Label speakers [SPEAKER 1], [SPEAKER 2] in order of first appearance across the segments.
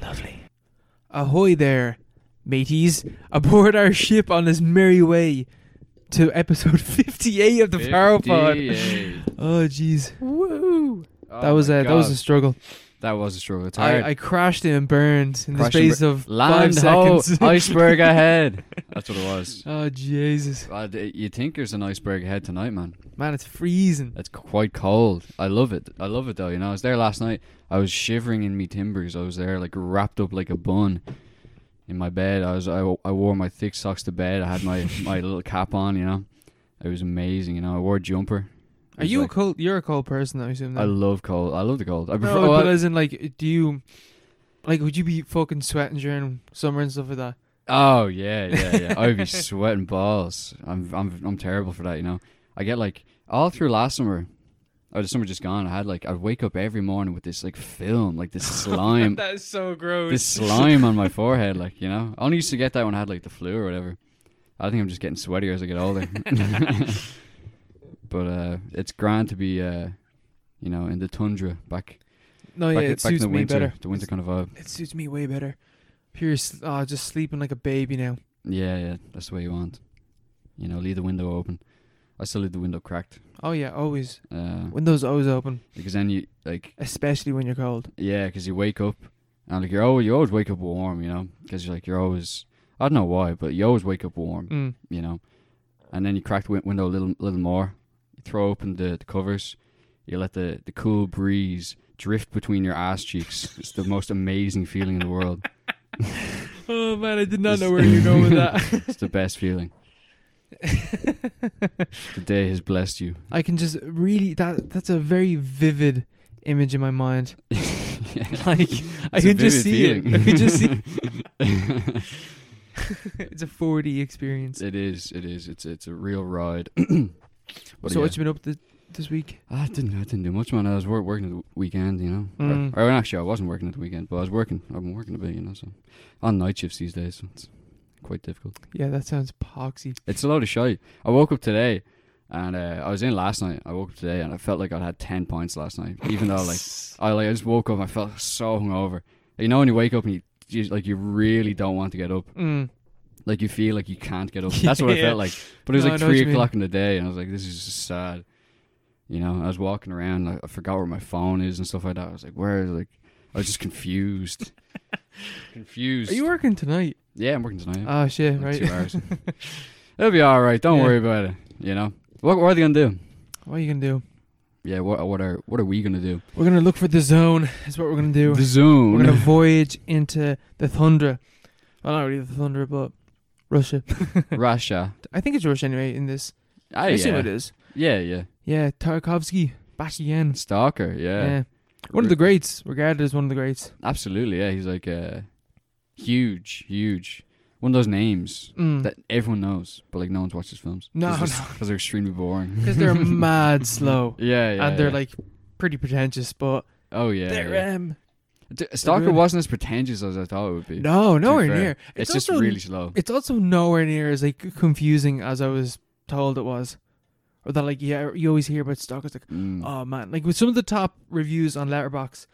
[SPEAKER 1] Lovely. Ahoy there, mateys, aboard our ship on this merry way to episode 58 of the Power Pod.
[SPEAKER 2] 58.
[SPEAKER 1] Oh, jeez. Woo!
[SPEAKER 2] Oh
[SPEAKER 1] that was
[SPEAKER 2] my
[SPEAKER 1] a that was a
[SPEAKER 2] God.
[SPEAKER 1] struggle.
[SPEAKER 2] that was a struggle. It's
[SPEAKER 1] I,
[SPEAKER 2] hard.
[SPEAKER 1] I crashed and burned in
[SPEAKER 2] Crash
[SPEAKER 1] the
[SPEAKER 2] and
[SPEAKER 1] space
[SPEAKER 2] bur-
[SPEAKER 1] of
[SPEAKER 2] Land ho,
[SPEAKER 1] five seconds.
[SPEAKER 2] iceberg ahead. That's what it was.
[SPEAKER 1] oh, Jesus.
[SPEAKER 2] Uh, d- You think there's an iceberg ahead tonight, man?
[SPEAKER 1] Man, it's freezing.
[SPEAKER 2] It's quite cold. I love it. I love it though. You know, I was there last night. I was shivering in me timbers. I was there like wrapped up like a bun in my bed. I was I, I wore my thick socks to bed. I had my my little cap on. You know, it was amazing. You know, I wore a jumper. It
[SPEAKER 1] Are
[SPEAKER 2] was
[SPEAKER 1] you
[SPEAKER 2] like-
[SPEAKER 1] a cold? You're a cold person, I assume.
[SPEAKER 2] I
[SPEAKER 1] Then.
[SPEAKER 2] love cold. I love the cold. I prefer.
[SPEAKER 1] no,
[SPEAKER 2] well,
[SPEAKER 1] but as in, like, do you, like, would you be fucking sweating during summer and stuff like that?
[SPEAKER 2] Oh yeah, yeah, yeah. I'd be sweating balls. I'm I'm I'm terrible for that, you know. I get like all through last summer or the summer just gone, I had like I'd wake up every morning with this like film, like this slime
[SPEAKER 1] That is so gross.
[SPEAKER 2] Um, this slime on my forehead, like, you know. I only used to get that when I had like the flu or whatever. I think I'm just getting sweatier as I get older. but uh it's grand to be uh you know, in the tundra back
[SPEAKER 1] no,
[SPEAKER 2] back,
[SPEAKER 1] Oh, yeah,
[SPEAKER 2] in-
[SPEAKER 1] it
[SPEAKER 2] back in
[SPEAKER 1] suits
[SPEAKER 2] the
[SPEAKER 1] me
[SPEAKER 2] winter.
[SPEAKER 1] better.
[SPEAKER 2] The winter kind of vibe.
[SPEAKER 1] It suits me way better. Pure, s- oh, just sleeping like a baby now.
[SPEAKER 2] Yeah, yeah, that's the way you want. You know, leave the window open. I still leave the window cracked.
[SPEAKER 1] Oh yeah, always.
[SPEAKER 2] Uh,
[SPEAKER 1] Windows always open,
[SPEAKER 2] because then you like,
[SPEAKER 1] especially when you're cold.
[SPEAKER 2] yeah, because you wake up and like you're always you always wake up warm, you know, because you're like you're always I don't know why, but you always wake up warm,
[SPEAKER 1] Mm.
[SPEAKER 2] you know, and then you crack the win- window a little little more. You throw open the, the covers. You let the the cool breeze drift between your ass cheeks. it's the most amazing feeling in the world.
[SPEAKER 1] Oh man, I did not
[SPEAKER 2] It's-
[SPEAKER 1] know where you're going with that.
[SPEAKER 2] It's the best feeling. The day has blessed you.
[SPEAKER 1] I can just really that that's a very vivid image in my mind. Like I
[SPEAKER 2] It's a
[SPEAKER 1] can just
[SPEAKER 2] vivid
[SPEAKER 1] see it.
[SPEAKER 2] feeling.
[SPEAKER 1] I can just see. it's a 4D experience.
[SPEAKER 2] It is. It is. It's it's a real ride. But
[SPEAKER 1] so
[SPEAKER 2] yeah.
[SPEAKER 1] what you been up to this week?
[SPEAKER 2] Ah, I didn't. I didn't do much, man. I was wor- working at the weekend, you know. Or-
[SPEAKER 1] Mm.
[SPEAKER 2] Or, actually, I wasn't working at the weekend, but I was working. I've been working a bit, you know. So on night shifts these days, so it's quite difficult.
[SPEAKER 1] Yeah, that sounds poxy.
[SPEAKER 2] It's a load of shite. I woke up today, and uh, I was in last night. I woke up today, and I felt like I'd had ten pints last night, even though like I like I just woke up. and I felt so hungover. You know when you wake up and you, you like you really don't want to get up.
[SPEAKER 1] Mm.
[SPEAKER 2] Like you feel like you can't get up. That's what I
[SPEAKER 1] Yeah.
[SPEAKER 2] felt like. But it was
[SPEAKER 1] No, I
[SPEAKER 2] like
[SPEAKER 1] know what
[SPEAKER 2] three
[SPEAKER 1] you mean.
[SPEAKER 2] o'clock in the day, and I was like, "This is just sad." You know, I was walking around. Like, I forgot where my phone is and stuff like that. I was like, "Where is like?" I was just confused. confused.
[SPEAKER 1] Are you working tonight?
[SPEAKER 2] yeah, I'm working tonight.
[SPEAKER 1] Oh shit,
[SPEAKER 2] Like
[SPEAKER 1] right.
[SPEAKER 2] Two hours. It'll be all right. Don't
[SPEAKER 1] Yeah.
[SPEAKER 2] worry about it. You know what? What are they gonna do?
[SPEAKER 1] What are you gonna do?
[SPEAKER 2] Yeah. What? What are? What are we gonna do?
[SPEAKER 1] We're gonna look for the zone. Is what we're gonna do.
[SPEAKER 2] The zone.
[SPEAKER 1] We're gonna voyage into the thunder. Well, not really the thunder, but Russia.
[SPEAKER 2] Russia.
[SPEAKER 1] I think it's Russia anyway. In this,
[SPEAKER 2] Ah,
[SPEAKER 1] I assume
[SPEAKER 2] yeah.
[SPEAKER 1] it is.
[SPEAKER 2] Yeah, yeah.
[SPEAKER 1] Yeah, Tarkovsky back again.
[SPEAKER 2] Stalker.
[SPEAKER 1] Yeah.
[SPEAKER 2] Yeah.
[SPEAKER 1] one of the greats, regarded as one of the greats.
[SPEAKER 2] Absolutely. Yeah. He's like uh, huge, huge. One of those names.
[SPEAKER 1] Mm.
[SPEAKER 2] that everyone knows, but like no one's watched his films.
[SPEAKER 1] No, no.
[SPEAKER 2] because they're extremely boring.
[SPEAKER 1] Because they're mad slow
[SPEAKER 2] yeah, yeah,
[SPEAKER 1] and they're
[SPEAKER 2] yeah.
[SPEAKER 1] like pretty pretentious, but
[SPEAKER 2] oh yeah.
[SPEAKER 1] they're
[SPEAKER 2] yeah.
[SPEAKER 1] um
[SPEAKER 2] D- Stalker
[SPEAKER 1] really-
[SPEAKER 2] wasn't as pretentious as I thought it would be.
[SPEAKER 1] no nowhere
[SPEAKER 2] fair.
[SPEAKER 1] near.
[SPEAKER 2] it's, just
[SPEAKER 1] also-
[SPEAKER 2] really slow.
[SPEAKER 1] It's also nowhere near as like confusing as I was told it was, or that like yeah you always hear about Stalkers like
[SPEAKER 2] Mm.
[SPEAKER 1] oh man like with some of the top reviews on Letterbox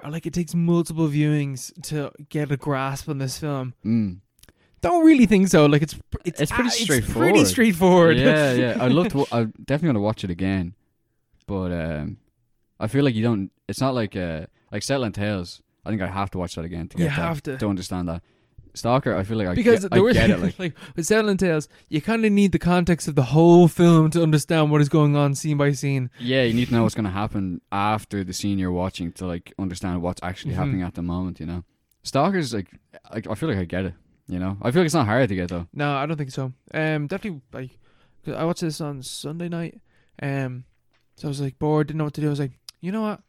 [SPEAKER 1] are like it takes multiple viewings to get a grasp on this film.
[SPEAKER 2] Mm.
[SPEAKER 1] Don't really think so. Like it's pr- it's,
[SPEAKER 2] It's pretty
[SPEAKER 1] ah, It's pretty
[SPEAKER 2] straightforward.
[SPEAKER 1] straightforward.
[SPEAKER 2] Yeah, yeah. I love. To, I definitely want to watch it again, but um, I feel like you don't. It's not like uh, like Settling Tales. I think I have to watch that again to get
[SPEAKER 1] you
[SPEAKER 2] that.
[SPEAKER 1] have to
[SPEAKER 2] to understand that. Stalker, I feel like I
[SPEAKER 1] because
[SPEAKER 2] get,
[SPEAKER 1] the
[SPEAKER 2] I
[SPEAKER 1] worst
[SPEAKER 2] get it.
[SPEAKER 1] thing
[SPEAKER 2] Like,
[SPEAKER 1] is, like with Silent Tales, you kind of need the context of the whole film to understand what is going on scene by scene.
[SPEAKER 2] yeah, you need to know what's going to happen after the scene you're watching to like understand what's actually
[SPEAKER 1] Mhm.
[SPEAKER 2] happening at the moment. You know, Stalker's like, I, I feel like I get it. You know, I feel like it's not hard to get though.
[SPEAKER 1] No, I don't think so. Um, definitely like 'cause I watched this on Sunday night. Um, so I was like bored, didn't know what to do. I was like, you know what?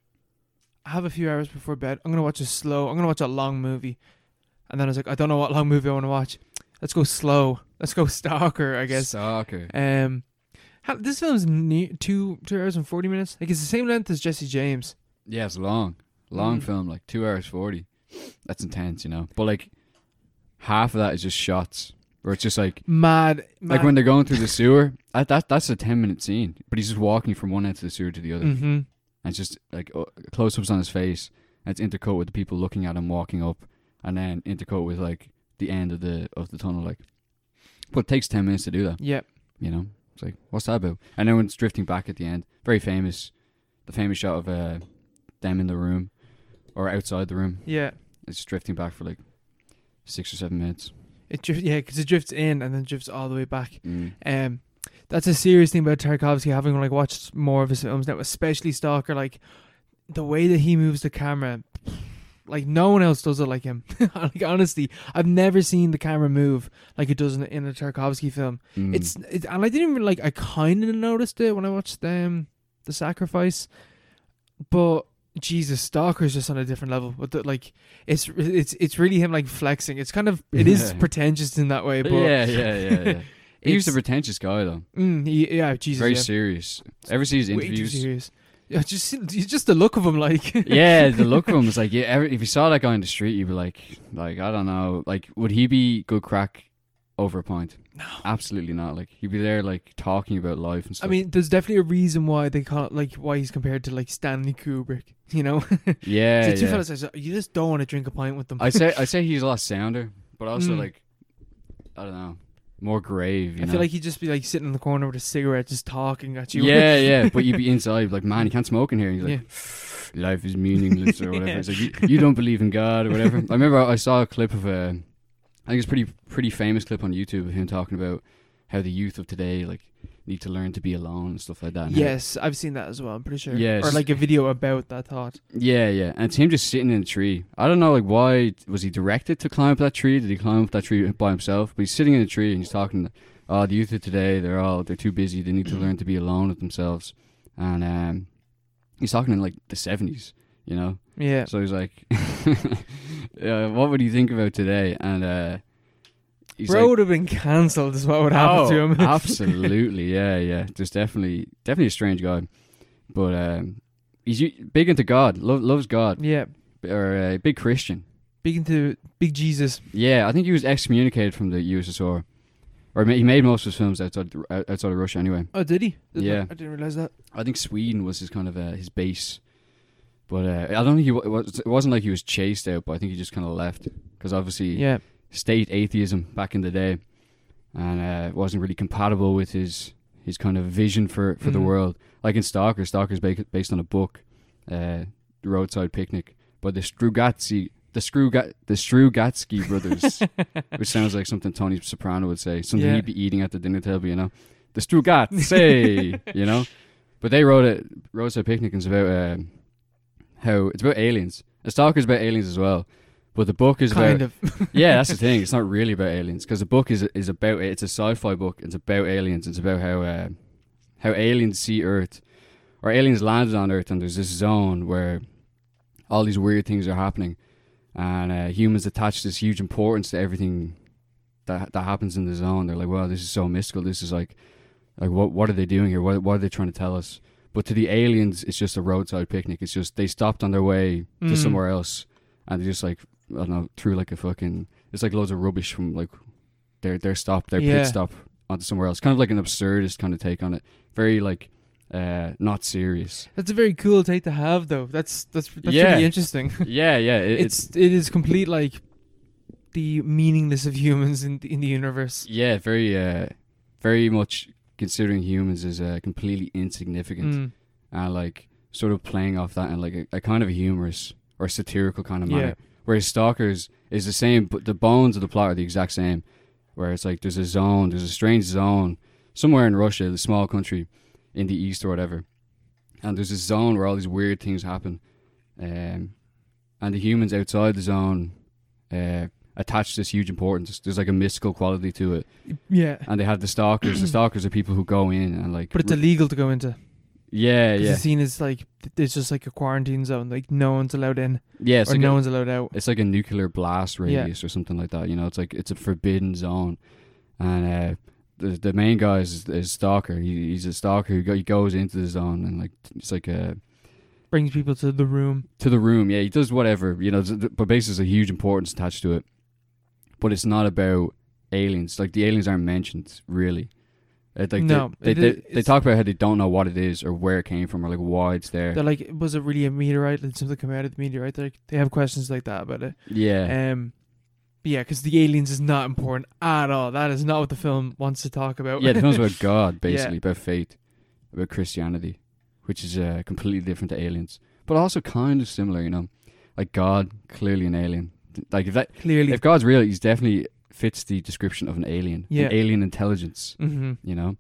[SPEAKER 1] I have a few hours before bed. I'm gonna watch a slow. I'm gonna watch a long movie. And then I was like, I don't know what long movie I want to watch. Let's go slow. Let's go Stalker, I guess.
[SPEAKER 2] Stalker.
[SPEAKER 1] Um, how, this film's near two two hours and forty minutes. Like it's the same length as Jesse James.
[SPEAKER 2] Yeah, it's long, long
[SPEAKER 1] Mm.
[SPEAKER 2] film, like two hours forty. That's intense, you know. But like, half of that is just shots. Where it's just like
[SPEAKER 1] Mad, mad.
[SPEAKER 2] like when they're going through the sewer. I, that that's a ten minute scene, but he's just walking from one end to the sewer to the other.
[SPEAKER 1] hmm
[SPEAKER 2] and it's just like uh, close-ups on his face and it's intercut with the people looking at him walking up and then intercut with like the end of the of the tunnel like but it takes 10 minutes to do that
[SPEAKER 1] Yeah.
[SPEAKER 2] you know it's like what's that about and then when it's drifting back at the end very famous the famous shot of uh, them in the room or outside the room
[SPEAKER 1] Yeah.
[SPEAKER 2] it's just drifting back for like six or seven minutes
[SPEAKER 1] It drif- yeah, 'cause it drifts in and then drifts all the way back.
[SPEAKER 2] mm.
[SPEAKER 1] Um, that's a serious thing about Tarkovsky. Having like watched more of his films now, especially Stalker, like the way that he moves the camera, like no one else does it like him. like honestly, I've never seen the camera move like it does in, in a Tarkovsky film.
[SPEAKER 2] Mm.
[SPEAKER 1] It's, it's and I didn't even like. I kind of noticed it when I watched um, the Sacrifice, but. Jesus, Stalker's just on a different level. But the, like, it's it's it's really him like flexing. It's kind of it is
[SPEAKER 2] Yeah.
[SPEAKER 1] pretentious in that way, but
[SPEAKER 2] yeah yeah yeah, yeah. he was a
[SPEAKER 1] It's-
[SPEAKER 2] pretentious guy though
[SPEAKER 1] mm, he- yeah, Jesus,
[SPEAKER 2] very
[SPEAKER 1] yeah.
[SPEAKER 2] serious ever see his
[SPEAKER 1] Way too
[SPEAKER 2] interviews
[SPEAKER 1] serious. Yeah, just you- just the look of him, like
[SPEAKER 2] yeah, the look of him was like, yeah. Every, if you saw that guy on the street, you'd be like, like I don't know, like would he be good crack over a pint? No, absolutely not. Like he'd be there, like talking about life
[SPEAKER 1] I
[SPEAKER 2] and stuff.
[SPEAKER 1] mean, there's definitely a reason why they call it, like why he's compared to like Stanley Kubrick. You know,
[SPEAKER 2] yeah,
[SPEAKER 1] the two
[SPEAKER 2] yeah.
[SPEAKER 1] fellas, I said, you just don't want to drink a pint with them.
[SPEAKER 2] I say, I say he's a lot sounder, but also
[SPEAKER 1] Mm.
[SPEAKER 2] like, I don't know, more grave. You
[SPEAKER 1] I
[SPEAKER 2] know?
[SPEAKER 1] feel like he'd just be like sitting in the corner with a cigarette, just talking at you.
[SPEAKER 2] yeah, yeah. But you'd be inside, like, man, you can't smoke in here. And he's
[SPEAKER 1] yeah.
[SPEAKER 2] like, life is meaningless or whatever.
[SPEAKER 1] Yeah.
[SPEAKER 2] It's like you, you don't believe in God or whatever. I remember I I saw a clip of a, I think it's a pretty pretty famous clip on YouTube of him talking about how the youth of today like need to learn to be alone and stuff like that. and how-
[SPEAKER 1] Yes, I've seen that as well. I'm pretty sure.
[SPEAKER 2] Yeah,
[SPEAKER 1] or
[SPEAKER 2] it's just-
[SPEAKER 1] like a video about that thought.
[SPEAKER 2] yeah, yeah. And it's him just sitting in a tree. I don't know like why was he directed to climb up that tree? Did he climb up that tree by himself? But he's sitting in a tree and he's talking. Oh, the youth of today, they're all they're too busy. They need to learn to be alone with themselves. And um, he's talking in like the seventies, you know.
[SPEAKER 1] Yeah,
[SPEAKER 2] So he's like, yeah, "What would you think about today?" And uh, he's
[SPEAKER 1] bro would have been cancelled. Is what would
[SPEAKER 2] like,
[SPEAKER 1] happen to
[SPEAKER 2] "Oh,
[SPEAKER 1] him.
[SPEAKER 2] absolutely, yeah, yeah. There's definitely, definitely a strange guy, but um, he's u- big into God, lo- loves God,
[SPEAKER 1] yeah,
[SPEAKER 2] or a uh, big Christian.
[SPEAKER 1] big into big Jesus.
[SPEAKER 2] Yeah, I think he was excommunicated from the USSR, or ma- he made most of his films outside the- out- outside of Russia anyway.
[SPEAKER 1] Oh, did he? Didn't
[SPEAKER 2] Yeah.
[SPEAKER 1] I, I didn't realize that.
[SPEAKER 2] I think Sweden was his kind of uh, his base, but uh, I don't think he wa- it was. It wasn't like he was chased out, but I think he just kind of left because obviously,
[SPEAKER 1] Yeah,
[SPEAKER 2] state atheism back in the day, and uh, it wasn't really compatible with his his kind of vision for for the
[SPEAKER 1] Mhm.
[SPEAKER 2] world. Like in Stalker, Stalker's ba- based on a book, uh, The Roadside Picnic, by the Strugatsky the Struga- the Strugatsky brothers, which sounds like something Tony Soprano would say, something
[SPEAKER 1] Yeah.
[SPEAKER 2] he'd be eating at the dinner table, you know, the Strugatsky, you know. But they wrote it. Roadside Picnic is about um, how it's about aliens. The Stalker's about aliens as well, but the book is about
[SPEAKER 1] kind of.
[SPEAKER 2] yeah, that's the thing. It's not really about aliens because the book is is about it. It's a sci-fi book. It's about aliens. It's about how uh, how aliens see Earth, or aliens landed on Earth, and there's this zone where all these weird things are happening, and uh, humans attach this huge importance to everything that that happens in the zone. They're like, "Wow, this is so mystical. This is like, like what what are they doing here? What what are they trying to tell us?" But to the aliens, it's just a roadside picnic. It's just they stopped on their way to
[SPEAKER 1] Mm.
[SPEAKER 2] somewhere else, and they just like I don't know threw like a fucking it's like loads of rubbish from like their their stop their
[SPEAKER 1] Yeah.
[SPEAKER 2] pit stop onto somewhere else. Kind of like an absurdist kind of take on it. Very like uh not serious.
[SPEAKER 1] That's a very cool take to have, though. That's that's that's
[SPEAKER 2] Yeah.
[SPEAKER 1] really interesting.
[SPEAKER 2] yeah, yeah. It, it's
[SPEAKER 1] it's it is complete like the meaningless of humans in the, in the universe.
[SPEAKER 2] yeah, very uh very much considering humans as uh, completely insignificant
[SPEAKER 1] Mm.
[SPEAKER 2] and uh, like sort of playing off that in like a, a kind of humorous or satirical kind of
[SPEAKER 1] Yeah.
[SPEAKER 2] manner. Whereas Stalkers is the same, but the bones of the plot are the exact same. Where it's like there's a zone, there's a strange zone somewhere in Russia, the small country in the east or whatever, and there's this zone where all these weird things happen, um, and the humans outside the zone uh, attach this huge importance. There's like a mystical quality to it,
[SPEAKER 1] Hmm. Yeah,
[SPEAKER 2] and they have the stalkers. the stalkers are people who go in and like,
[SPEAKER 1] but it's illegal to go into.
[SPEAKER 2] yeah,
[SPEAKER 1] 'cause
[SPEAKER 2] yeah,
[SPEAKER 1] The scene is like th- it's just like a quarantine zone. Like no one's allowed in
[SPEAKER 2] yeah. It's
[SPEAKER 1] or
[SPEAKER 2] like
[SPEAKER 1] no
[SPEAKER 2] a-
[SPEAKER 1] one's allowed out.
[SPEAKER 2] it's like a nuclear blast
[SPEAKER 1] Yeah.
[SPEAKER 2] radius or something like that. You know, it's like it's a forbidden zone, and uh, the the main guy is, is stalker. He, he's a stalker who go, he goes into the zone and like it's like a
[SPEAKER 1] Brings people to the room.
[SPEAKER 2] to the room. Yeah, he does whatever you know, th- th- but basically, there's a huge importance attached to it. But it's not about aliens. Like the aliens aren't mentioned really. It, like
[SPEAKER 1] No,
[SPEAKER 2] they,
[SPEAKER 1] it
[SPEAKER 2] they,
[SPEAKER 1] is-
[SPEAKER 2] they, they
[SPEAKER 1] it's-
[SPEAKER 2] talk about how they don't know what it is or where it came from or like why it's there.
[SPEAKER 1] They're like, was it really a meteorite? Did something come out of the meteorite? They're like, they have questions like that about it.
[SPEAKER 2] yeah,
[SPEAKER 1] Um, but yeah, because the aliens is not important at all. That is not what the film wants to talk about.
[SPEAKER 2] yeah. The film's about God,
[SPEAKER 1] Yeah.
[SPEAKER 2] basically about faith, about Christianity, which is uh, completely different to aliens, but also kind of similar. You know, like God clearly an alien. Like if that
[SPEAKER 1] clearly.
[SPEAKER 2] if God's real, he's definitely fits the description of an alien,
[SPEAKER 1] Yeah.
[SPEAKER 2] an alien intelligence.
[SPEAKER 1] hmm
[SPEAKER 2] you know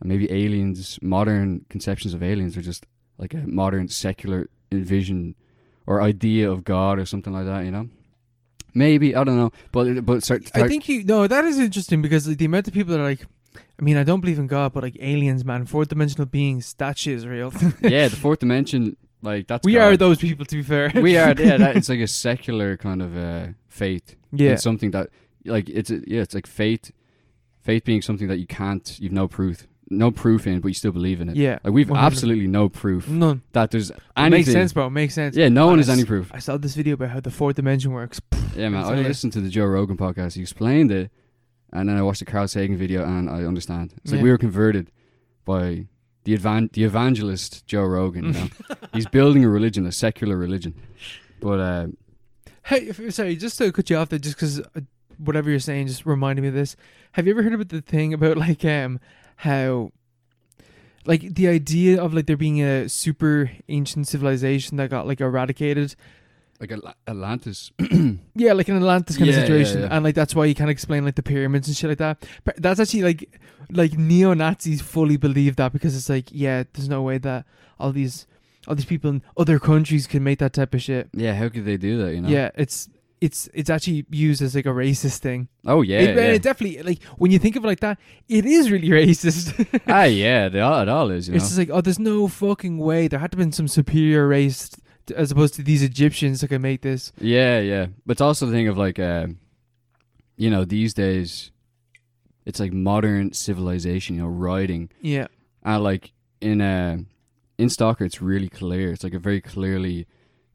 [SPEAKER 2] and maybe aliens modern conceptions of aliens are just like a modern secular vision or idea of god or something like that you know maybe i don't know but but start,
[SPEAKER 1] I think you no, that is interesting because like, the amount of people that are like, I mean, I don't believe in God, but like aliens, man, fourth dimensional beings, that shit is real.
[SPEAKER 2] yeah the fourth dimension like that's
[SPEAKER 1] we
[SPEAKER 2] God.
[SPEAKER 1] are those people, to be fair.
[SPEAKER 2] we are yeah that, it's like a secular kind of uh faith
[SPEAKER 1] yeah,
[SPEAKER 2] it's something that like it's a, yeah it's like faith faith being something that you can't you've no proof no proof in but you still believe in it
[SPEAKER 1] yeah,
[SPEAKER 2] like we've
[SPEAKER 1] 100.
[SPEAKER 2] absolutely no proof
[SPEAKER 1] none.
[SPEAKER 2] that there's
[SPEAKER 1] Mm. It
[SPEAKER 2] anything
[SPEAKER 1] Makes sense, bro. it Makes sense.
[SPEAKER 2] yeah no one has
[SPEAKER 1] Honest.
[SPEAKER 2] any proof
[SPEAKER 1] I saw this video about how the fourth dimension works.
[SPEAKER 2] Yeah, man.
[SPEAKER 1] It's
[SPEAKER 2] I
[SPEAKER 1] hilarious.
[SPEAKER 2] listened to the Joe Rogan podcast. He explained it, and then I watched the Carl Sagan video, and I understand. It's like
[SPEAKER 1] Yeah.
[SPEAKER 2] we were converted by the evan- the evangelist Joe Rogan. You know, he's building a religion, a secular religion. But uh,
[SPEAKER 1] Hey, if- sorry, just to cut you off there, just because whatever you're saying just reminded me of this. Have you ever heard about the thing about like um how like the idea of like there being a super ancient civilization that got like eradicated?
[SPEAKER 2] like Atl- Atlantis,
[SPEAKER 1] Yeah, like an Atlantis kind
[SPEAKER 2] Yeah,
[SPEAKER 1] of
[SPEAKER 2] yeah,
[SPEAKER 1] situation,
[SPEAKER 2] yeah.
[SPEAKER 1] and like that's why you can explain like the pyramids and shit like that. But that's actually like like neo Nazis fully believe that because it's like yeah, there's no way that all these all these people in other countries can make that type of shit.
[SPEAKER 2] yeah. How could they do that? You know?
[SPEAKER 1] Yeah, it's it's it's actually used as like a racist thing.
[SPEAKER 2] Oh yeah.
[SPEAKER 1] it,
[SPEAKER 2] yeah.
[SPEAKER 1] it definitely like when you think of it like that, it is really racist.
[SPEAKER 2] ah yeah. They all, it all is. You know.
[SPEAKER 1] It's just like oh, there's no fucking way. There had to have been some superior race t- as opposed to these Egyptians that can make this.
[SPEAKER 2] Yeah, yeah. But it's also the thing of like, uh, you know, these days, it's like modern civilization. You know, riding
[SPEAKER 1] Yeah,
[SPEAKER 2] I like in uh in Stalker it's really clear. It's like a very clearly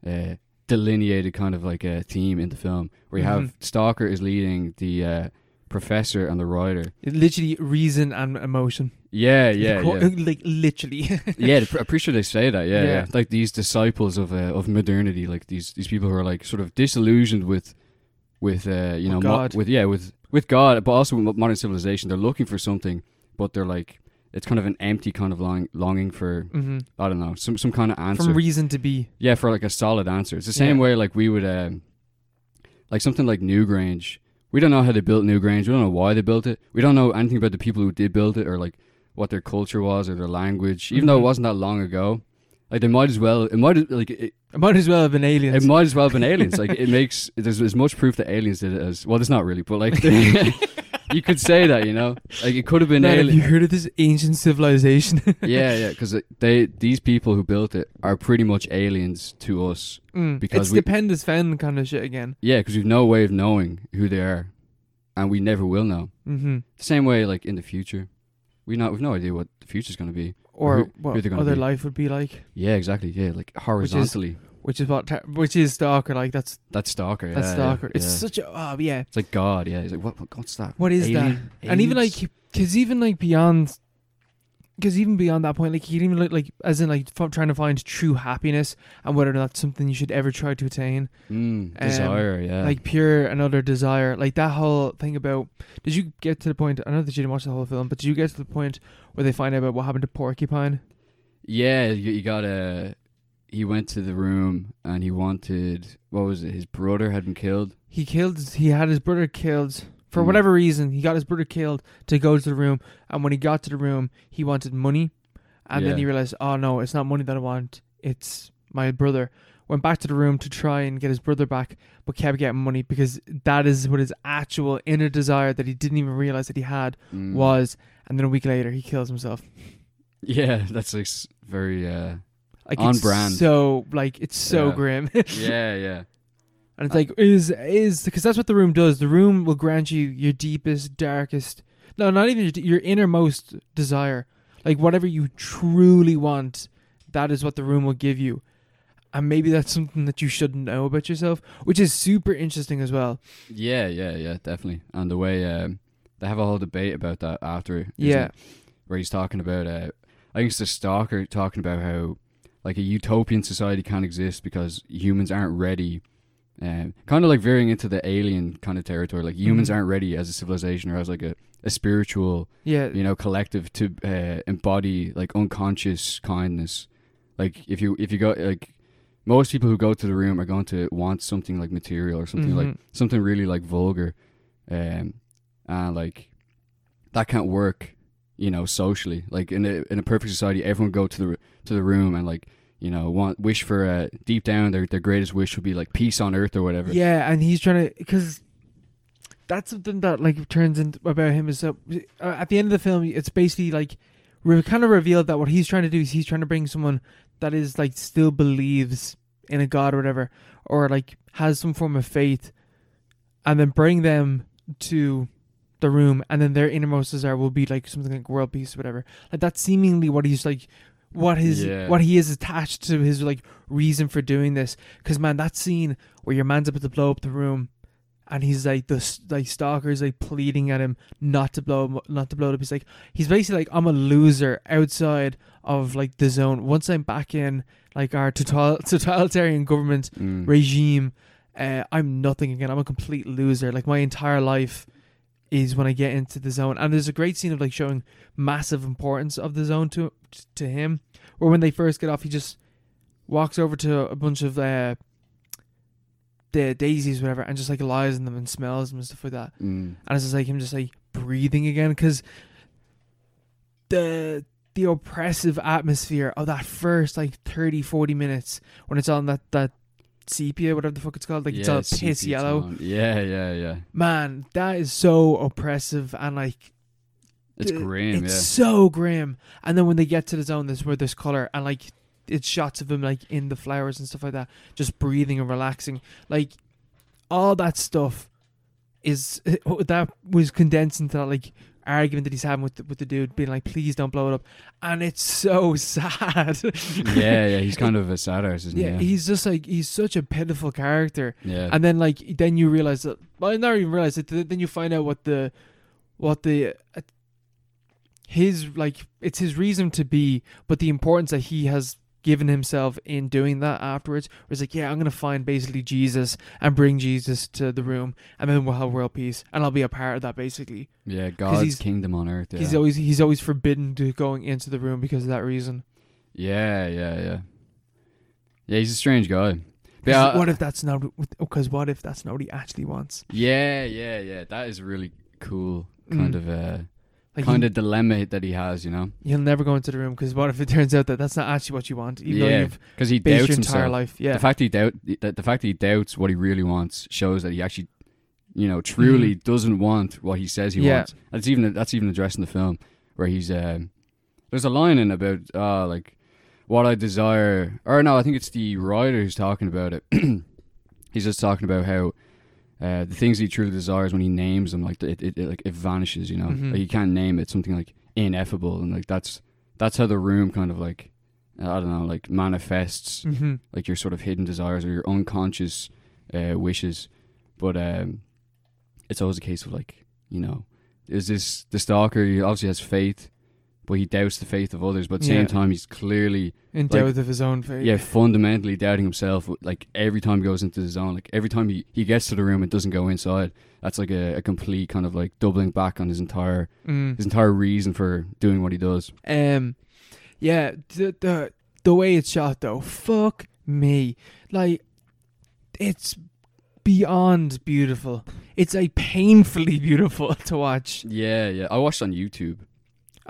[SPEAKER 2] uh delineated kind of like a theme in the film where you
[SPEAKER 1] Mm-hmm.
[SPEAKER 2] have Stalker is leading the uh professor and the writer.
[SPEAKER 1] It literally reason and emotion.
[SPEAKER 2] Yeah, yeah,
[SPEAKER 1] Co-
[SPEAKER 2] yeah.
[SPEAKER 1] like literally.
[SPEAKER 2] yeah, the- I'm pretty sure they say that. Yeah, yeah.
[SPEAKER 1] Yeah.
[SPEAKER 2] Like these disciples of uh, of modernity, like these these people who are like sort of disillusioned with with uh
[SPEAKER 1] With
[SPEAKER 2] you know mo-
[SPEAKER 1] God.
[SPEAKER 2] with yeah with with God, but also with modern civilization. They're looking for something, but they're like it's kind of an empty kind of long, longing for
[SPEAKER 1] hmm
[SPEAKER 2] I don't know, some some kind of answer.
[SPEAKER 1] From reason to be.
[SPEAKER 2] yeah, for like a solid answer. It's the same
[SPEAKER 1] Yeah.
[SPEAKER 2] way like we would um like something like Newgrange. We don't know how they built Newgrange. We don't know why they built it. We don't know anything about the people who did build it or like what their culture was or their language. Even though it
[SPEAKER 1] Mhm.
[SPEAKER 2] wasn't that long ago, like they might as well. It might like it,
[SPEAKER 1] I might as well have been
[SPEAKER 2] it
[SPEAKER 1] aliens.
[SPEAKER 2] might as well have been aliens. Like it makes there's as much proof that aliens did it as well. There's not really, but like you could say that you know, like it could have been
[SPEAKER 1] Man, have
[SPEAKER 2] aliens.
[SPEAKER 1] you heard of this ancient civilization?
[SPEAKER 2] Yeah, yeah, because they these people who built it are pretty much aliens to us.
[SPEAKER 1] Mm,
[SPEAKER 2] Because
[SPEAKER 1] it's
[SPEAKER 2] we-
[SPEAKER 1] depend is found kind of shit again.
[SPEAKER 2] Yeah, because we've no way of knowing who they are, and we never will know.
[SPEAKER 1] Mm-hmm.
[SPEAKER 2] The same way, like in the future, we not we've no idea what the future's going to be.
[SPEAKER 1] Or
[SPEAKER 2] who-
[SPEAKER 1] what
[SPEAKER 2] who they're gonna
[SPEAKER 1] other
[SPEAKER 2] be.
[SPEAKER 1] life would be like,
[SPEAKER 2] Yeah, exactly. Yeah, like horizontally.
[SPEAKER 1] which is what, ter- which is stalker. Like that's
[SPEAKER 2] that's stalker. Yeah,
[SPEAKER 1] that's stalker.
[SPEAKER 2] Yeah,
[SPEAKER 1] It's
[SPEAKER 2] yeah.
[SPEAKER 1] such a oh yeah.
[SPEAKER 2] It's like God. Yeah, it's like what? what- What's that?
[SPEAKER 1] What is
[SPEAKER 2] Alien?
[SPEAKER 1] that? And even
[SPEAKER 2] Aliens?
[SPEAKER 1] like, cause even like beyond, cause even beyond that point, like you even look like as in like f- trying to find true happiness and whether or not it's something you should ever try to attain.
[SPEAKER 2] Mm,
[SPEAKER 1] um,
[SPEAKER 2] desire. yeah,
[SPEAKER 1] like pure another desire like that whole thing about did you get to the point i know that you didn't watch the whole film but did you get to the point where they find out about what happened to porcupine
[SPEAKER 2] yeah. You, you got a. He went to the room and he wanted. What was it? His brother had been killed.
[SPEAKER 1] he killed he had his brother killed for
[SPEAKER 2] Mm.
[SPEAKER 1] whatever reason he got his brother killed to go to the room and when he got to the room he wanted money and
[SPEAKER 2] Yeah.
[SPEAKER 1] then he realized oh no it's not money that i want it's my brother went back to the room to try and get his brother back but kept getting money because that is what his actual inner desire that he didn't even realize that he had
[SPEAKER 2] Mm.
[SPEAKER 1] was and then a week later he kills himself
[SPEAKER 2] Yeah, that's like s- very. uh
[SPEAKER 1] like
[SPEAKER 2] On
[SPEAKER 1] it's
[SPEAKER 2] brand.
[SPEAKER 1] So like it's so
[SPEAKER 2] Yeah.
[SPEAKER 1] grim,
[SPEAKER 2] Yeah, yeah.
[SPEAKER 1] and
[SPEAKER 2] Uh,
[SPEAKER 1] it's like is is because that's what the room does. The room will grant you your deepest, darkest, no, not even your, d- your innermost desire, like whatever you truly want. That is what the room will give you, and maybe that's something that you shouldn't know about yourself, which is super interesting as well.
[SPEAKER 2] Yeah, yeah, yeah, definitely. And the way um, They have a whole debate about that after. isn't
[SPEAKER 1] Yeah.
[SPEAKER 2] it? Where he's talking about, uh, I think it's the stalker talking about how like a utopian society can't exist because humans aren't ready. Um, kind of like veering into the alien kind of territory. Like humans
[SPEAKER 1] Mhm.
[SPEAKER 2] aren't ready as a civilization or as like a, a spiritual
[SPEAKER 1] Yeah.
[SPEAKER 2] you know collective to uh, embody like unconscious kindness like if you if you go like most people who go to the room are going to want something like material or something like
[SPEAKER 1] Mhm.
[SPEAKER 2] something really like vulgar um and like that can't work you know socially like in a in a perfect society everyone go to the to the room and like you know want wish for uh deep down their their greatest wish would be like peace on earth or whatever
[SPEAKER 1] Yeah, and he's trying to because that's something that like turns into about him is that uh, at the end of the film, it's basically like we kind of revealed that what he's trying to do is he's trying to bring someone that is like still believes in a god or whatever, or like has some form of faith, and then bring them to the room, and then their innermost desire will be like something like world peace, or whatever. Like that's seemingly what he's like, what his
[SPEAKER 2] Yeah.
[SPEAKER 1] what he is attached to his like reason for doing this. Because man, that scene where your man's about to blow up the room, and he's like the s- like stalker's like pleading at him not to blow him- not to blow it up. He's like he's basically like I'm a loser outside of like the zone. Once I'm back in like our total- totalitarian government
[SPEAKER 2] Mm.
[SPEAKER 1] regime, uh, I'm nothing again. I'm a complete loser. Like my entire life is when I get into the zone. And there's a great scene of like showing massive importance of the zone to to him. Or when they first get off, he just walks over to a bunch of uh, the daisies, whatever, and just like lies in them and smells them and stuff like that
[SPEAKER 2] Mm.
[SPEAKER 1] and it's just like him just like breathing again because the the oppressive atmosphere of that first like 30 40 minutes when it's on that that sepia whatever the fuck it's called like it's
[SPEAKER 2] Yeah,
[SPEAKER 1] all piss
[SPEAKER 2] CP
[SPEAKER 1] yellow
[SPEAKER 2] tone. yeah yeah yeah
[SPEAKER 1] man that is so oppressive and like
[SPEAKER 2] it's
[SPEAKER 1] uh,
[SPEAKER 2] grim
[SPEAKER 1] it's
[SPEAKER 2] yeah
[SPEAKER 1] so grim and then when they get to the zone this where there's color and like it's shots of him like in the flowers and stuff like that just breathing and relaxing like all that stuff is oh, that was condensed into that like argument that he's having with the, with the dude being like please don't blow it up and it's so sad
[SPEAKER 2] yeah, yeah, he's kind of a sad artist, isn't he?
[SPEAKER 1] yeah, he's just like he's such a pitiful character
[SPEAKER 2] yeah.
[SPEAKER 1] and then like then you realize that well not even realize it th- then you find out what the what the uh, his like it's his reason to be but the importance that he has given himself in doing that afterwards was like yeah i'm gonna find basically jesus and bring jesus to the room and then we'll have world peace and i'll be a part of that basically
[SPEAKER 2] yeah, God's
[SPEAKER 1] he's-
[SPEAKER 2] kingdom on earth.
[SPEAKER 1] he's
[SPEAKER 2] Yeah.
[SPEAKER 1] always he's always forbidden to going into the room because of that reason
[SPEAKER 2] yeah, yeah, yeah. Yeah, he's a strange guy. But uh,
[SPEAKER 1] 'Cause
[SPEAKER 2] yeah,
[SPEAKER 1] what if that's not because what if that's not what he actually wants
[SPEAKER 2] yeah, yeah, yeah. That is a really cool kind
[SPEAKER 1] Mm.
[SPEAKER 2] of uh,
[SPEAKER 1] like he-
[SPEAKER 2] kind of dilemma that he has, you know?
[SPEAKER 1] You'll never go into the room because what if it turns out that that's not actually what you want, even though
[SPEAKER 2] yeah,
[SPEAKER 1] you've
[SPEAKER 2] because he
[SPEAKER 1] based
[SPEAKER 2] doubts
[SPEAKER 1] your
[SPEAKER 2] himself.
[SPEAKER 1] entire life. Yeah,
[SPEAKER 2] The fact he doubt the, the fact that he doubts what he really wants shows that he actually, you know, truly doesn't want what he says he
[SPEAKER 1] Mm-hmm. Yeah.
[SPEAKER 2] wants. That's even that's even addressed in the film where he's um, there's a line in about uh, like what I desire, or no, I think it's the writer who's talking about it. he's just talking about how. Uh, the things he truly desires when he names them like it, it, it like it vanishes you know
[SPEAKER 1] Mhm.
[SPEAKER 2] like you can't name it something like ineffable and like that's that's how the room kind of like i don't know like manifests
[SPEAKER 1] hmm
[SPEAKER 2] like your sort of hidden desires or your unconscious uh, wishes. But um, it's always a case of like, you know, is this the stalker? He obviously has faith, but he doubts the faith of others. But at the
[SPEAKER 1] Yeah.
[SPEAKER 2] same time, he's clearly,
[SPEAKER 1] in doubt of his own fate.
[SPEAKER 2] yeah, fundamentally doubting himself. Like every time he goes into the zone, like every time he, he gets to the room and doesn't go inside, that's like a, a complete kind of like doubling back on his entire
[SPEAKER 1] Mm.
[SPEAKER 2] his entire reason for doing what he does.
[SPEAKER 1] Um, yeah, the the the way it's shot though, fuck me, like it's beyond beautiful. It's like painfully beautiful to watch.
[SPEAKER 2] Yeah, yeah. I watched on YouTube.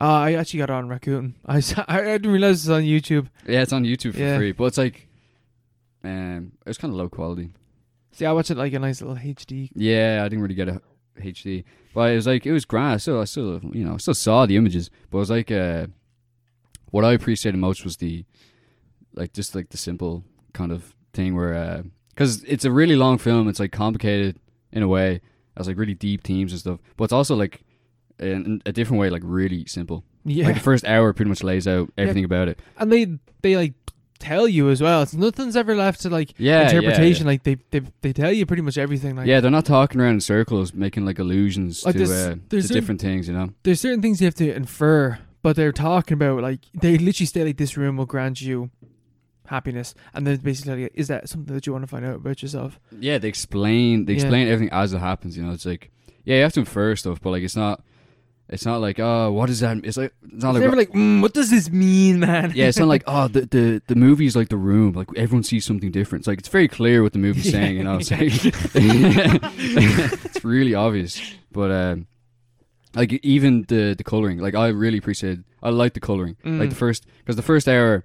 [SPEAKER 1] Uh, I actually got it on Raccoon. I saw, I didn't realize it's on YouTube.
[SPEAKER 2] Yeah, it's on YouTube for
[SPEAKER 1] Yeah.
[SPEAKER 2] free, but it's like, um, it was kind of low quality.
[SPEAKER 1] See, I watched it like a nice little HD.
[SPEAKER 2] Yeah, I didn't really get a HD, but it was like it was grand. I still, I still, you know, I still saw the images, but it was like, uh, what I appreciated most was the, like, just like the simple kind of thing where, because it's a really long film. It's like complicated in a way. It's like really deep themes and stuff, but it's also like, in in a different way, like really simple.
[SPEAKER 1] Yeah,
[SPEAKER 2] Like the first hour pretty much lays out everything about it.
[SPEAKER 1] and they they like tell you as well. It's nothing's ever left to like
[SPEAKER 2] Yeah,
[SPEAKER 1] interpretation. Like they, they they tell you pretty much everything.
[SPEAKER 2] Yeah,
[SPEAKER 1] Like
[SPEAKER 2] yeah. yeah, they're not talking around in circles, making like allusions
[SPEAKER 1] Like,
[SPEAKER 2] to,
[SPEAKER 1] there's-
[SPEAKER 2] uh,
[SPEAKER 1] there's
[SPEAKER 2] to
[SPEAKER 1] certain-
[SPEAKER 2] different things. You know.
[SPEAKER 1] there's certain things you have to infer, but they're talking about like they literally say like this room will grant you happiness, and then basically like, is that something that you want to find out about yourself?
[SPEAKER 2] Yeah, they explain they
[SPEAKER 1] Yeah.
[SPEAKER 2] explain everything as it happens. You know, it's like yeah, you have to infer stuff, but like it's not it's not like oh, what is that? It's like it's not
[SPEAKER 1] It's
[SPEAKER 2] like
[SPEAKER 1] never like mm, what does this mean, man?
[SPEAKER 2] yeah, it's not like oh, the the the movie's like the room, like everyone sees something different. It's like it's very clear what the movie's saying. You know, what I'm saying it's really obvious, but um, like even the the coloring, like I really appreciate. I like the coloring, like the
[SPEAKER 1] Mm.
[SPEAKER 2] first because the first hour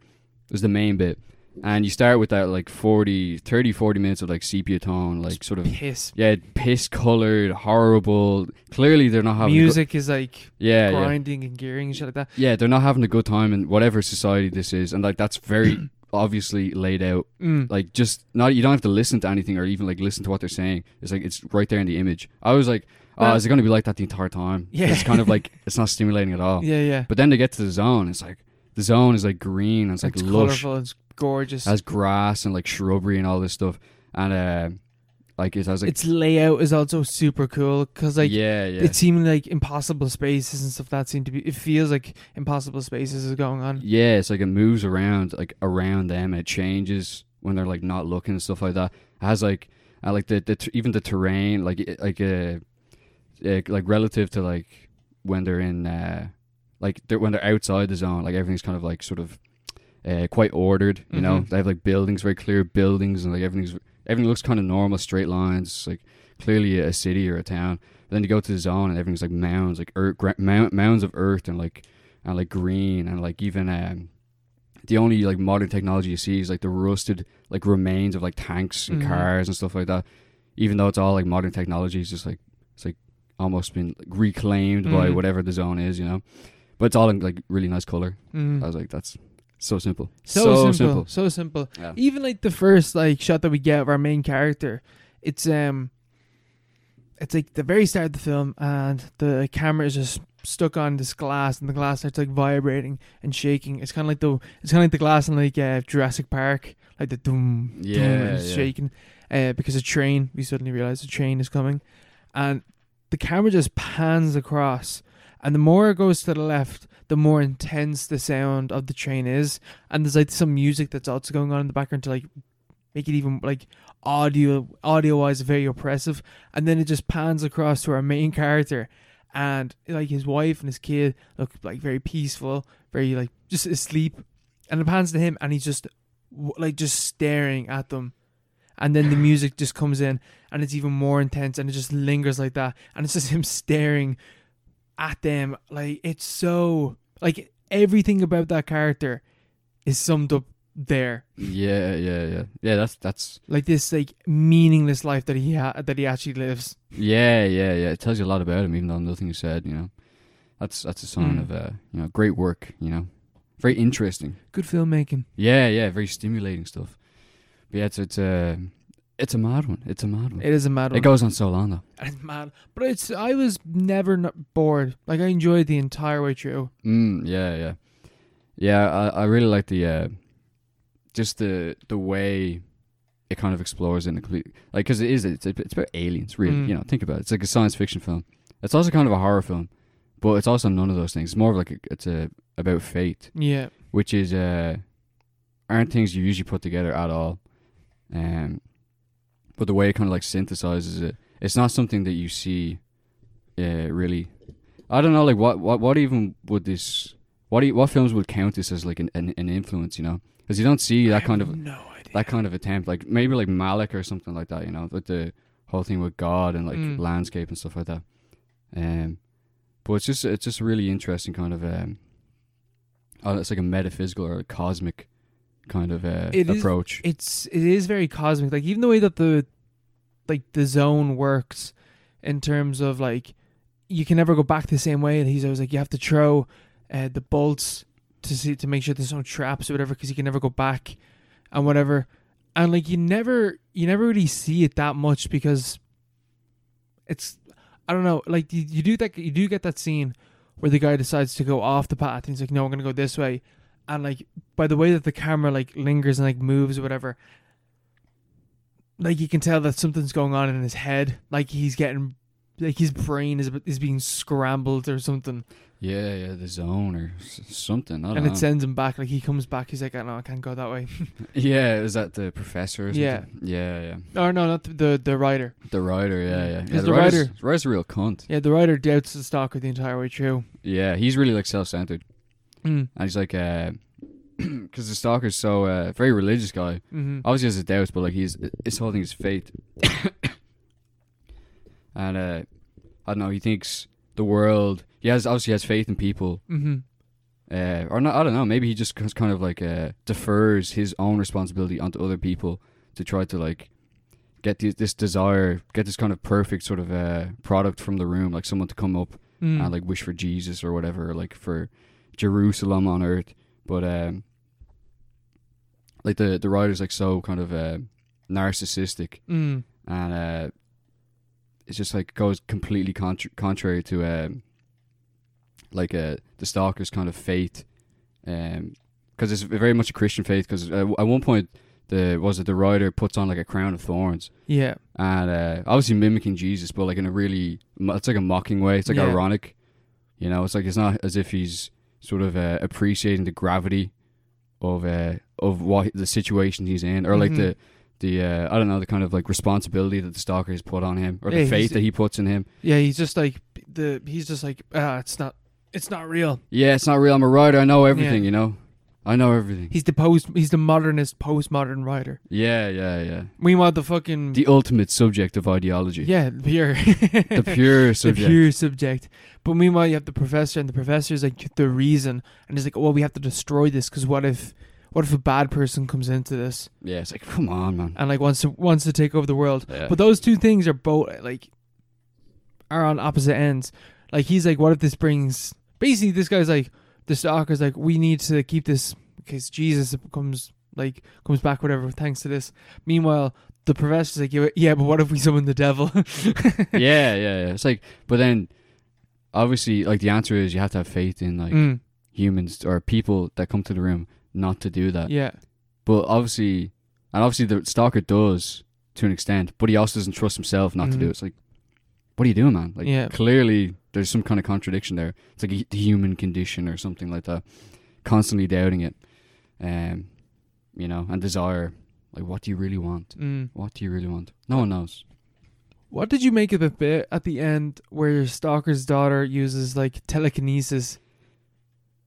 [SPEAKER 2] is the main bit. And you start with that like 40, 30, 40 minutes of like sepia tone, like sort of
[SPEAKER 1] piss.
[SPEAKER 2] yeah, piss colored, horrible. Clearly, they're not having a
[SPEAKER 1] Music is like
[SPEAKER 2] Good, yeah, yeah,
[SPEAKER 1] grinding and gearing and shit like that.
[SPEAKER 2] yeah. They're not having a good time in whatever society this is, and like that's very obviously laid out.
[SPEAKER 1] Mm.
[SPEAKER 2] Like, just not you don't have to listen to anything or even like listen to what they're saying. It's like it's right there in the image. I was like, oh,
[SPEAKER 1] Well-
[SPEAKER 2] is it going to be like that the entire time?
[SPEAKER 1] Yeah.
[SPEAKER 2] it's kind of like it's not stimulating at all.
[SPEAKER 1] yeah, yeah.
[SPEAKER 2] But then they get to the zone. It's like the zone is like green. And it's like
[SPEAKER 1] it's
[SPEAKER 2] lush.
[SPEAKER 1] colorful. It's gorgeous.
[SPEAKER 2] Has grass and like shrubbery and all this stuff, and uh, like it has like
[SPEAKER 1] its layout is also super cool because like
[SPEAKER 2] yeah, yeah.
[SPEAKER 1] it seemed like impossible spaces and stuff that seem to be. It feels like impossible spaces is going on.
[SPEAKER 2] Yeah, it's like it moves around, like around them, and it changes when they're like not looking and stuff like that. It has like, uh, like the, the ter- even the terrain, like it- like uh, uh, like relative to like when they're in, uh, like they're, when they're outside the zone, like everything's kind of like sort of uh, quite ordered. You know,
[SPEAKER 1] Mhm.
[SPEAKER 2] they have like buildings, very clear buildings, and like everything's everything looks kind of normal, straight lines, like clearly a city or a town. But then you go to the zone and everything's like mounds, like earth, gra- mount, mounds of earth and like and like green and like even um, the only like modern technology you see is like the rusted like remains of like tanks and
[SPEAKER 1] Mhm.
[SPEAKER 2] cars and stuff like that. Even though it's all like modern technology, it's just like it's like almost been like, reclaimed by
[SPEAKER 1] Mhm.
[SPEAKER 2] whatever the zone is, you know. But it's all in like really nice color.
[SPEAKER 1] Mm.
[SPEAKER 2] I was like, that's so simple,
[SPEAKER 1] so, simple, so simple.
[SPEAKER 2] Yeah.
[SPEAKER 1] Even like the first like shot that we get of our main character, it's um, it's like the very start of the film, and the camera is just stuck on this glass, and the glass starts like vibrating and shaking. It's kind of like the it's kind of like the glass in like uh, Jurassic Park, like the doom,
[SPEAKER 2] Yeah,
[SPEAKER 1] doom, and it's
[SPEAKER 2] yeah.
[SPEAKER 1] shaking, uh, because a train. We suddenly realize a train is coming, and the camera just pans across, and the more it goes to the left, the more intense the sound of the train is, and there's like some music that's also going on in the background to like make it even like audio audio wise very oppressive, and then it just pans across to our main character, and like his wife and his kid look like very peaceful, very like just asleep, and it pans to him, and he's just w- like just staring at them. And then the music just comes in and it's even more intense and it just lingers like that. And it's just him staring at them. Like it's so like everything about that character is summed up there.
[SPEAKER 2] Yeah, yeah, yeah, yeah. That's that's
[SPEAKER 1] Like this like meaningless life that he ha- that he actually lives.
[SPEAKER 2] yeah, yeah, yeah. It tells you a lot about him, even though nothing is said. You know, that's that's a sign
[SPEAKER 1] Mm.
[SPEAKER 2] of uh, you know great work. You know, very interesting.
[SPEAKER 1] Good filmmaking.
[SPEAKER 2] Yeah, yeah, very stimulating stuff. But yeah, it's it's a it's a mad one. It's a mad one. It,
[SPEAKER 1] It is a mad one.
[SPEAKER 2] goes on so long though.
[SPEAKER 1] it's mad. But it's I was never not bored. Like I enjoyed the entire way through.
[SPEAKER 2] Mm, yeah, yeah, yeah. I, I really like the uh, just the the way it kind of explores in the complete like because it is it's it's about aliens really.
[SPEAKER 1] Mm.
[SPEAKER 2] You know, think about it. It's like a science fiction film. It's also kind of a horror film, but it's also none of those things. It's more of like a, it's a about fate,
[SPEAKER 1] Yeah.
[SPEAKER 2] which is uh, aren't things you usually put together at all. Um, but the way it kind of like synthesizes it, it's not something that you see. Uh, really, I don't know. Like, what, what, what even would this? What, do you, what films would count this as like an, an, an influence? You know, because you don't see that
[SPEAKER 1] I
[SPEAKER 2] kind
[SPEAKER 1] have
[SPEAKER 2] of
[SPEAKER 1] no idea.
[SPEAKER 2] that kind of attempt. Like maybe like Malik or something like that. You know, with the whole thing with God and like
[SPEAKER 1] Mm.
[SPEAKER 2] landscape and stuff like that. Um, but it's just it's just a really interesting kind of um. Oh, it's like a metaphysical or a cosmic kind of uh,
[SPEAKER 1] It is-
[SPEAKER 2] approach.
[SPEAKER 1] it's it is very cosmic. Like even the way that the like the zone works in terms of like you can never go back the same way. And he's always like you have to throw uh, the bolts to see to make sure there's no traps or whatever because you can never go back and whatever. And like you never you never really see it that much because it's I don't know like you, you do that you do get that scene where the guy decides to go off the path and he's like no I'm gonna go this way and like by the way that the camera like lingers and like moves or whatever, like you can tell that something's going on in his head. Like he's getting, like his brain is is being scrambled or something,
[SPEAKER 2] Yeah, yeah, the zone or s- something. I don't
[SPEAKER 1] and
[SPEAKER 2] know.
[SPEAKER 1] it sends him back. Like he comes back, he's like, oh, no, I can't go that way.
[SPEAKER 2] yeah, is that the professor? Or something?
[SPEAKER 1] Yeah.
[SPEAKER 2] yeah, yeah.
[SPEAKER 1] or no, not the the, the writer.
[SPEAKER 2] The writer. Yeah, yeah.
[SPEAKER 1] Is
[SPEAKER 2] yeah
[SPEAKER 1] the
[SPEAKER 2] writer's-
[SPEAKER 1] writer-
[SPEAKER 2] the writer's a real cunt.
[SPEAKER 1] Yeah, the writer doubts the stalker the entire way through.
[SPEAKER 2] Yeah, he's really like self-centered,
[SPEAKER 1] Mm.
[SPEAKER 2] and he's like, because the stalker's so uh, very religious guy.
[SPEAKER 1] hmm
[SPEAKER 2] Obviously, has his doubts, but like he's it's holding his faith, and uh, I don't know. He thinks the world. He has obviously has faith in people,
[SPEAKER 1] hmm
[SPEAKER 2] uh, or not. I don't know. Maybe he just cons- kind of like uh, defers his own responsibility onto other people to try to like get the, this desire, get this kind of perfect sort of uh, product from the room, like someone to come up
[SPEAKER 1] Mm.
[SPEAKER 2] and like wish for Jesus or whatever, like for Jerusalem on earth. But um, like the the writer's like so kind of uh, narcissistic,
[SPEAKER 1] mm.
[SPEAKER 2] and uh, it's just like goes completely contra- contrary to um, like uh, the stalker's kind of faith, um, because it's very much a Christian faith. Because uh, at one point, the was it the writer puts on like a crown of thorns
[SPEAKER 1] Yeah.
[SPEAKER 2] and uh, obviously mimicking Jesus, but like in a really it's like a mocking way. It's like
[SPEAKER 1] Yeah.
[SPEAKER 2] ironic, you know. It's like it's not as if he's sort of uh, appreciating the gravity of uh, of what the situation he's in, or like
[SPEAKER 1] Mhm.
[SPEAKER 2] the the uh, I don't know the kind of like responsibility that the stalker has put on him, or
[SPEAKER 1] Yeah,
[SPEAKER 2] the
[SPEAKER 1] he's-
[SPEAKER 2] faith that he puts in him.
[SPEAKER 1] Yeah, he's just like the he's just like ah, it's not it's not real.
[SPEAKER 2] Yeah, it's not real. I'm a writer. I know everything. You know, I know everything.
[SPEAKER 1] He's the post he's the modernist postmodern writer.
[SPEAKER 2] Yeah, yeah, yeah.
[SPEAKER 1] Meanwhile, the fucking
[SPEAKER 2] The ultimate subject of ideology.
[SPEAKER 1] yeah pure
[SPEAKER 2] The pure
[SPEAKER 1] the
[SPEAKER 2] subject.
[SPEAKER 1] pure subject. But meanwhile, you have the professor, and the professor is like the reason, and he's like, well, we have to destroy this because what if what if a bad person comes into this
[SPEAKER 2] Yeah, it's like come on, man.
[SPEAKER 1] and like wants to wants to take over the world?
[SPEAKER 2] Yeah.
[SPEAKER 1] But those two things are both like are on opposite ends. Like he's like, what if this brings? Basically, this guy's like the stalker's like, we need to keep this because Jesus comes like comes back whatever thanks to this. Meanwhile, the professor's like, yeah, yeah, but what if we summon the devil?
[SPEAKER 2] yeah, yeah, yeah. It's like, but then obviously, like the answer is you have to have faith in like
[SPEAKER 1] Mm,
[SPEAKER 2] humans or people that come to the room not to do that.
[SPEAKER 1] yeah,
[SPEAKER 2] But obviously, and obviously, the stalker does to an extent, but he also doesn't trust himself not to
[SPEAKER 1] Mhm.
[SPEAKER 2] do it. It's like, what are you doing, man? Like,
[SPEAKER 1] Yeah.
[SPEAKER 2] clearly, there's some kind of contradiction there. It's like a, the human condition or something like that. Constantly doubting it, um, you know, and desire. Like, what do you really want?
[SPEAKER 1] mm.
[SPEAKER 2] What do you really want? No one knows.
[SPEAKER 1] What did you make of the bit at the end where your stalker's daughter uses like telekinesis?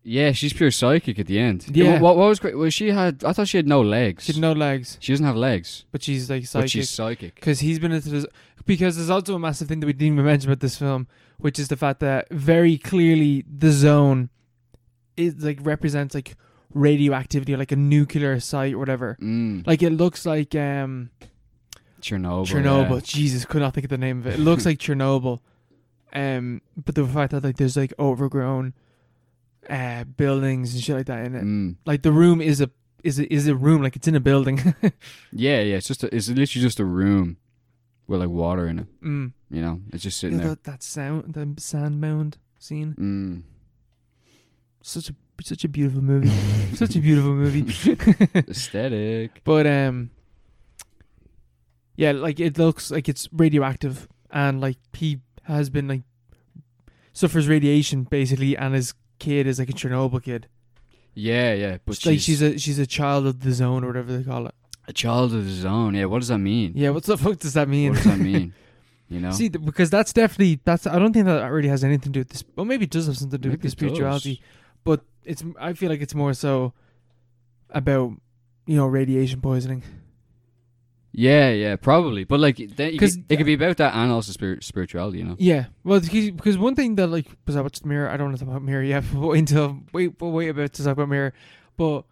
[SPEAKER 2] Yeah, she's pure psychic at the end.
[SPEAKER 1] Yeah.
[SPEAKER 2] Yeah. What, what was great? Well, she had. I thought she had no legs.
[SPEAKER 1] She had no legs,
[SPEAKER 2] She doesn't have legs,
[SPEAKER 1] but she's like psychic.
[SPEAKER 2] but she's psychic.
[SPEAKER 1] because he's been into this because there's also a massive thing that we didn't even mention about this film which is the fact that very clearly the zone is like represents like radioactivity or like a nuclear site or whatever
[SPEAKER 2] Mm.
[SPEAKER 1] like it looks like um
[SPEAKER 2] Chernobyl.
[SPEAKER 1] chernobyl
[SPEAKER 2] yeah.
[SPEAKER 1] jesus could not think of the name of it it looks like chernobyl um but the fact that like there's like overgrown uh buildings and shit like that in it
[SPEAKER 2] Mm.
[SPEAKER 1] like the room is a is a, is a room like it's in a building
[SPEAKER 2] Yeah, yeah. It's just. A, it's literally just a room with like water in it.
[SPEAKER 1] mm.
[SPEAKER 2] You know, it's just
[SPEAKER 1] yeah,
[SPEAKER 2] sitting there.
[SPEAKER 1] that, that sound the sand mound scene
[SPEAKER 2] Mm.
[SPEAKER 1] such a such a beautiful movie, such a beautiful movie.
[SPEAKER 2] Aesthetic.
[SPEAKER 1] But um, yeah, like it looks like it's radioactive, and like he has been like suffers radiation basically, and his kid is like a Chernobyl kid.
[SPEAKER 2] Yeah, yeah. But
[SPEAKER 1] It's like she's a she's a child of the zone or whatever they call it.
[SPEAKER 2] a child of his own. Yeah. What does that mean?
[SPEAKER 1] Yeah, what the fuck does that mean?
[SPEAKER 2] What does that mean? You know.
[SPEAKER 1] See, th- because that's definitely that's I don't think that really has anything to do with this. Well, maybe it does have something to do with
[SPEAKER 2] Maybe
[SPEAKER 1] the
[SPEAKER 2] it does.
[SPEAKER 1] spirituality, but it's I feel like it's more so about you know radiation poisoning.
[SPEAKER 2] Yeah, yeah. Probably, but like, then you
[SPEAKER 1] 'Cause-
[SPEAKER 2] could, it could be about that and also spirit, spirituality. You know.
[SPEAKER 1] Yeah, well, it's 'cause- because one thing that like because I watched Mirror, I don't want to talk about Mirror yet. But wait until wait, but wait about to talk about Mirror. But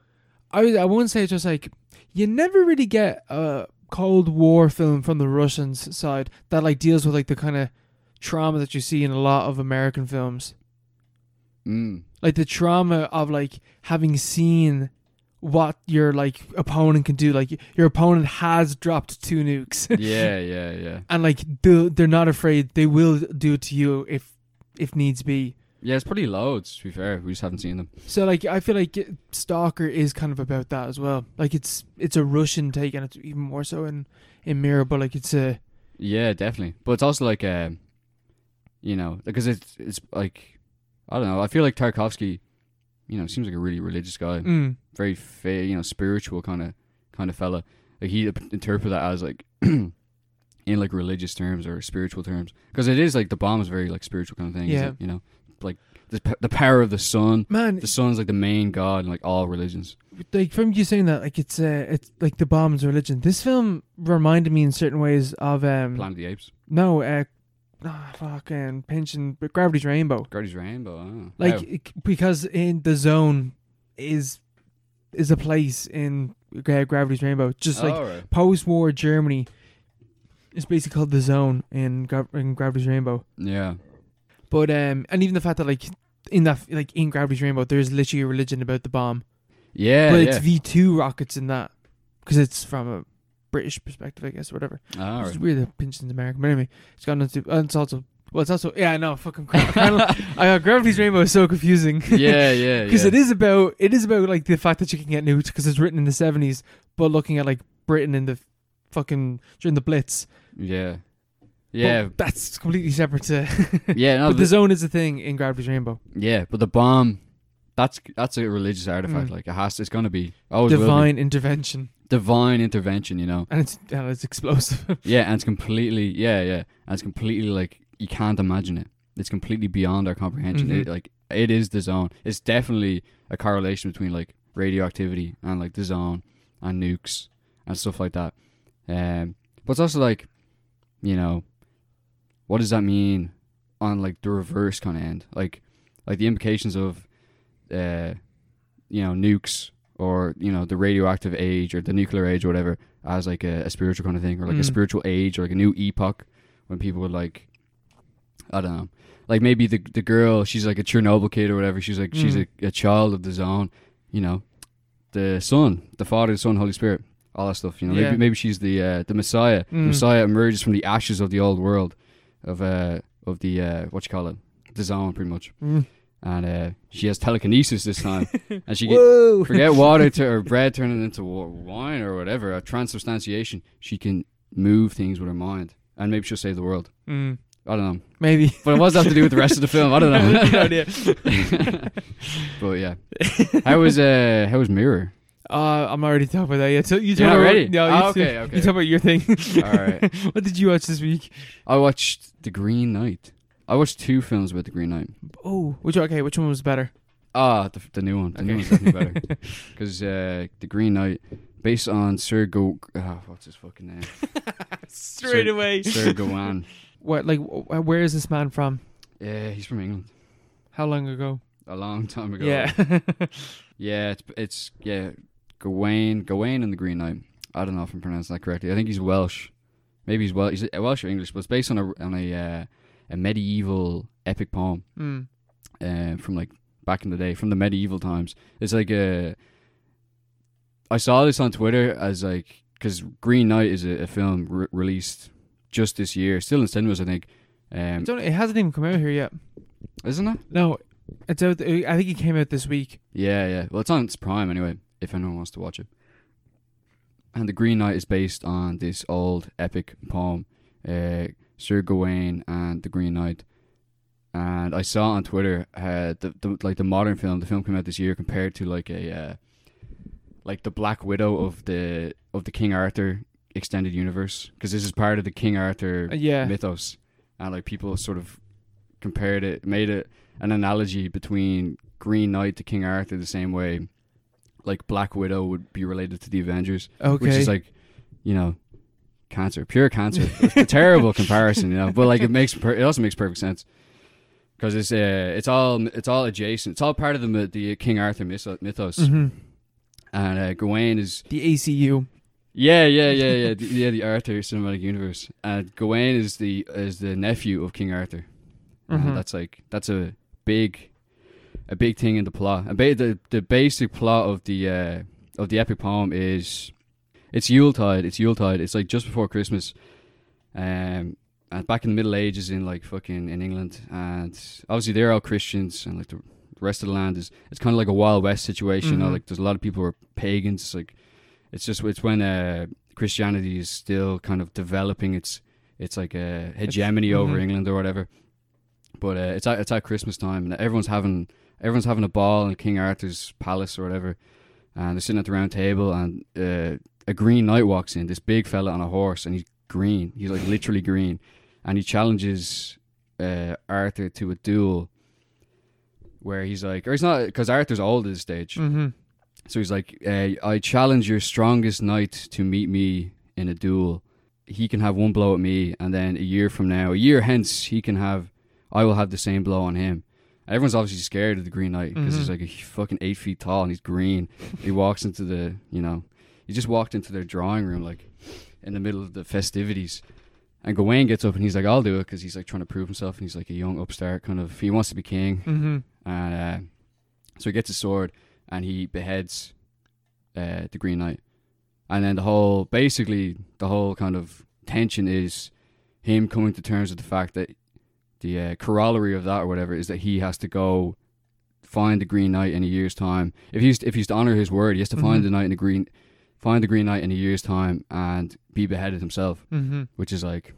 [SPEAKER 1] I was- I won't say it's just like you never really get a Cold War film from the Russians side that like deals with like the kind of trauma that you see in a lot of American films,
[SPEAKER 2] Mm.
[SPEAKER 1] like the trauma of like having seen what your like opponent can do. Like your opponent has dropped two nukes
[SPEAKER 2] Yeah, yeah, yeah.
[SPEAKER 1] and like the, they're not afraid they will do it to you if if needs be
[SPEAKER 2] Yeah, it's pretty loads. To be fair, we just haven't seen them.
[SPEAKER 1] So like I feel like it- Stalker is kind of about that as well. Like it's it's a Russian take and it's even more so in in Mirror, but like it's a
[SPEAKER 2] Yeah, definitely. But it's also like, um, you know, because it's it's like, I don't know. I feel like Tarkovsky, you know, seems like a really religious guy,
[SPEAKER 1] mm,
[SPEAKER 2] very fair, you know, spiritual kind of kind of fella. Like he ap- interpret that as like in like religious terms or spiritual terms, because it is like the bomb is very like spiritual kind of thing. isn't
[SPEAKER 1] Yeah.
[SPEAKER 2] it? you know, like the p- the power of the sun.
[SPEAKER 1] man.
[SPEAKER 2] The sun's like the main god in like all religions.
[SPEAKER 1] Like from you saying that, like it's uh, it's like the bombs religion. This film reminded me in certain ways of um
[SPEAKER 2] Planet of the Apes,
[SPEAKER 1] no uh ah, fucking pension but Gravity's Rainbow.
[SPEAKER 2] Guardians Rainbow. oh.
[SPEAKER 1] Like
[SPEAKER 2] Wow.
[SPEAKER 1] it- because in the zone is is a place in uh, Gravity's Rainbow, just like
[SPEAKER 2] Oh, right.
[SPEAKER 1] post-war Germany. It's basically called the Zone in, Gra- in Gravity's Rainbow.
[SPEAKER 2] yeah.
[SPEAKER 1] But um, and even the fact that like in that like in Gravity's Rainbow, there's literally a religion about the bomb,
[SPEAKER 2] Yeah,
[SPEAKER 1] but
[SPEAKER 2] yeah.
[SPEAKER 1] it's V two rockets in that because it's from a British perspective, I guess, or whatever.
[SPEAKER 2] All
[SPEAKER 1] It's
[SPEAKER 2] right.
[SPEAKER 1] weird that Pinson's American, but anyway, it's got nothing. To, and it's also well, it's also yeah, I know, fucking. crap. I got Gravity's Rainbow is so confusing.
[SPEAKER 2] yeah, yeah,
[SPEAKER 1] because
[SPEAKER 2] yeah.
[SPEAKER 1] it is about it is about like the fact that you can get nuked because it's written in the seventies, but looking at like Britain in the fucking during the Blitz,
[SPEAKER 2] Yeah,
[SPEAKER 1] But
[SPEAKER 2] yeah,
[SPEAKER 1] that's completely separate to.
[SPEAKER 2] yeah. No,
[SPEAKER 1] but the
[SPEAKER 2] the,
[SPEAKER 1] zone is a thing in Gravity's Rainbow.
[SPEAKER 2] yeah, but the bomb. That's that's a religious artifact.
[SPEAKER 1] Mm.
[SPEAKER 2] Like it has. It's gonna be always divine.
[SPEAKER 1] Divine intervention,
[SPEAKER 2] Divine intervention. You know.
[SPEAKER 1] and it's and it's explosive.
[SPEAKER 2] Yeah, and it's completely. Yeah, yeah, and it's completely like you can't imagine it. It's completely beyond our comprehension.
[SPEAKER 1] Mhm.
[SPEAKER 2] It, like it is the zone. It's definitely a correlation between like radioactivity and like the zone and nukes and stuff like that. Um, but it's also like, you know, what does that mean on like the reverse kind of end? Like, like the implications of, uh, you know, nukes or you know the radioactive age or the nuclear age or whatever as like a, a spiritual kind of thing or like a
[SPEAKER 1] Mm.
[SPEAKER 2] spiritual age or like a new epoch when people would like, I don't know. Like maybe the the girl, she's like a Chernobyl kid or whatever. She's like she's a,
[SPEAKER 1] Mm.
[SPEAKER 2] a child of the zone, you know. The Son, the Father, the Son, Holy Spirit all that stuff. You know,
[SPEAKER 1] Yeah.
[SPEAKER 2] maybe maybe she's the uh, the Messiah. The
[SPEAKER 1] Mm.
[SPEAKER 2] Messiah emerges from the ashes of the old world, of uh of the uh what you call it, the zone pretty much.
[SPEAKER 1] Mm.
[SPEAKER 2] And uh, she has telekinesis this time, and she get,
[SPEAKER 1] Whoa!
[SPEAKER 2] forget water to her bread turning into wa- wine or whatever. A transubstantiation. She can move things with her mind, and maybe she'll save the world.
[SPEAKER 1] Mm,
[SPEAKER 2] I don't know,
[SPEAKER 1] maybe.
[SPEAKER 2] but what does that have to do with the rest of the film? I don't know.
[SPEAKER 1] No idea.
[SPEAKER 2] but yeah, how was uh how was Mirror?
[SPEAKER 1] Uh, I'm already talking about that. Yeah, so you talk
[SPEAKER 2] You're not
[SPEAKER 1] about,
[SPEAKER 2] ready?
[SPEAKER 1] No, you,
[SPEAKER 2] Ah,
[SPEAKER 1] two-
[SPEAKER 2] okay, okay.
[SPEAKER 1] you talk about your thing.
[SPEAKER 2] All right.
[SPEAKER 1] what did you watch this week?
[SPEAKER 2] I watched The Green Knight. I watched two films about The Green Knight.
[SPEAKER 1] Oh, which okay, which one was better?
[SPEAKER 2] Ah, the, the new one. The new one's definitely better. Because uh, The Green Knight, based on Sir Go... ah, what's his fucking name?
[SPEAKER 1] Straight
[SPEAKER 2] Sir-
[SPEAKER 1] away.
[SPEAKER 2] Sir Gawain.
[SPEAKER 1] What like wh- wh- where is this man from?
[SPEAKER 2] Yeah, he's from England.
[SPEAKER 1] How long ago?
[SPEAKER 2] A long time ago.
[SPEAKER 1] Yeah.
[SPEAKER 2] Yeah, it's, it's yeah, Gawain, Gawain and The Green Knight. I don't know if I'm pronouncing that correctly. I think he's Welsh. Maybe he's Welsh. He's Welsh or English, but it's based on a, on a, uh, a medieval epic poem.
[SPEAKER 1] mm.
[SPEAKER 2] uh, from like back in the day, from the medieval times. It's like a. I saw this on Twitter as like because Green Knight is a, a film re- released just this year, still in cinemas, I think. Um,
[SPEAKER 1] Don't, it hasn't even come out here yet.
[SPEAKER 2] isn't it?
[SPEAKER 1] No, it's out. I think it came out this week.
[SPEAKER 2] Yeah, yeah. Well, it's on its prime anyway. If anyone wants to watch it. And the Green Knight is based on this old epic poem, uh, Sir Gawain and the Green Knight. And I saw on Twitter uh, the, the like the modern film. The film came out this year compared to like a uh, like the Black Widow of the of the King Arthur extended universe because this is part of the King Arthur
[SPEAKER 1] Uh, yeah.
[SPEAKER 2] mythos, and like people sort of compared it, made it an analogy between Green Knight to King Arthur the same way, like Black Widow would be related to the Avengers,
[SPEAKER 1] Okay.
[SPEAKER 2] which is like, you know, cancer, pure cancer. It's a terrible comparison, you know, but like it makes per- it also makes perfect sense because it's uh, it's all it's all adjacent. It's all part of the myth- the King Arthur mytho- mythos,
[SPEAKER 1] Mhm.
[SPEAKER 2] and uh, Gawain is
[SPEAKER 1] the ACU.
[SPEAKER 2] yeah, yeah, yeah, yeah, the, yeah. The Arthur cinematic universe, and Gawain is the is the nephew of King Arthur. And
[SPEAKER 1] Mhm.
[SPEAKER 2] that's like that's a big, a big thing in the plot. And ba- the the basic plot of the uh, of the epic poem is, it's Yuletide. It's Yuletide. It's like just before Christmas, um, and back in the Middle Ages in like fucking in England, and obviously they're all Christians, and like the rest of the land is it's kind of like a Wild West situation. you know,
[SPEAKER 1] Mhm.
[SPEAKER 2] Like there's a lot of people who are pagans. Like it's just it's when uh, Christianity is still kind of developing its its like a hegemony over
[SPEAKER 1] mhm.
[SPEAKER 2] England or whatever. But uh, it's at it's at Christmas time, and everyone's having everyone's having a ball in King Arthur's palace or whatever, and they're sitting at the round table, and uh, a green knight walks in, this big fella on a horse, and he's green. He's like literally green, and he challenges uh, Arthur to a duel. Where he's like, or he's not, because Arthur's old at this stage.
[SPEAKER 1] Mm-hmm.
[SPEAKER 2] So he's like, uh, I challenge your strongest knight to meet me in a duel. He can have one blow at me, and then a year from now, a year hence, he can have, I will have the same blow on him. And everyone's obviously scared of the Green Knight because he's
[SPEAKER 1] Mhm.
[SPEAKER 2] like a hu- fucking eight feet tall and he's green. he walks into the, you know, he just walked into their drawing room like in the middle of the festivities. And Gawain gets up and he's like, I'll do it because he's like trying to prove himself and he's like a young upstart kind of, he wants to be king
[SPEAKER 1] Mm-hmm.
[SPEAKER 2] and uh, so he gets his sword and he beheads uh, the Green Knight. And then the whole, basically, the whole kind of tension is him coming to terms with the fact that the uh, corollary of that or whatever is that he has to go find the Green Knight in a year's time. If he's if he's to honor his word, he has to find
[SPEAKER 1] Mhm.
[SPEAKER 2] the knight in the green, find the Green Knight in a year's time and be beheaded himself,
[SPEAKER 1] Mm-hmm.
[SPEAKER 2] which is like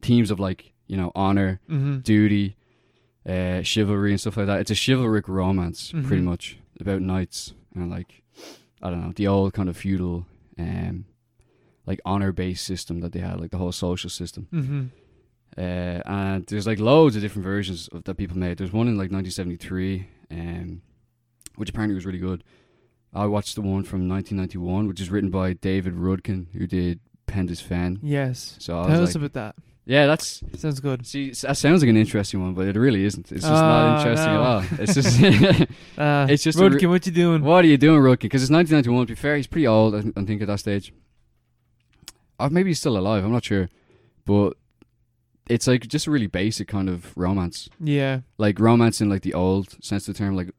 [SPEAKER 2] teams of like you know honor,
[SPEAKER 1] Mm-hmm.
[SPEAKER 2] duty, uh, chivalry, and stuff like that. It's a chivalric romance, pretty
[SPEAKER 1] Mhm.
[SPEAKER 2] much, about knights and like I don't know the old kind of feudal, um, like honor-based system that they had, like the whole social system.
[SPEAKER 1] Mm-hmm.
[SPEAKER 2] Uh, and there's like loads of different versions of, that people made. There's one in like 1973, um, which apparently was really good. I watched the one from 1991, which is written by David Rudkin, who did Pendas Fen.
[SPEAKER 1] Yes.
[SPEAKER 2] So I
[SPEAKER 1] Tell
[SPEAKER 2] was
[SPEAKER 1] us
[SPEAKER 2] like,
[SPEAKER 1] about that.
[SPEAKER 2] yeah, that's
[SPEAKER 1] Sounds good.
[SPEAKER 2] See, s- that sounds like an interesting one, but it really isn't. It's just
[SPEAKER 1] Ah,
[SPEAKER 2] not interesting
[SPEAKER 1] no.
[SPEAKER 2] at all. It's just,
[SPEAKER 1] Uh,
[SPEAKER 2] It's just a
[SPEAKER 1] Rodkin,
[SPEAKER 2] re-
[SPEAKER 1] what you doing?
[SPEAKER 2] what are you doing, Rookie? Because it's 1991. To be fair, he's pretty old. I, th- I think at that stage, or maybe he's still alive. I'm not sure, but it's like just a really basic kind of romance,
[SPEAKER 1] Yeah.
[SPEAKER 2] like romance in like the old sense of the term, like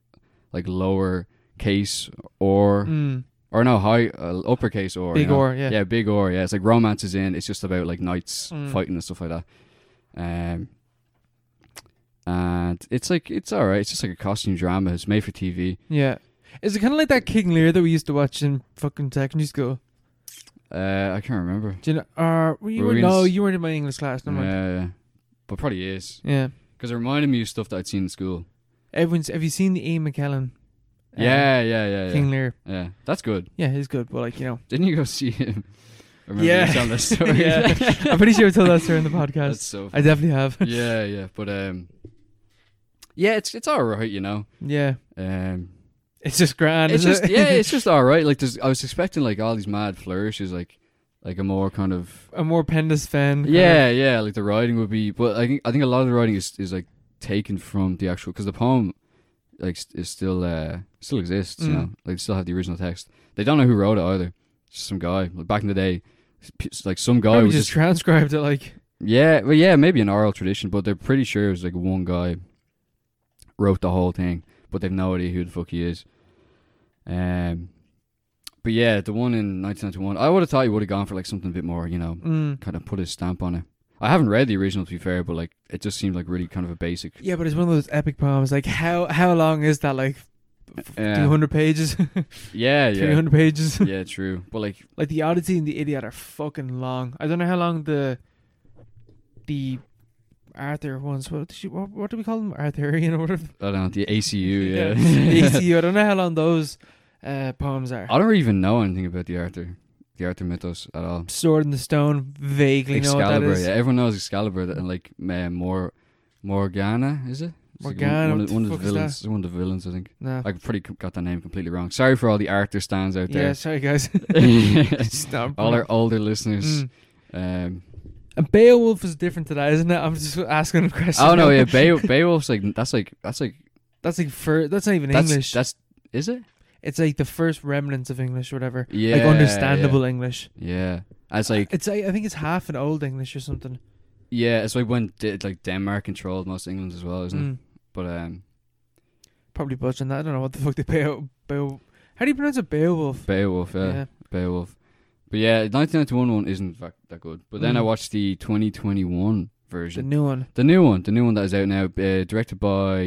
[SPEAKER 2] like lower case or
[SPEAKER 1] Mm.
[SPEAKER 2] or no high uh, uppercase or you
[SPEAKER 1] Big
[SPEAKER 2] know?
[SPEAKER 1] or yeah.
[SPEAKER 2] yeah. big or yeah. It's like romance is in. It's just about like knights
[SPEAKER 1] Mm.
[SPEAKER 2] fighting and stuff like that. Um, and it's like it's all right. It's just like a costume drama. It's made for TV.
[SPEAKER 1] Yeah. Is it kind of like that King Lear that we used to watch in fucking secondary school?
[SPEAKER 2] Uh, I can't remember.
[SPEAKER 1] Do you know? Or were you
[SPEAKER 2] Were
[SPEAKER 1] were,
[SPEAKER 2] we in
[SPEAKER 1] no,
[SPEAKER 2] s-
[SPEAKER 1] you weren't in my English class. No, mind.
[SPEAKER 2] Uh, but probably is
[SPEAKER 1] yeah.
[SPEAKER 2] because it reminded me of stuff that I'd seen in school.
[SPEAKER 1] Everyone's. Have you seen the Ian McKellen? uh,
[SPEAKER 2] yeah, yeah, yeah, yeah.
[SPEAKER 1] King Lear.
[SPEAKER 2] Yeah, that's good.
[SPEAKER 1] Yeah, he's good. But like you know,
[SPEAKER 2] Didn't you go see him? I remember
[SPEAKER 1] Yeah.
[SPEAKER 2] you telling that story.
[SPEAKER 1] Yeah. I'm pretty sure I told that story in the
[SPEAKER 2] that's
[SPEAKER 1] podcast.
[SPEAKER 2] so.
[SPEAKER 1] I definitely have.
[SPEAKER 2] yeah, yeah, but um, yeah, it's it's all right, you know.
[SPEAKER 1] yeah.
[SPEAKER 2] Um,
[SPEAKER 1] It's just grand.
[SPEAKER 2] it's
[SPEAKER 1] isn't
[SPEAKER 2] just
[SPEAKER 1] it?
[SPEAKER 2] yeah, it's just all right. Like there's, I was expecting like all these mad flourishes, like like a more kind of
[SPEAKER 1] a more Pendas fan. kind
[SPEAKER 2] yeah, yeah. Like the writing would be, but I think I think a lot of the writing is is like taken from the actual because the poem like s- is still uh still exists. You
[SPEAKER 1] Mm.
[SPEAKER 2] know, like they still have the original text. They don't know who wrote it either. Just some guy like, back in the day. s- p- s- Like some
[SPEAKER 1] of-
[SPEAKER 2] guy
[SPEAKER 1] Probably
[SPEAKER 2] Oh, was
[SPEAKER 1] just
[SPEAKER 2] just
[SPEAKER 1] transcribed it like.
[SPEAKER 2] yeah, well yeah, maybe an oral tradition, but they're pretty sure it was like one guy wrote the whole thing, but they've no idea who the fuck he is. Um, but yeah, the one in 1991, I would have thought you would have gone for like something a bit more, you know,
[SPEAKER 1] Mm.
[SPEAKER 2] kind of put his stamp on it. I haven't read the original to be fair, but like it just seemed like really kind of a basic.
[SPEAKER 1] Yeah, but it's one of those epic poems. Like how how long is that? Like two
[SPEAKER 2] Yeah,
[SPEAKER 1] hundred pages,
[SPEAKER 2] yeah,
[SPEAKER 1] three
[SPEAKER 2] yeah,
[SPEAKER 1] hundred pages.
[SPEAKER 2] yeah, true. But like,
[SPEAKER 1] Like the Odyssey and the Iliad are fucking long. I don't know how long the the Arthur ones. What did she, what, what do we call them? Arthurian or whatever.
[SPEAKER 2] I don't know the ACU. Yeah,
[SPEAKER 1] the ECU. I don't know how long those uh, poems are.
[SPEAKER 2] I don't even know anything about the Arthur, the Arthur mythos at all.
[SPEAKER 1] Sword in the Stone. Vaguely know what
[SPEAKER 2] Excalibur.
[SPEAKER 1] that is.
[SPEAKER 2] Yeah, everyone knows Excalibur that- and like uh, more Morgana, is it? It's like
[SPEAKER 1] Morgana,
[SPEAKER 2] one, one,
[SPEAKER 1] what
[SPEAKER 2] of,
[SPEAKER 1] the
[SPEAKER 2] the- one
[SPEAKER 1] fuck
[SPEAKER 2] of the
[SPEAKER 1] is that?
[SPEAKER 2] villains. One of the villains, I think.
[SPEAKER 1] No.
[SPEAKER 2] I pretty com- got that name completely wrong. Sorry for all the Arthur stands out
[SPEAKER 1] Yeah.
[SPEAKER 2] there.
[SPEAKER 1] Sorry, guys. Just not-
[SPEAKER 2] all our older listeners.
[SPEAKER 1] Mm.
[SPEAKER 2] Um,
[SPEAKER 1] And Beowulf is different to that, isn't it? I'm just asking a question.
[SPEAKER 2] oh
[SPEAKER 1] now.
[SPEAKER 2] no, yeah, Beow- Beowulf's like that's like that's like
[SPEAKER 1] That's like fir- That's not even
[SPEAKER 2] that's
[SPEAKER 1] English.
[SPEAKER 2] that's is it?
[SPEAKER 1] it's like the first remnants of English, or whatever.
[SPEAKER 2] Yeah,
[SPEAKER 1] like understandable English.
[SPEAKER 2] Yeah, yeah. it's like
[SPEAKER 1] It's I, I think it's half an old English or something.
[SPEAKER 2] yeah, it's like when D- like Denmark controlled most of England as well, isn't
[SPEAKER 1] Mm.
[SPEAKER 2] it? But um,
[SPEAKER 1] Probably butchering
[SPEAKER 2] uh,
[SPEAKER 1] that. I don't know what the fuck they Beow Beow. How do you pronounce it? Beowulf.
[SPEAKER 2] Beowulf, yeah.
[SPEAKER 1] yeah.
[SPEAKER 2] Beowulf. But yeah, 1991 one isn't that, that good. But then I
[SPEAKER 1] Mm.
[SPEAKER 2] watched the 2021
[SPEAKER 1] The
[SPEAKER 2] version.
[SPEAKER 1] new one.
[SPEAKER 2] The new one, the new one that is out now, uh, directed by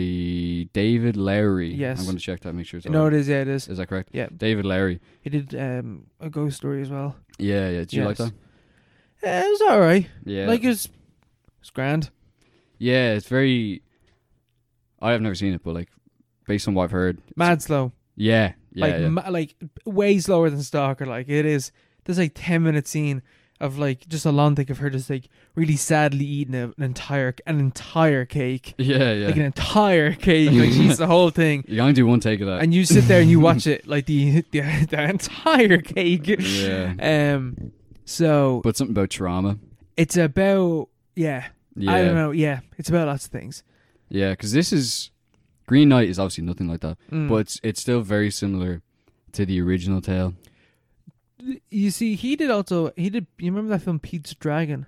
[SPEAKER 2] David Lowry.
[SPEAKER 1] Yes.
[SPEAKER 2] I'm going to check that, make sure it's.
[SPEAKER 1] No,
[SPEAKER 2] all
[SPEAKER 1] it
[SPEAKER 2] right.
[SPEAKER 1] is. Yeah, it is.
[SPEAKER 2] Is that correct?
[SPEAKER 1] Yeah,
[SPEAKER 2] David Lowry.
[SPEAKER 1] he did um, a ghost story as well.
[SPEAKER 2] Yeah, yeah. Do you like
[SPEAKER 1] Yes.
[SPEAKER 2] that?
[SPEAKER 1] Eh, it was alright.
[SPEAKER 2] Yeah.
[SPEAKER 1] Like it's, it's grand.
[SPEAKER 2] yeah, it's very. I have never seen it, but like, based on what I've heard,
[SPEAKER 1] Mad slow.
[SPEAKER 2] yeah, yeah,
[SPEAKER 1] like
[SPEAKER 2] yeah.
[SPEAKER 1] Ma- like way slower than Stalker. Like it is. There's like ten minute scene of like just a long take of her just like really sadly eating a, an entire an entire cake,
[SPEAKER 2] yeah, yeah.
[SPEAKER 1] like an entire cake. Like she eats the whole thing,
[SPEAKER 2] you can do one take of that.
[SPEAKER 1] and you sit there and you watch it like the the, the entire cake.
[SPEAKER 2] yeah,
[SPEAKER 1] Um. So
[SPEAKER 2] but something about trauma.
[SPEAKER 1] it's about yeah,
[SPEAKER 2] Yeah,
[SPEAKER 1] I don't know. Yeah, it's about lots of things.
[SPEAKER 2] yeah, because this is Green Knight is obviously nothing like that,
[SPEAKER 1] Mm.
[SPEAKER 2] but it's, it's still very similar to the original tale.
[SPEAKER 1] you see, he did also he did. You remember that film Pete's Dragon?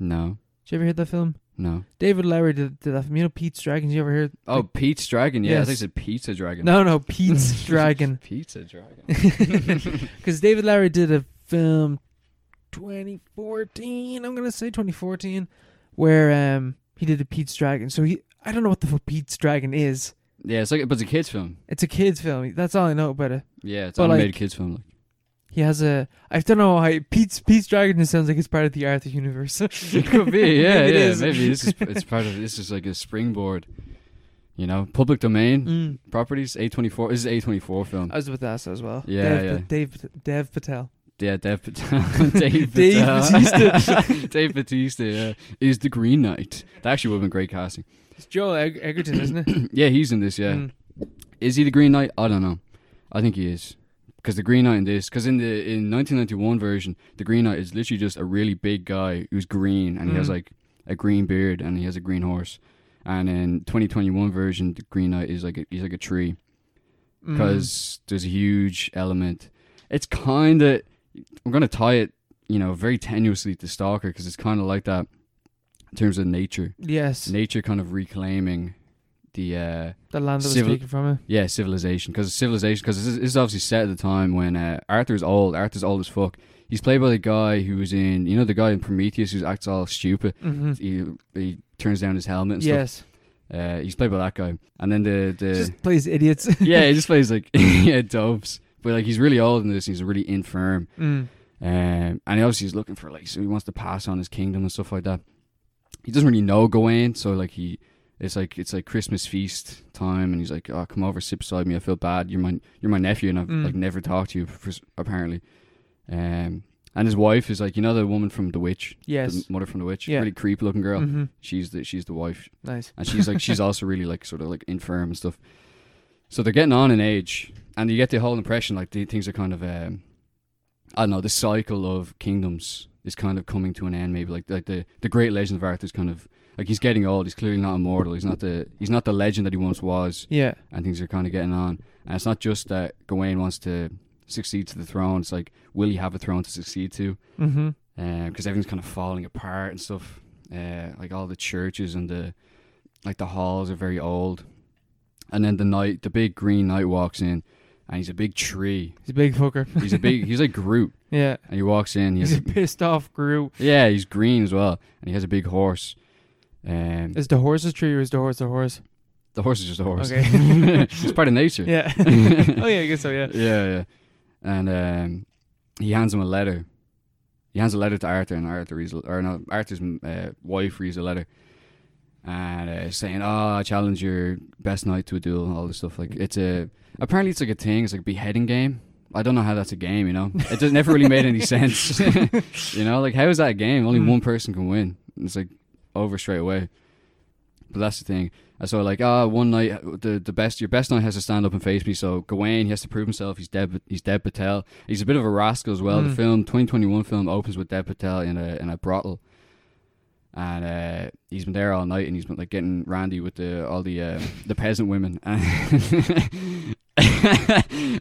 [SPEAKER 2] No,
[SPEAKER 1] Did you ever hear that film?
[SPEAKER 2] no.
[SPEAKER 1] David Lowry did, did that film. You know Pete's Dragon? Did you ever hear
[SPEAKER 2] Oh, Pete's Dragon. Yeah, I think
[SPEAKER 1] Yes.
[SPEAKER 2] it's a pizza dragon.
[SPEAKER 1] No, no, Pete's Dragon.
[SPEAKER 2] Pizza dragon.
[SPEAKER 1] Because David Lowry did a film 2014, I'm going to say 2014, where um he did a Pete's Dragon. So he, I don't know what the fuck Pete's Dragon is.
[SPEAKER 2] Yeah, it's like but it's a kids film.
[SPEAKER 1] It's a kid's film. That's all I know about it.
[SPEAKER 2] Yeah, it's
[SPEAKER 1] But,
[SPEAKER 2] animated
[SPEAKER 1] like-
[SPEAKER 2] kids film. Like,
[SPEAKER 1] He has a. I don't know why. Pete's, Pete's Dragon just sounds like it's part of the Arthur universe.
[SPEAKER 2] it could be. Yeah,
[SPEAKER 1] Maybe it
[SPEAKER 2] yeah.
[SPEAKER 1] is.
[SPEAKER 2] Maybe this is it's part of this is like a springboard. You know, Hmm. public domain
[SPEAKER 1] Mm,
[SPEAKER 2] properties. A twenty four. This is a twenty four film.
[SPEAKER 1] I was with us as well.
[SPEAKER 2] Yeah,
[SPEAKER 1] Dev,
[SPEAKER 2] yeah.
[SPEAKER 1] Dave, Dev Patel.
[SPEAKER 2] yeah, Dev Patel. Dave,
[SPEAKER 1] Dave
[SPEAKER 2] Patel. Dave Batista. Yeah, is the Green Knight. That actually would have been great casting.
[SPEAKER 1] It's Joel Eg- Egerton, isn't it?
[SPEAKER 2] yeah, he's in this. Yeah,
[SPEAKER 1] Mm.
[SPEAKER 2] is he the Green Knight? I don't know. I think he is. Because the Green Knight in this, because in the in 1991 version, the Green Knight is literally just a really big guy who's green and he has
[SPEAKER 1] Mm.
[SPEAKER 2] like a green beard and he has a green horse. And in 2021 version, the Green Knight is like a, he's like a tree
[SPEAKER 1] Mm.
[SPEAKER 2] because there's a huge element. It's kind of I'm gonna tie it, you know, very tenuously to Stalker because it's kind of like that in terms of nature,
[SPEAKER 1] Yes.
[SPEAKER 2] nature kind of reclaiming the. uh
[SPEAKER 1] The land that was
[SPEAKER 2] Civil-
[SPEAKER 1] taken from him.
[SPEAKER 2] yeah, civilization. Because civilization. Because this, is- this is obviously set at the time when uh, Arthur's old. Arthur's old as fuck. He's played by the guy who was in, you know, the guy in Prometheus who acts all stupid.
[SPEAKER 1] Mm-hmm.
[SPEAKER 2] He he turns down his helmet and stuff.
[SPEAKER 1] Yes.
[SPEAKER 2] Uh, he's played by that guy. And then the the
[SPEAKER 1] Just plays idiots.
[SPEAKER 2] yeah, he just plays like yeah dopes. But like he's really old in this. He's really infirm.
[SPEAKER 1] Mm.
[SPEAKER 2] Um, and he obviously he's looking for like so he wants to pass on his kingdom and stuff like that. He doesn't really know Gawain, so like he it's like it's like Christmas feast time, and he's like, "Oh, come over, sit beside me. I feel bad. You're my you're my nephew, and I've
[SPEAKER 1] Mm.
[SPEAKER 2] like never talked to you for, apparently." Um, and his wife is like, you know, the woman from The Witch,
[SPEAKER 1] Yes.
[SPEAKER 2] the mother from The Witch,
[SPEAKER 1] Yeah.
[SPEAKER 2] really creepy looking girl.
[SPEAKER 1] hmm
[SPEAKER 2] She's the she's the wife,
[SPEAKER 1] Nice.
[SPEAKER 2] and she's like she's also really like sort of like infirm and stuff. So they're getting on in age, and you get the whole impression like the things are kind of um, I don't know the cycle of kingdoms is kind of coming to an end. Maybe like like the the great legend of Arthur is kind of like he's getting old. He's clearly not immortal. He's not the he's not the legend that he once was,
[SPEAKER 1] Yeah.
[SPEAKER 2] and things are kind of getting on. And it's not just that Gawain wants to succeed to the throne. It's like will he have a throne to succeed to?
[SPEAKER 1] Mm-hmm.
[SPEAKER 2] because Uh, everything's kind of falling apart and stuff. Uh, like all the churches and the like the halls are very old. And then the night, the big green knight walks in, and he's a big tree.
[SPEAKER 1] He's a big fucker.
[SPEAKER 2] He's a big, he's like Groot,
[SPEAKER 1] Yeah.
[SPEAKER 2] and he walks in. He
[SPEAKER 1] He's
[SPEAKER 2] has,
[SPEAKER 1] a pissed off Groot.
[SPEAKER 2] yeah, he's green as well, and he has a big horse. Um,
[SPEAKER 1] Is the horse a tree or is the horse a horse?
[SPEAKER 2] the horse is just a horse.
[SPEAKER 1] Okay.
[SPEAKER 2] it's part of nature.
[SPEAKER 1] Yeah. oh yeah, I guess so. Yeah.
[SPEAKER 2] yeah, yeah. And um, he hands him a letter. He hands a letter to Arthur, and Arthur reads, or no, Arthur's uh, wife reads the letter, and uh, saying, "Oh, I challenge your best knight to a duel and all this stuff." Like it's a apparently it's like a thing. It's like a beheading game. I don't know how that's a game. You know, it just never really made any sense. you know, like how is that a game? Only
[SPEAKER 1] Mm.
[SPEAKER 2] one person can win. It's like over straight away. But that's the thing. And so like ah, one night the the best your best knight has to stand up and face me. So Gawain he has to prove himself. He's Deb he's Deb Patel. He's a bit of a rascal as well. The
[SPEAKER 1] Mm.
[SPEAKER 2] film 2021 film opens with Deb Patel in a in a brothel, and uh, he's been there all night and he's been like getting randy with the all the uh, the peasant women.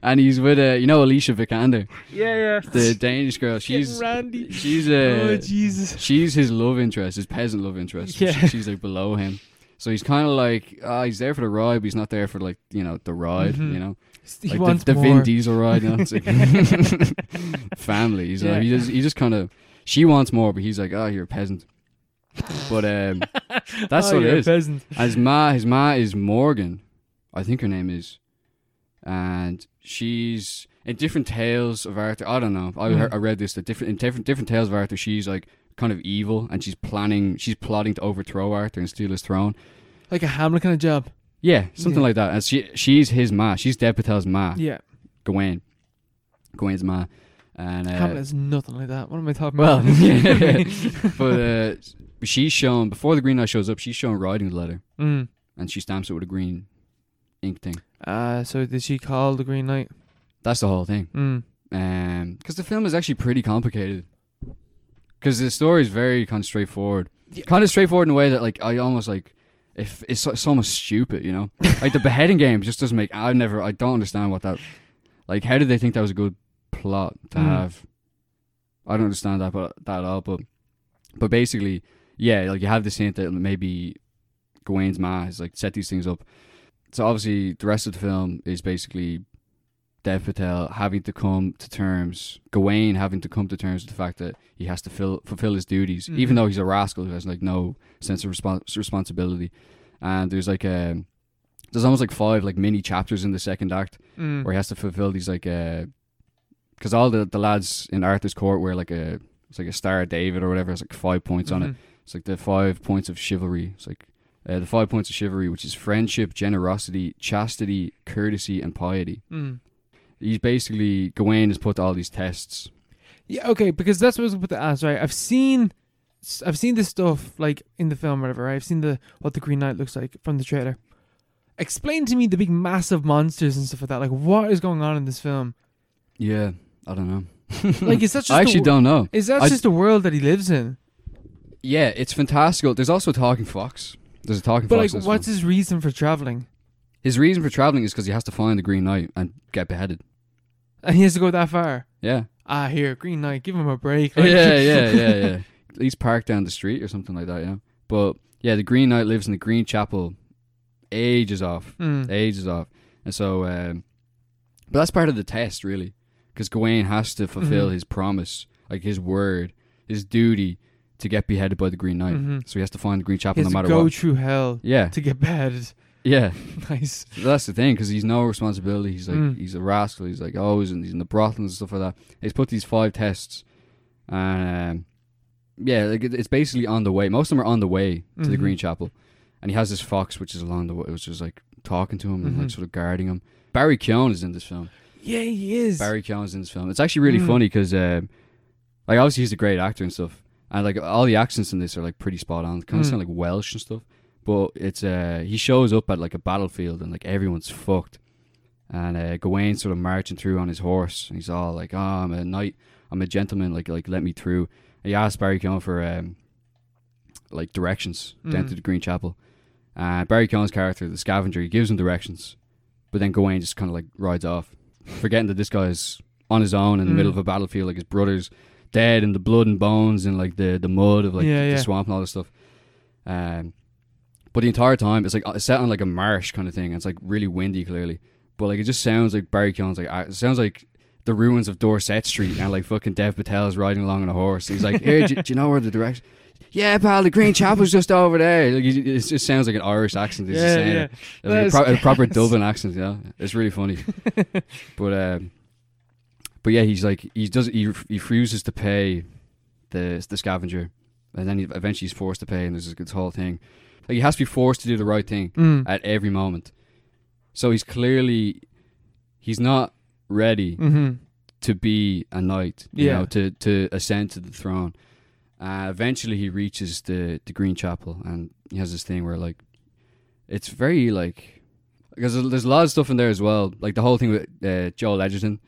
[SPEAKER 2] and he's with uh, you know Alicia Vikander,
[SPEAKER 1] Yeah. Yeah.
[SPEAKER 2] the Danish girl. She's
[SPEAKER 1] Getting Randy.
[SPEAKER 2] she's
[SPEAKER 1] oh
[SPEAKER 2] uh,
[SPEAKER 1] Jesus.
[SPEAKER 2] She's his love interest, his peasant love interest.
[SPEAKER 1] Yeah.
[SPEAKER 2] She- she's like below him. So he's kind of like ah, he's there for the ride, but he's not there for like you know the ride.
[SPEAKER 1] Mhm.
[SPEAKER 2] You know,
[SPEAKER 1] He
[SPEAKER 2] like
[SPEAKER 1] wants
[SPEAKER 2] the, the
[SPEAKER 1] more.
[SPEAKER 2] Vin Diesel ride. You know? It's like family. He's like, he
[SPEAKER 1] Yeah.
[SPEAKER 2] just he just kind of she wants more, but he's like, oh, you're a peasant. But um, that's
[SPEAKER 1] Oh,
[SPEAKER 2] what it
[SPEAKER 1] you're a
[SPEAKER 2] is.
[SPEAKER 1] Peasant.
[SPEAKER 2] His ma, his ma is Morgan, I think her name is, and she's in different tales of Arthur. I don't know. I,
[SPEAKER 1] Mhm.
[SPEAKER 2] heard- I read this that different in different different tales of Arthur. She's like kind of evil, and she's planning. She's plotting to overthrow Arthur and steal his throne.
[SPEAKER 1] Like a Hamlet kind of job.
[SPEAKER 2] Yeah, something
[SPEAKER 1] Yeah.
[SPEAKER 2] like that. And she she's his ma. She's Deb Patel's ma,
[SPEAKER 1] Yeah.
[SPEAKER 2] Gawain, Gawain's ma, and uh,
[SPEAKER 1] Hamlet is nothing like that. What am I talking
[SPEAKER 2] well,
[SPEAKER 1] about?
[SPEAKER 2] yeah. but uh, she's shown before the Green Knight shows up. She's shown writing the letter,
[SPEAKER 1] Mm.
[SPEAKER 2] and she stamps it with a green ink thing.
[SPEAKER 1] Uh, so did she call the Green Knight?
[SPEAKER 2] That's the whole thing.
[SPEAKER 1] Mm.
[SPEAKER 2] because the film is actually pretty complicated. Because the story is very kind of straightforward,
[SPEAKER 1] Yeah.
[SPEAKER 2] kind of straightforward in a way that like I almost like if it's so- it's almost stupid, you know, like the beheading game just doesn't make. I never, I don't understand what that. Like, how did they think that was a good plot to
[SPEAKER 1] Mm.
[SPEAKER 2] have? I don't understand that, but that at all. But, but basically, yeah, like you have this hint that maybe Gawain's ma has like set these things up. So obviously, the rest of the film is basically Dev Patel having to come to terms, Gawain having to come to terms with the fact that he has to fill, fulfill his duties, even
[SPEAKER 1] Mhm.
[SPEAKER 2] though he's a rascal who has like no sense of respons- responsibility. And there's like a, there's almost like five like mini chapters in the second act
[SPEAKER 1] Mm.
[SPEAKER 2] where he has to fulfill these like, because all the, the lads in Arthur's court wear like a, it's like a Star of David or whatever. It's like five points on it. It's like the five points of chivalry. It's like uh, the five points of chivalry, which is friendship, generosity, chastity, courtesy, and piety.
[SPEAKER 1] Mm.
[SPEAKER 2] He's basically Gawain has put to all these tests.
[SPEAKER 1] Yeah, okay, because that's what I was about to ask, right? I've seen, I've seen this stuff like in the film, or whatever. Right? I've seen the what the Green Knight looks like from the trailer. Explain to me the big massive monsters and stuff like that. Like, what is going on in this film?
[SPEAKER 2] Yeah, I don't know.
[SPEAKER 1] Like, is that just
[SPEAKER 2] Hmm. I actually
[SPEAKER 1] the,
[SPEAKER 2] don't know.
[SPEAKER 1] Is that
[SPEAKER 2] I-
[SPEAKER 1] just the world that he lives in?
[SPEAKER 2] Yeah, it's fantastical. There's also a talking fox. There's a talking
[SPEAKER 1] But
[SPEAKER 2] fox. in
[SPEAKER 1] like,
[SPEAKER 2] this
[SPEAKER 1] what's
[SPEAKER 2] film.
[SPEAKER 1] his reason for traveling?
[SPEAKER 2] his reason for traveling is because he has to find the Green Knight and get beheaded.
[SPEAKER 1] And he has to go that far.
[SPEAKER 2] Yeah,
[SPEAKER 1] Ah, here, Green Knight, give him a break.
[SPEAKER 2] yeah, yeah, yeah, yeah. At least park down the street or something like that. You know. But yeah, the Green Knight lives in the Green Chapel, ages off.
[SPEAKER 1] Mm.
[SPEAKER 2] ages off. And so, um, but that's part of the test, really, because Gawain has to fulfill
[SPEAKER 1] Mhm.
[SPEAKER 2] his promise, like his word, his duty to get beheaded by the Green Knight.
[SPEAKER 1] Mhm.
[SPEAKER 2] So he has to find the Green
[SPEAKER 1] He
[SPEAKER 2] Chapel
[SPEAKER 1] has
[SPEAKER 2] no
[SPEAKER 1] to
[SPEAKER 2] matter
[SPEAKER 1] go
[SPEAKER 2] what.
[SPEAKER 1] through hell
[SPEAKER 2] Yeah,
[SPEAKER 1] to get beheaded.
[SPEAKER 2] yeah.
[SPEAKER 1] nice.
[SPEAKER 2] That's the thing, because he's no responsibility. He's like
[SPEAKER 1] Mm.
[SPEAKER 2] he's a rascal. He's like oh, he's in, he's in the brothels and stuff like that. He's put these five tests, and um, yeah, like it, it's basically on the way. Most of them are on the way to the
[SPEAKER 1] Mhm.
[SPEAKER 2] Green Chapel, and he has this fox which is along the way, which is like talking to him and like
[SPEAKER 1] Mhm.
[SPEAKER 2] sort of guarding him. Barry Keoghan is in this film.
[SPEAKER 1] Yeah, he is.
[SPEAKER 2] Barry Keoghan's in this film. It's actually really
[SPEAKER 1] Mm.
[SPEAKER 2] funny because um, like obviously he's a great actor and stuff, and like all the accents in this are like pretty spot on. Kind of
[SPEAKER 1] Mm.
[SPEAKER 2] sound like Welsh and stuff, but it's uh, he shows up at like a battlefield and like everyone's fucked, and uh, Gawain's sort of marching through on his horse, and he's all like, "Oh, I'm a knight, I'm a gentleman, like like let me through." And he asks Barry Keoghan for um, like directions down
[SPEAKER 1] Mm.
[SPEAKER 2] to the Green Chapel. Uh, Barry Keoghan's character, the scavenger, he gives him directions, but then Gawain just kind of like rides off, forgetting that this guy's on his own in the
[SPEAKER 1] Mm.
[SPEAKER 2] middle of a battlefield, like his brother's dead, and the blood and bones, and like the the mud of like
[SPEAKER 1] Yeah,
[SPEAKER 2] the,
[SPEAKER 1] yeah.
[SPEAKER 2] swamp and all this stuff. Um, but the entire time it's like uh, it's set on like a marsh kind of thing. and It's like really windy, clearly, but like it just sounds like Barry Keoghan's like act- it sounds like. The ruins of Dorset Street, and like fucking Dev Patel's riding along on a horse. He's like, "Here, do, do you know where the direction?" Yeah, pal, the Green Chapel's just over there. Like, he- it just sounds like an Irish accent. He's just saying it. It's like a,
[SPEAKER 1] That's
[SPEAKER 2] pro- a proper
[SPEAKER 1] gas.
[SPEAKER 2] Dublin accent, yeah. It's really funny. but um, but yeah, he's like he does he, ref- he refuses to pay the the scavenger, and then he, eventually he's forced to pay, and there's this this whole thing. Like he has to be forced to do the right thing
[SPEAKER 1] Mm.
[SPEAKER 2] at every moment. So he's clearly he's not ready
[SPEAKER 1] hmm
[SPEAKER 2] to be a knight, you
[SPEAKER 1] Yeah.
[SPEAKER 2] know, to, to ascend to the throne. Uh, eventually, he reaches the the Green Chapel, and he has this thing where like, it's very like, because there's, there's a lot of stuff in there as well, like the whole thing with uh, Joel Edgerton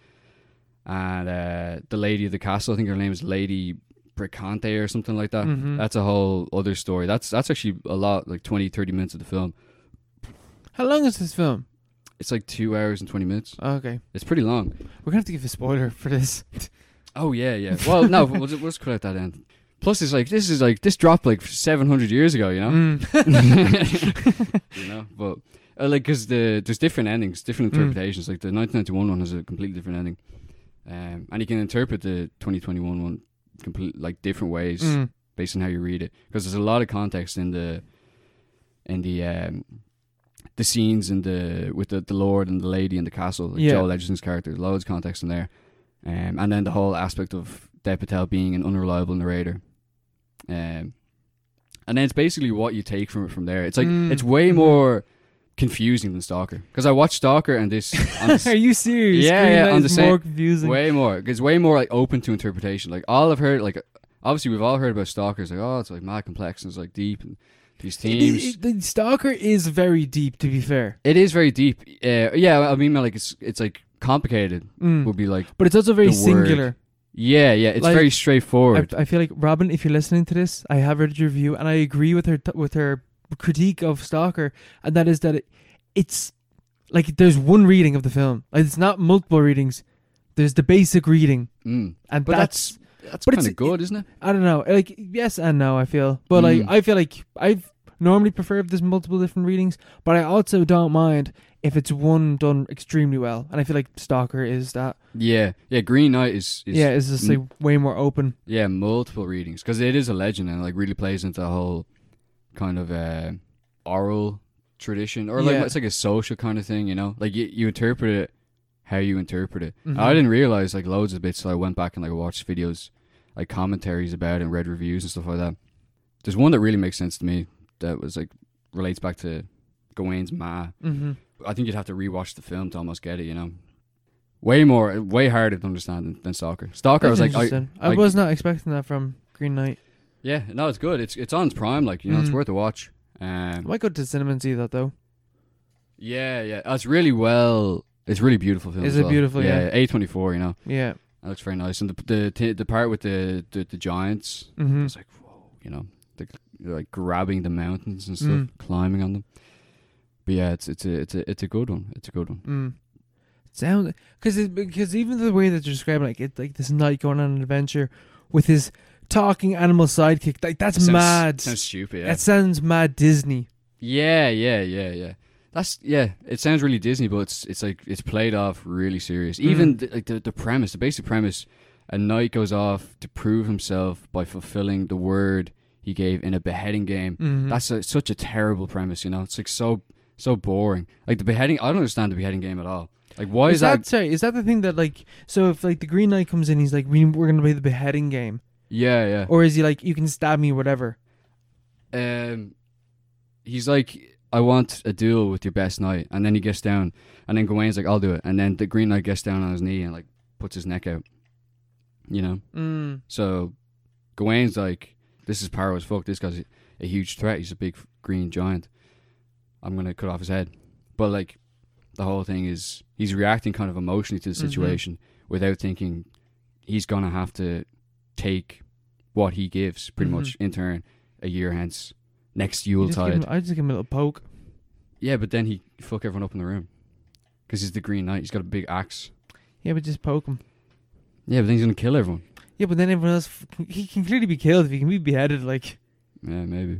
[SPEAKER 2] and uh, the lady of the castle. I think her name is Lady Bricante or something like Uh, that.
[SPEAKER 1] Mhm.
[SPEAKER 2] That's a whole other story. That's that's actually a lot, like 20, 30 minutes of the film.
[SPEAKER 1] How long is this film? Oh,
[SPEAKER 2] It's like two hours and twenty minutes.
[SPEAKER 1] Okay,
[SPEAKER 2] It's pretty long.
[SPEAKER 1] we're gonna have to give a spoiler for this.
[SPEAKER 2] Oh yeah, yeah. Well, no, we'll just, we'll just cut out that end. Plus, it's like this is like this dropped like 700 years ago, you know.
[SPEAKER 1] Mm.
[SPEAKER 2] you know, but uh, like because the there's different endings, different
[SPEAKER 1] Mm.
[SPEAKER 2] interpretations. Like the 1991 one has a completely different ending, um, and you can interpret the 2021 one complete like different ways
[SPEAKER 1] Mm.
[SPEAKER 2] based on how you read it because there's a lot of context in the in the um the scenes in the with the, the lord and the lady in the castle like
[SPEAKER 1] Yeah.
[SPEAKER 2] Joel Edgerton's character loads of context in there um and then the whole aspect of Dev Patel being an unreliable narrator um and then it's basically what you take from it from there it's like
[SPEAKER 1] Mm.
[SPEAKER 2] it's way
[SPEAKER 1] Mhm.
[SPEAKER 2] more confusing than Stalker because I watched Stalker and this on the
[SPEAKER 1] Are you serious?
[SPEAKER 2] Yeah,
[SPEAKER 1] Green
[SPEAKER 2] yeah,
[SPEAKER 1] Light
[SPEAKER 2] on
[SPEAKER 1] is
[SPEAKER 2] the
[SPEAKER 1] more confusing.
[SPEAKER 2] Way more. It's way more like open to interpretation. Like all I've heard, like obviously we've all heard about stalkers. Like oh, it's like mad complex and it's like deep and these themes.
[SPEAKER 1] It- it- the Stalker is very deep, to be fair.
[SPEAKER 2] it is very deep. Uh, yeah, I mean like it's it's like complicated.
[SPEAKER 1] Mm.
[SPEAKER 2] Would be like
[SPEAKER 1] But it's also very
[SPEAKER 2] the word
[SPEAKER 1] singular.
[SPEAKER 2] yeah, yeah. It's
[SPEAKER 1] Like,
[SPEAKER 2] very
[SPEAKER 1] I,
[SPEAKER 2] straightforward.
[SPEAKER 1] I feel like Robin, if you're listening to this, I have read your view, and I agree with her t- with her critique of Stalker, and that is that it, it's like there's one reading of the film. Like, it's not multiple readings. There's the basic reading,
[SPEAKER 2] mm.
[SPEAKER 1] and
[SPEAKER 2] But
[SPEAKER 1] that's,
[SPEAKER 2] that's that's
[SPEAKER 1] but
[SPEAKER 2] kind
[SPEAKER 1] it's-
[SPEAKER 2] of good, is isn't it?
[SPEAKER 1] I don't know. Like yes and no, I feel, but like
[SPEAKER 2] Mm.
[SPEAKER 1] I feel like I've normally prefer if there's multiple different readings, but I also don't mind if it's one done extremely well, and I feel like Stalker is that.
[SPEAKER 2] Yeah, yeah. Green Knight is, is
[SPEAKER 1] yeah, it's just like way more open.
[SPEAKER 2] Yeah, multiple readings because it is a legend and like really plays into the whole kind of uh, oral tradition or like
[SPEAKER 1] Yeah.
[SPEAKER 2] it's like a social kind of thing, you know. Like you, you interpret it how you interpret it.
[SPEAKER 1] Mhm.
[SPEAKER 2] I didn't realize like loads of bits, so I went back and like watched videos, like commentaries about it and read reviews and stuff like that. There's one that really makes sense to me that was like relates back to Gawain's Ma.
[SPEAKER 1] Mm-hmm.
[SPEAKER 2] I think you'd have to rewatch the film to almost get it, you know. Way more, way harder to understand than, than Stalker. Stalker, I was like, I,
[SPEAKER 1] I,
[SPEAKER 2] I-
[SPEAKER 1] was not expecting that from Green Knight.
[SPEAKER 2] yeah, no, it's good. It's it's on Prime, like you know, it's
[SPEAKER 1] Mhm.
[SPEAKER 2] worth a watch.
[SPEAKER 1] I
[SPEAKER 2] Um,
[SPEAKER 1] might go to the cinema and see that though.
[SPEAKER 2] yeah, yeah, that's really well. It's really beautiful film.
[SPEAKER 1] Is
[SPEAKER 2] as
[SPEAKER 1] it
[SPEAKER 2] well.
[SPEAKER 1] beautiful? Yeah.
[SPEAKER 2] A twenty four. You know,
[SPEAKER 1] Yeah.
[SPEAKER 2] that looks very nice. And the the t- the part with the the, the giants,
[SPEAKER 1] Mm-hmm.
[SPEAKER 2] it's like whoa, you know, the, like grabbing the mountains and stuff,
[SPEAKER 1] Mm.
[SPEAKER 2] climbing on them. But yeah, it's it's a it's a it's a good one. It's a good one.
[SPEAKER 1] Mm. Sound because because even the way that you're describing like it like this knight going on an adventure with his talking animal sidekick like that's
[SPEAKER 2] Sounds-
[SPEAKER 1] mad.
[SPEAKER 2] Sounds stupid. Yeah.
[SPEAKER 1] That sounds mad Disney.
[SPEAKER 2] yeah, yeah, yeah, yeah. That's yeah. It sounds really Disney, but it's it's like it's played off really serious. Even
[SPEAKER 1] Mm.
[SPEAKER 2] the, like the the premise, the basic premise, a knight goes off to prove himself by fulfilling the word he gave in a beheading game.
[SPEAKER 1] Mm-hmm.
[SPEAKER 2] That's a, such a terrible premise, you know. It's like so so boring. Like the beheading, I don't understand the beheading game at all. Like why is, that?
[SPEAKER 1] sorry? Is that the thing that like so if like the Green Knight comes in he's like we we're gonna play the beheading game
[SPEAKER 2] Yeah, yeah.
[SPEAKER 1] or is he like you can stab me whatever?
[SPEAKER 2] um, he's like, I want a duel with your best knight, and then he gets down, and then Gawain's like, I'll do it, and then the Green Knight gets down on his knee and like puts his neck out, you know.
[SPEAKER 1] Mm.
[SPEAKER 2] So Gawain's like, this is power as fuck. This guy's a huge threat. He's a big green giant. I'm gonna cut off his head. But like, the whole thing is he's reacting kind of emotionally to the
[SPEAKER 1] Mhm.
[SPEAKER 2] situation without thinking he's gonna have to take what he gives pretty
[SPEAKER 1] Mhm.
[SPEAKER 2] much in turn a year hence next
[SPEAKER 1] You
[SPEAKER 2] Yule
[SPEAKER 1] just give him-
[SPEAKER 2] tide.
[SPEAKER 1] I just give him a little poke.
[SPEAKER 2] Yeah, but then he fuck everyone up in the room because he's the Green Knight. He's got a big axe.
[SPEAKER 1] Yeah, but just poke him.
[SPEAKER 2] Yeah, but then he's gonna kill everyone.
[SPEAKER 1] Yeah, but then everyone else, f- he can clearly be killed if he can be beheaded. Like,
[SPEAKER 2] Yeah, maybe.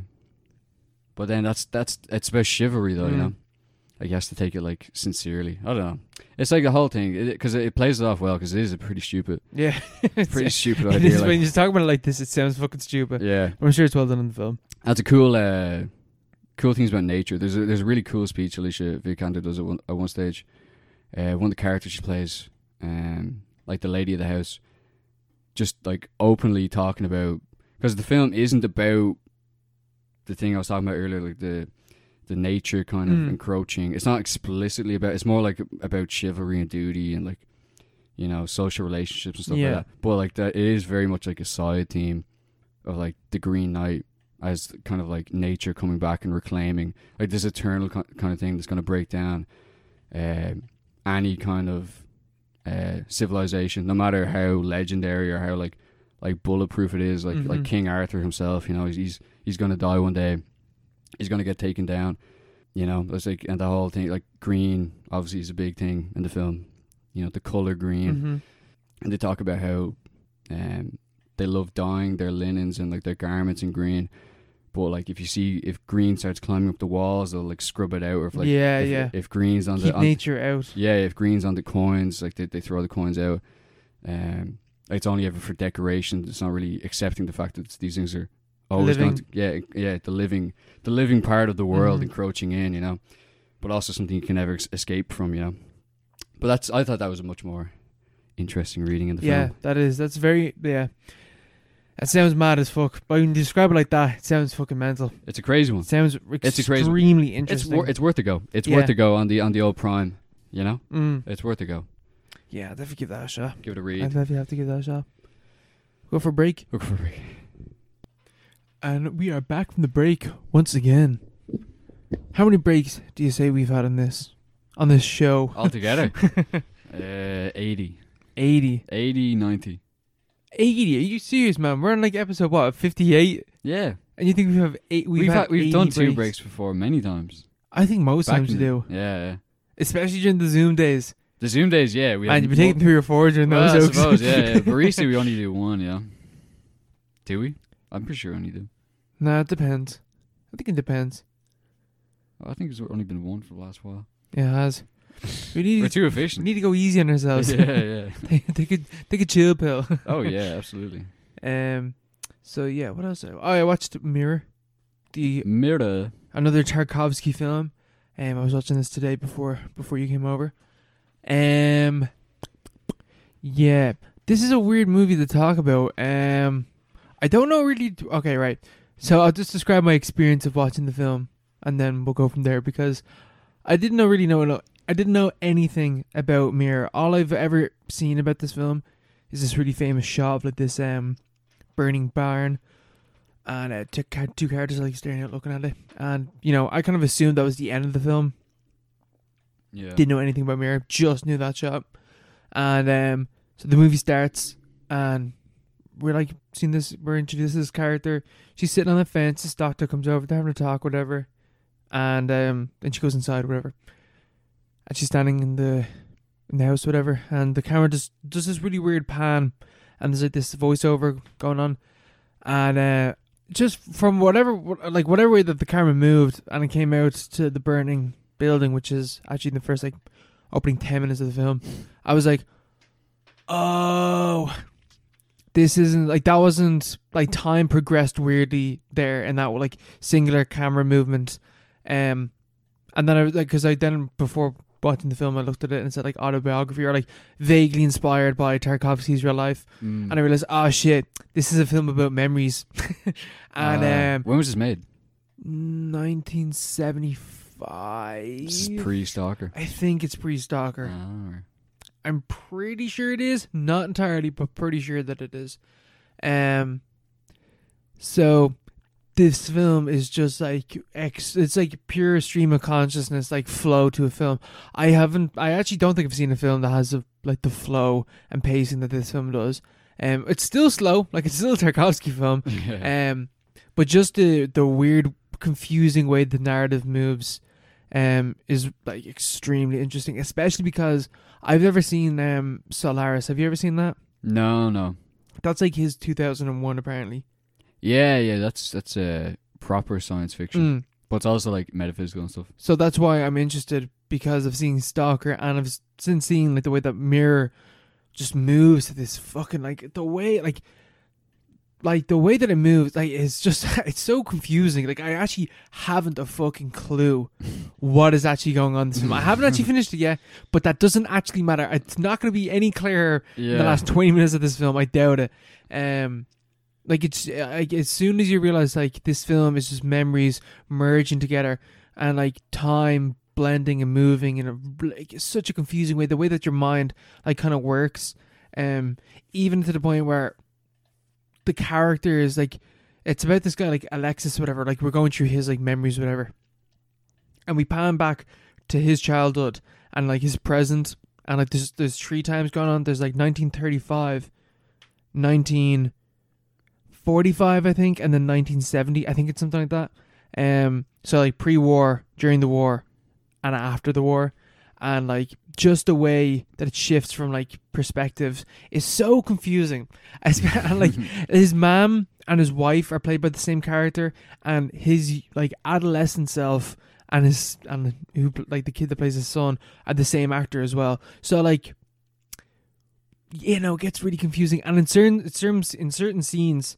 [SPEAKER 2] But then that's that's it's about chivalry though, you
[SPEAKER 1] Mm.
[SPEAKER 2] know. Like he has to take it like sincerely. I don't know. It's like the whole thing because it, it plays it off well because it is a pretty stupid,
[SPEAKER 1] yeah, it's,
[SPEAKER 2] pretty stupid
[SPEAKER 1] it
[SPEAKER 2] idea.
[SPEAKER 1] is, when
[SPEAKER 2] like-
[SPEAKER 1] you talk about it like this, it sounds fucking stupid.
[SPEAKER 2] yeah,
[SPEAKER 1] But I'm sure it's well done in the film.
[SPEAKER 2] that's a cool, uh, cool things about nature. There's a, there's a really cool speech Alicia Vikander does at one, at one stage. Uh, one of the characters she plays, um, like the lady of the house, just like openly talking about because the film isn't about the thing I was talking about earlier, like the the nature kind of
[SPEAKER 1] Mm.
[SPEAKER 2] encroaching. It's not explicitly about. It's more like about chivalry and duty and like you know social relationships and stuff
[SPEAKER 1] Yeah.
[SPEAKER 2] like that. But like that, it is very much like a side theme of like the Green Knight as kind of like nature coming back and reclaiming like this eternal ki- kind of thing that's going to break down um, any kind of uh, civilization, no matter how legendary or how like like bulletproof it is. Like like
[SPEAKER 1] Mhm.
[SPEAKER 2] King Arthur himself, you know, he's he's, he's going to die one day. He's going to get taken down. You know, it's like and the whole thing like green obviously is a big thing Mm-hmm.
[SPEAKER 1] Mm-hmm.
[SPEAKER 2] in the film. You know, the color green
[SPEAKER 1] Mhm.
[SPEAKER 2] and they talk about how um, they love dyeing their linens and like their garments in green. But like if you see if green starts climbing up the walls, they'll like scrub it out. Or if like
[SPEAKER 1] Yeah,
[SPEAKER 2] if,
[SPEAKER 1] yeah.
[SPEAKER 2] if green's on
[SPEAKER 1] Keep
[SPEAKER 2] the on,
[SPEAKER 1] nature out.
[SPEAKER 2] yeah, if green's on the coins, like they, they throw the coins out. Um, it's only ever for decoration. It's not really accepting the fact that these things are always
[SPEAKER 1] Living.
[SPEAKER 2] going. To, yeah, yeah, the living, the living part of the world
[SPEAKER 1] Mhm.
[SPEAKER 2] encroaching in, you know, but also something you can never ex- escape from, you know. But that's I thought that was a much more interesting reading in the
[SPEAKER 1] Yeah,
[SPEAKER 2] film.
[SPEAKER 1] that is. That's very. Yeah. That sounds mad as fuck. But when you describe it like that, it sounds fucking mental.
[SPEAKER 2] It's a crazy one.
[SPEAKER 1] It sounds
[SPEAKER 2] It's a crazy-
[SPEAKER 1] extremely
[SPEAKER 2] It's
[SPEAKER 1] interesting.
[SPEAKER 2] wor- it's worth a go. It's
[SPEAKER 1] Yeah.
[SPEAKER 2] worth a go on the on the old prime. You know,
[SPEAKER 1] mm.
[SPEAKER 2] it's worth a go.
[SPEAKER 1] Yeah, I'll definitely give that a shot.
[SPEAKER 2] Give it a
[SPEAKER 1] I
[SPEAKER 2] read.
[SPEAKER 1] definitely have to give that a shot. Go for a break.
[SPEAKER 2] Look for it.
[SPEAKER 1] And we are back from the break once again. How many breaks do you say we've had on this? On this show?
[SPEAKER 2] altogether. uh, 80,
[SPEAKER 1] 80.
[SPEAKER 2] 80, 90.
[SPEAKER 1] 80? Are you serious, man? We're on like episode, what, 58?
[SPEAKER 2] Yeah,
[SPEAKER 1] And you think we have eight?
[SPEAKER 2] we've
[SPEAKER 1] We've,
[SPEAKER 2] we've,
[SPEAKER 1] had E
[SPEAKER 2] had, we've
[SPEAKER 1] 80
[SPEAKER 2] done two breaks before many times.
[SPEAKER 1] I think most
[SPEAKER 2] Back
[SPEAKER 1] times
[SPEAKER 2] in
[SPEAKER 1] you
[SPEAKER 2] the-
[SPEAKER 1] do,
[SPEAKER 2] Yeah, yeah.
[SPEAKER 1] especially during the Zoom days.
[SPEAKER 2] The Zoom days, yeah, we
[SPEAKER 1] Man,
[SPEAKER 2] had
[SPEAKER 1] you've been taking three or four during
[SPEAKER 2] well,
[SPEAKER 1] those.
[SPEAKER 2] I
[SPEAKER 1] oaks.
[SPEAKER 2] suppose, yeah, yeah. Barista, we only do one, yeah. Do we? I'm pretty sure we only do.
[SPEAKER 1] nah, it depends. I think it depends.
[SPEAKER 2] I think it's only been one for the last while.
[SPEAKER 1] Yeah, it has. We need
[SPEAKER 2] We're too
[SPEAKER 1] we
[SPEAKER 2] efficient.
[SPEAKER 1] need to go easy on ourselves.
[SPEAKER 2] yeah,
[SPEAKER 1] take a take a chill pill.
[SPEAKER 2] yeah. Oh yeah, absolutely.
[SPEAKER 1] Um. So yeah, what else? Oh, I watched Mirror, the
[SPEAKER 2] Mirror.
[SPEAKER 1] another Tarkovsky film. Um, I was watching this today before before you came over. Um. Yeah, this is a weird movie to talk about. Um, I don't know really. Okay, right. So I'll just describe my experience of watching the film, and then we'll go from there because I didn't know really know. I didn't know anything about Mirror. All I've ever seen about this film is this really famous shot of like this um burning barn, and uh, two, car- two characters are, like staring out, looking at it. And you know, I kind of assumed that was the end of the film
[SPEAKER 2] Yeah.
[SPEAKER 1] didn't know anything about Mirror, just knew that shot. And um, so the movie starts, and we're like seeing this, we're introduced to this character. She's sitting on the fence. This doctor comes over, they're having a talk, whatever. And um, then she goes inside, whatever. And she's standing in the in the house, whatever. And the camera just does this really weird pan, and there's like this voiceover going on, and uh, just from whatever what- like whatever way that the camera moved, and it came out to the burning building, which is actually in the first like opening ten minutes of the film, I was like, "Oh, this isn't like that wasn't like time progressed weirdly there in that like singular camera movement." Um, and then I was like, because I then before watching the film, I looked at it and it said like autobiography or like vaguely inspired by Tarkovsky's real life,
[SPEAKER 2] Mm.
[SPEAKER 1] and I realized, oh shit, this is a film about memories, and
[SPEAKER 2] Ah,
[SPEAKER 1] um.
[SPEAKER 2] when was this made?
[SPEAKER 1] 1975.
[SPEAKER 2] This is pre-stalker.
[SPEAKER 1] I think it's pre Stalker.
[SPEAKER 2] Ah.
[SPEAKER 1] I'm pretty sure it is. Not entirely, but pretty sure that it is. Um so this film is just like ex it's like pure stream of consciousness, like flow to a film. I haven't I actually don't think I've seen a film that has a, like the flow and pacing that this film does. Um it's still slow, like it's still a Tarkovsky film.
[SPEAKER 2] Yeah.
[SPEAKER 1] Um, but just the the weird, confusing way the narrative moves, um, is like extremely interesting. Especially because I've never seen um Solaris. Have you ever seen that?
[SPEAKER 2] no, no.
[SPEAKER 1] That's like his two thousand and one, apparently.
[SPEAKER 2] Yeah, yeah. That's that's a uh, proper science fiction,
[SPEAKER 1] Mm.
[SPEAKER 2] but it's also like metaphysical and stuff.
[SPEAKER 1] So that's why I'm interested because of seeing Stalker and I've s- since seeing like the way that Mirror just moves to this fucking like the way like like the way that it moves like it's just it's so confusing like I actually haven't a fucking clue what is actually going on in this film I haven't actually finished it yet but that doesn't actually matter it's not going to be any clearer
[SPEAKER 2] Yeah.
[SPEAKER 1] in the last 20 minutes of this film i doubt it um like it's like as soon as you realize like this film is just memories merging together and like time blending and moving in a like it's such a confusing way the way that your mind like kind of works um even to the point where the character is like it's about this guy like alexis whatever like we're going through his like memories whatever and we pan back to his childhood and like his present and like there's there's three times going on. There's like 1935, 1945, I think, and then 1970. I think it's something like that. Um, so like pre-war, during the war, and after the war, and like just the way that it shifts from like perspectives is so confusing. I sp- and like his mom and his wife are played by the same character, and his like adolescent self and his and who pl- like the kid that plays his son are the same actor as well. So like, you know, it gets really confusing. And in certain in certain in certain scenes,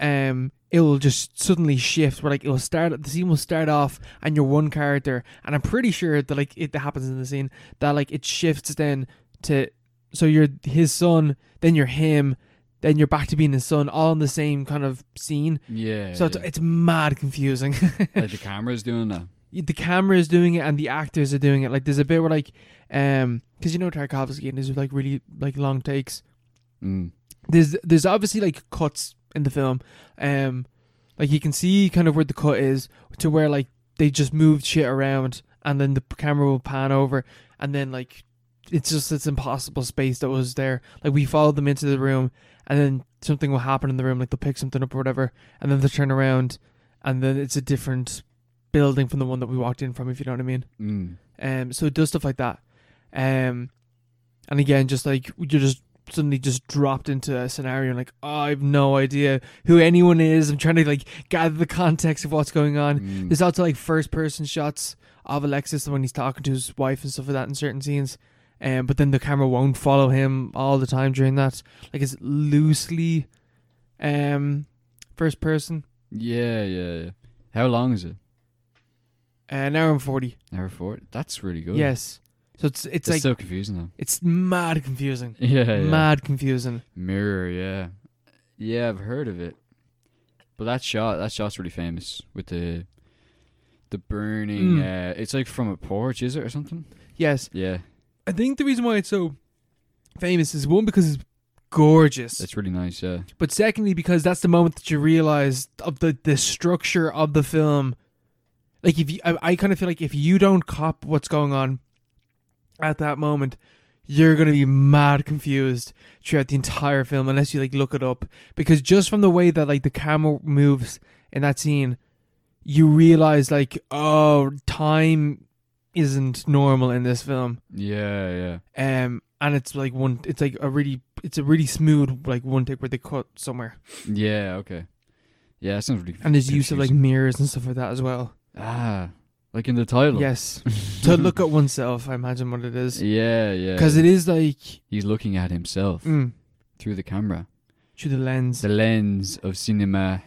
[SPEAKER 1] um, it will just suddenly shift. Where like it will start, the scene will start off, and you're one character, and I'm pretty sure that like it happens in the scene that like it shifts then to so you're his son, then you're him, then you're back to being his son, all in the same kind of scene.
[SPEAKER 2] yeah.
[SPEAKER 1] so it's,
[SPEAKER 2] yeah.
[SPEAKER 1] it's mad confusing.
[SPEAKER 2] like the camera's doing that.
[SPEAKER 1] the camera is doing it and the actors are doing it. Like there's a bit where like, um, because you know Tarkovsky and there's like really like long takes.
[SPEAKER 2] Mm.
[SPEAKER 1] There's there's obviously like cuts in the film, um, like you can see kind of where the cut is to where like they just moved shit around and then the p- camera will pan over and then like it's just this impossible space that was there. Like we followed them into the room and then something will happen in the room, like they'll pick something up or whatever, and then they turn around and then it's a different building from the one that we walked in from, if you know what I mean.
[SPEAKER 2] Mm.
[SPEAKER 1] Um, so it does stuff like that. Um, and again, just like you're just suddenly just dropped into a scenario and like, oh, I have no idea who anyone is. I'm trying to like gather the context of what's going on.
[SPEAKER 2] Mm.
[SPEAKER 1] There's also like first person shots of Alexis when he's talking to his wife and stuff like that in certain scenes. Um, but then the camera won't follow him all the time during that. Like it's loosely um first person.
[SPEAKER 2] yeah, yeah, yeah. How long is it?
[SPEAKER 1] Uh, an hour and forty.
[SPEAKER 2] Hour four. That's really good.
[SPEAKER 1] Yes. So it's it's
[SPEAKER 2] It's
[SPEAKER 1] like
[SPEAKER 2] so confusing though.
[SPEAKER 1] it's mad confusing.
[SPEAKER 2] Yeah, yeah.
[SPEAKER 1] Mad confusing.
[SPEAKER 2] Mirror, yeah. Yeah, I've heard of it. But that shot, that shot's really famous with the the burning.
[SPEAKER 1] Mm.
[SPEAKER 2] Uh, it's like from a porch, is it, or something?
[SPEAKER 1] Yes.
[SPEAKER 2] Yeah,
[SPEAKER 1] I think the reason why it's so famous is one because it's gorgeous.
[SPEAKER 2] it's really nice. Yeah,
[SPEAKER 1] but secondly because that's the moment that you realize of the the structure of the film like if you i, I kind of feel like if you don't cop what's going on at that moment you're going to be mad confused throughout the entire film unless you like look it up because just from the way that like the camera moves in that scene you realize like oh time isn't normal in this film
[SPEAKER 2] yeah, yeah.
[SPEAKER 1] um and it's like one it's like a really it's a really smooth like one take where they cut somewhere
[SPEAKER 2] Yeah, okay. Yeah, that sounds really.
[SPEAKER 1] and his use of like
[SPEAKER 2] confusing.
[SPEAKER 1] mirrors and stuff like that as well.
[SPEAKER 2] ah, like in the title.
[SPEAKER 1] Yes, to look at oneself, I imagine what it is,
[SPEAKER 2] Yeah, yeah.
[SPEAKER 1] because it is like
[SPEAKER 2] he's looking at himself
[SPEAKER 1] mm,
[SPEAKER 2] through the camera,
[SPEAKER 1] through the lens.
[SPEAKER 2] the lens of cinema.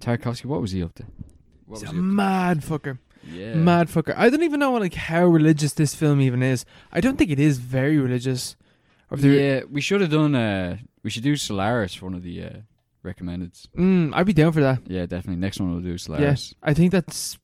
[SPEAKER 2] Tarkovsky, what was he up to? What
[SPEAKER 1] He's
[SPEAKER 2] was
[SPEAKER 1] a
[SPEAKER 2] he up to?
[SPEAKER 1] mad fucker,
[SPEAKER 2] Yeah.
[SPEAKER 1] mad fucker. I don't even know like how religious this film even is. I don't think it is very religious. Or if there-
[SPEAKER 2] Yeah, we should have done. Uh, we should do Solaris for one of the uh, recommended.
[SPEAKER 1] mm, I'd be down for that.
[SPEAKER 2] Yeah, definitely. Next one we'll do Solaris.
[SPEAKER 1] I think that's.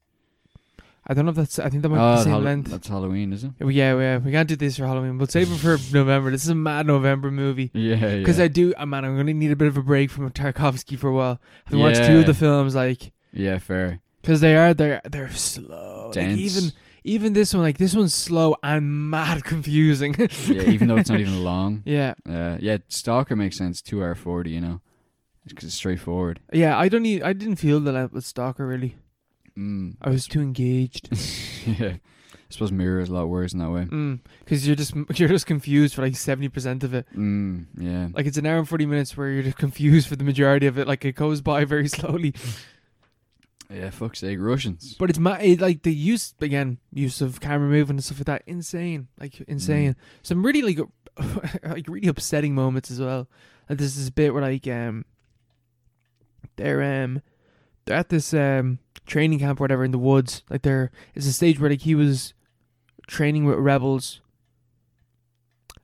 [SPEAKER 1] I don't know if that's. I think that might be
[SPEAKER 2] Oh,
[SPEAKER 1] the same
[SPEAKER 2] Hall-
[SPEAKER 1] length.
[SPEAKER 2] that's Halloween, is it?
[SPEAKER 1] Yeah, yeah, we can't do this for Halloween. We'll save it for November. This is a mad November movie.
[SPEAKER 2] Yeah,
[SPEAKER 1] Because
[SPEAKER 2] yeah.
[SPEAKER 1] I do, uh, man, I'm going to need a bit of a break from Tarkovsky for a while. Having watched two
[SPEAKER 2] Yeah.
[SPEAKER 1] of the films, like,
[SPEAKER 2] yeah, fair.
[SPEAKER 1] because they are, they're, they're slow. Like,
[SPEAKER 2] Dense.
[SPEAKER 1] even, even this one, like, this one's slow and mad confusing.
[SPEAKER 2] yeah, even though it's not even long.
[SPEAKER 1] yeah.
[SPEAKER 2] Uh, yeah, Stalker makes sense. Two hour forty, you know, because it's straightforward.
[SPEAKER 1] Yeah, I don't need, I didn't feel that I was stalker really.
[SPEAKER 2] Mm.
[SPEAKER 1] I was too engaged.
[SPEAKER 2] yeah, I suppose Mirror is a lot worse in that way.
[SPEAKER 1] Because Mm. you're just, you're just confused for like 70% of it.
[SPEAKER 2] Mm, yeah,
[SPEAKER 1] Like, it's an hour and 40 minutes where you're just confused for the majority of it. Like, it goes by very slowly.
[SPEAKER 2] yeah. Fuck's sake, Russians.
[SPEAKER 1] But it's ma- it, like the use again, use of camera movement and stuff like that. Insane, like insane. Some really like like really upsetting moments as well. Like there's this bit where like um they're um they're at this um training camp or whatever in the woods. Like there is a stage where like he was training with rebels.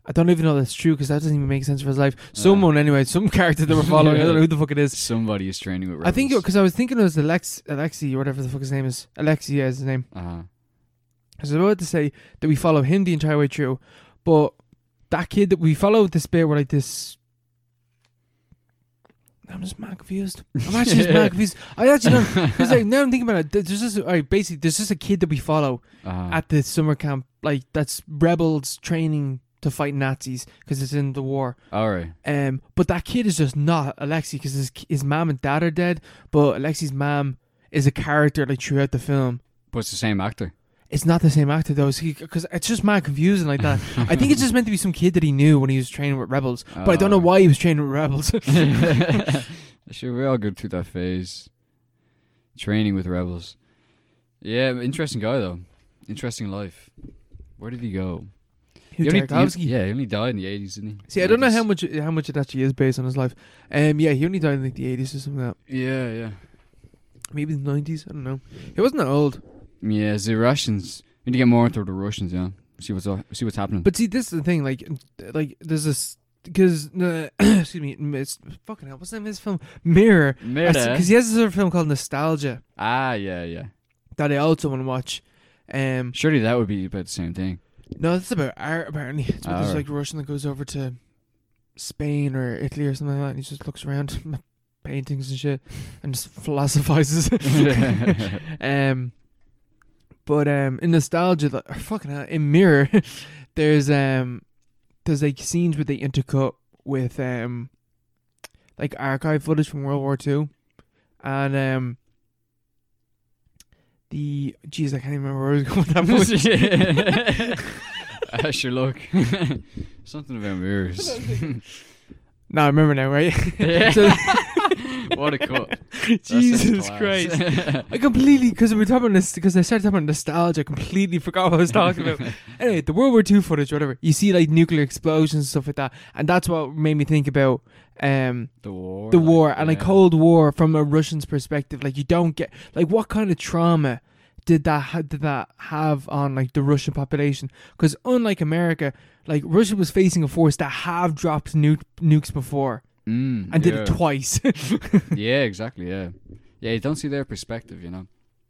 [SPEAKER 1] I don't even know if that's true because that doesn't even make sense for his life. Someone anyway, some character that we're following. I don't know who the fuck it is.
[SPEAKER 2] Somebody is training with.
[SPEAKER 1] I think because I was thinking it was Alex Alexi or whatever the fuck his name is. Alexi yeah, is his name.
[SPEAKER 2] uh
[SPEAKER 1] I was about to say that we follow him the entire way through, but that kid that we follow this bit where like this. I'm just mad confused. I'm actually just mad confused. I actually don't. Because like now I'm thinking about it, there's just all right, basically there's just a kid that we follow
[SPEAKER 2] Uh-huh.
[SPEAKER 1] at the summer camp, like that's rebels training to fight Nazis because it's in the war.
[SPEAKER 2] all right.
[SPEAKER 1] Um, but that kid is just not Alexi because his his mom and dad are dead. But Alexi's mom is a character like throughout the film.
[SPEAKER 2] But it's the same actor.
[SPEAKER 1] It's not the same actor though, because it's just mad confusing like that. Uh, I think it's just meant to be some kid that he knew when he was training with Rebels, but I don't know
[SPEAKER 2] Oh.
[SPEAKER 1] why he was training with Rebels.
[SPEAKER 2] sure, we all go through that phase. Training with rebels. Yeah, interesting guy though. Interesting life. Where did he go?
[SPEAKER 1] Who,
[SPEAKER 2] He only-
[SPEAKER 1] Tarkovsky?
[SPEAKER 2] he- yeah, he only died in the eighties, didn't he?
[SPEAKER 1] See, I don't know how
[SPEAKER 2] 80s.
[SPEAKER 1] much how much it actually is based on his life. Um, yeah, he only died in like the eighties or something like
[SPEAKER 2] Yeah, yeah,
[SPEAKER 1] that. Maybe the nineties. I don't know. He wasn't that old.
[SPEAKER 2] yeah. it's The Russians. We need to get more into the Russians. Yeah, see what's up- see what's happening.
[SPEAKER 1] But see, this is the thing. Like, like there's this because uh, excuse me, it's fucking hell. What's the name of his film? Mirror.
[SPEAKER 2] Murder.
[SPEAKER 1] Because he has this other film called Nostalgia
[SPEAKER 2] Ah, yeah, yeah.
[SPEAKER 1] that I also want to watch. Um,
[SPEAKER 2] Surely that would be about the same thing.
[SPEAKER 1] no, that's about art. Apparently, it's about this
[SPEAKER 2] Art.
[SPEAKER 1] like Russian that goes over to Spain or Italy or something like that, and he just looks around at paintings and shit and just philosophizes. Um, but um, in nostalgia, like, or fucking hell, in mirror, there's um, there's like scenes where they intercut with um, like archive footage from World War Two, and um, the jeez, I can't even remember where I was going with that much.
[SPEAKER 2] Ah, sure, look. Something about mirrors.
[SPEAKER 1] no, I remember now, right?
[SPEAKER 2] Yeah.
[SPEAKER 1] So-
[SPEAKER 2] what a cut.
[SPEAKER 1] Jesus Christ. I completely because we were talking about this because I started talking about nostalgia. I completely forgot what I was talking about. anyway, the World War II footage, whatever. You see like nuclear explosions and stuff like that, and that's what made me think about um
[SPEAKER 2] the war.
[SPEAKER 1] the
[SPEAKER 2] like,
[SPEAKER 1] war and like
[SPEAKER 2] yeah.
[SPEAKER 1] Cold War from a Russian's perspective. Like you don't get like what kind of trauma did that ha- did that have on like the Russian population? Because unlike America, like Russia was facing a force that have dropped nu- nukes before
[SPEAKER 2] Mm,
[SPEAKER 1] and
[SPEAKER 2] yeah.
[SPEAKER 1] did it twice.
[SPEAKER 2] yeah, exactly. Yeah, yeah. You don't see their perspective, you know.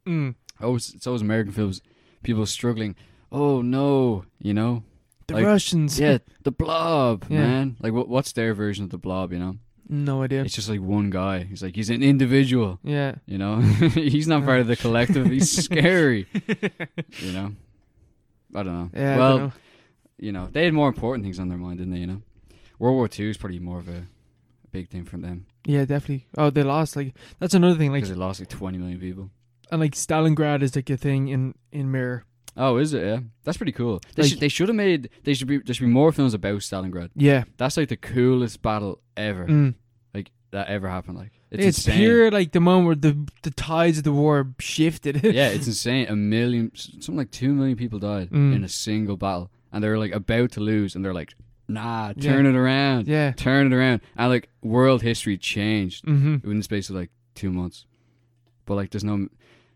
[SPEAKER 1] Mm.
[SPEAKER 2] Oh, it's, it's always American films. People struggling. Oh no, you know.
[SPEAKER 1] The
[SPEAKER 2] Like,
[SPEAKER 1] Russians,
[SPEAKER 2] Yeah, the Blob,
[SPEAKER 1] Yeah.
[SPEAKER 2] man. Like, what? What's their version of the Blob? You know,
[SPEAKER 1] no idea.
[SPEAKER 2] it's just like one guy. He's like, he's an individual.
[SPEAKER 1] Yeah.
[SPEAKER 2] You know, he's not part of the collective. He's scary. You know, I don't know.
[SPEAKER 1] Yeah,
[SPEAKER 2] well,
[SPEAKER 1] I don't know.
[SPEAKER 2] you know, they had more important things on their mind, didn't they? You know, World War Two is probably more of a big thing for them
[SPEAKER 1] yeah, definitely. Oh, they lost. Like that's another thing. Like
[SPEAKER 2] because they lost like twenty million people.
[SPEAKER 1] and like Stalingrad is like a thing in in Mirror.
[SPEAKER 2] Oh, is it? Yeah, that's pretty cool. They
[SPEAKER 1] Like-
[SPEAKER 2] should they should have made they should be there should be more films about Stalingrad.
[SPEAKER 1] Yeah,
[SPEAKER 2] That's like the coolest battle ever,
[SPEAKER 1] mm.
[SPEAKER 2] like that ever happened. Like it's,
[SPEAKER 1] it's,
[SPEAKER 2] insane.
[SPEAKER 1] pure like the moment where the the tides of the war shifted.
[SPEAKER 2] yeah, it's insane. A million, s- something like two million people died
[SPEAKER 1] Mm.
[SPEAKER 2] in a single battle, and they're like about to lose, and they're like, nah,
[SPEAKER 1] Yeah.
[SPEAKER 2] turn it around,
[SPEAKER 1] yeah.
[SPEAKER 2] turn it around, and like world history changed
[SPEAKER 1] Mm-hmm.
[SPEAKER 2] in the space of like two months. But like, there's no.